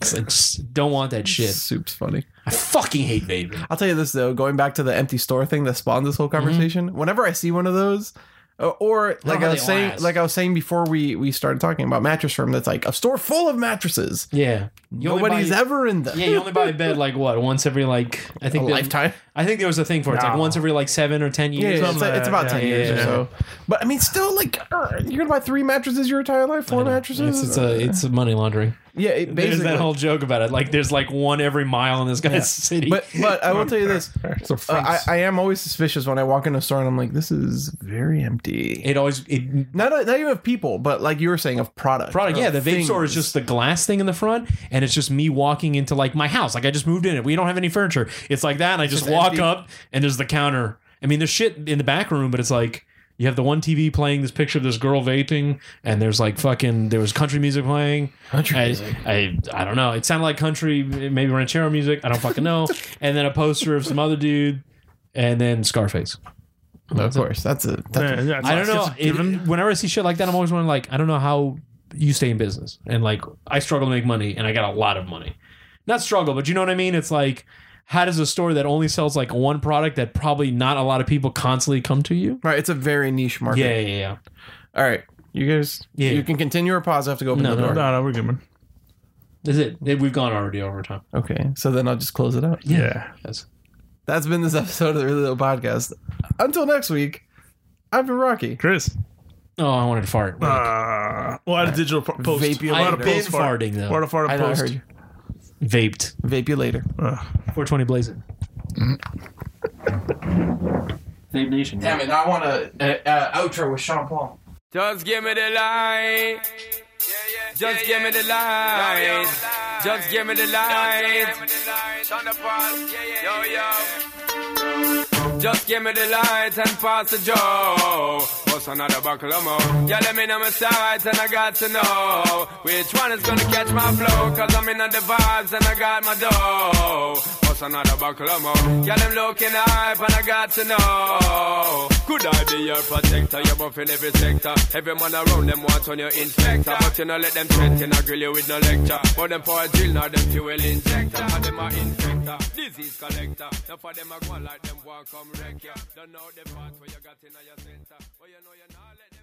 Speaker 5: 'Cause I just don't want that shit.
Speaker 1: soup's funny
Speaker 5: I fucking hate vaping.
Speaker 1: I'll tell you this though, going back to the empty store thing that spawned this whole
Speaker 5: Mm-hmm.
Speaker 1: conversation. Whenever I see one of those, or, or like
Speaker 5: how
Speaker 1: I
Speaker 5: they
Speaker 1: was saying,
Speaker 5: last.
Speaker 1: like I was saying before we we started talking about mattress firm, that's like a store full of mattresses.
Speaker 5: Yeah, You only
Speaker 1: Nobody's
Speaker 5: buy-
Speaker 1: ever in them.
Speaker 5: Yeah, you only buy a bed like what once every like
Speaker 1: [laughs]
Speaker 5: I
Speaker 1: a
Speaker 5: think the-
Speaker 1: lifetime.
Speaker 5: I think there was a thing for it. It's like
Speaker 4: No.
Speaker 5: once every like seven or ten
Speaker 1: Yeah,
Speaker 5: years.
Speaker 1: it's,
Speaker 4: something like
Speaker 1: it's about
Speaker 4: that.
Speaker 1: ten
Speaker 5: Yeah,
Speaker 1: years
Speaker 5: yeah,
Speaker 1: or so. But I mean, still, like uh, you're gonna buy three mattresses your entire life, four mattresses.
Speaker 5: It's, it's a it's a money laundering.
Speaker 1: yeah, it
Speaker 5: There's
Speaker 1: basically.
Speaker 5: that whole joke about it. Like there's like one every mile in this guy's city.
Speaker 1: but but I will tell you
Speaker 5: [laughs]
Speaker 1: this.
Speaker 4: It's a
Speaker 1: Uh,
Speaker 4: Frank's.
Speaker 1: I, I am always suspicious when I walk in a store and I'm like, this is very empty.
Speaker 5: it always it
Speaker 1: Not, uh, not even of people, but like you were saying, of product.
Speaker 5: product.
Speaker 1: of
Speaker 5: Yeah, the vape
Speaker 1: things.
Speaker 5: store is just the glass thing in the front, and it's just me walking into like my house. Like I just moved in it. We don't have any furniture. It's like that, and I just
Speaker 1: just
Speaker 5: walk
Speaker 1: empty.
Speaker 5: up, and there's the counter. I mean, there's shit in the back room, but it's like you have the one TV playing this picture of this girl vaping, and there's like fucking there was country music playing. Country I, music. I I don't know. It sounded like country, maybe ranchero music. I don't fucking [laughs] know. and then a poster of some other dude, and then Scarface.
Speaker 1: Of course, that's a that's
Speaker 4: Yeah, yeah, it's
Speaker 5: I
Speaker 4: like-
Speaker 5: don't know.
Speaker 4: it's a
Speaker 5: It-
Speaker 4: given.
Speaker 5: whenever I see shit like that, I'm always wondering, like, I don't know how you stay in business. And like, I struggle to make money, and I got a lot of money. Not struggle, but you know what I mean. It's like, how does a store that only sells like one product that probably not a lot of people constantly come to you?
Speaker 1: Right, it's a very niche market.
Speaker 5: Yeah, yeah, yeah.
Speaker 1: All right, you guys,
Speaker 5: Yeah.
Speaker 1: you can continue or pause. I have to go open
Speaker 5: No,
Speaker 1: the
Speaker 5: no,
Speaker 1: door.
Speaker 4: no, no, we're good, man.
Speaker 5: Is it? We've gone already over time.
Speaker 1: Okay, so then I'll just close it out.
Speaker 4: Yeah.
Speaker 5: Yes.
Speaker 1: That's been this episode of the Really Little Podcast. Until next week, I've been Rocky.
Speaker 4: Chris.
Speaker 5: Oh, I wanted to fart.
Speaker 4: Uh, well, I had a digital po- post.
Speaker 1: Vape you
Speaker 4: I had a
Speaker 1: later.
Speaker 4: post
Speaker 5: Been
Speaker 4: fart.
Speaker 5: farting, though.
Speaker 4: What a fart
Speaker 1: I know I
Speaker 4: post.
Speaker 1: heard you.
Speaker 5: Vaped.
Speaker 1: Vape you later.
Speaker 4: Ugh.
Speaker 5: 420 blazing. Vape Nation.
Speaker 1: Damn it! Now I want to uh, uh, outro with Sean Paul.
Speaker 8: Just give me the light. Just give me the light. Just give me the light. Just give me the light and pass the joe. What's another buckle of more? Yeah, let me know my sides and I got to know which one is gonna catch my flow. Cause I'm in on the vibes and I got my dough. What's another buckle of more? Yeah, them looking hype and I got to know. Could I be your protector? You're buffing every sector. Every man around them wants on your inspector. But you know, let them threaten, I grill you with no lecture. But them for a drill, now them fuel injector. Now them are infector, disease collector. Now for them, I go like them, walk come wreck ya. Don't know the part where you got in your center. But you know, you're not let them.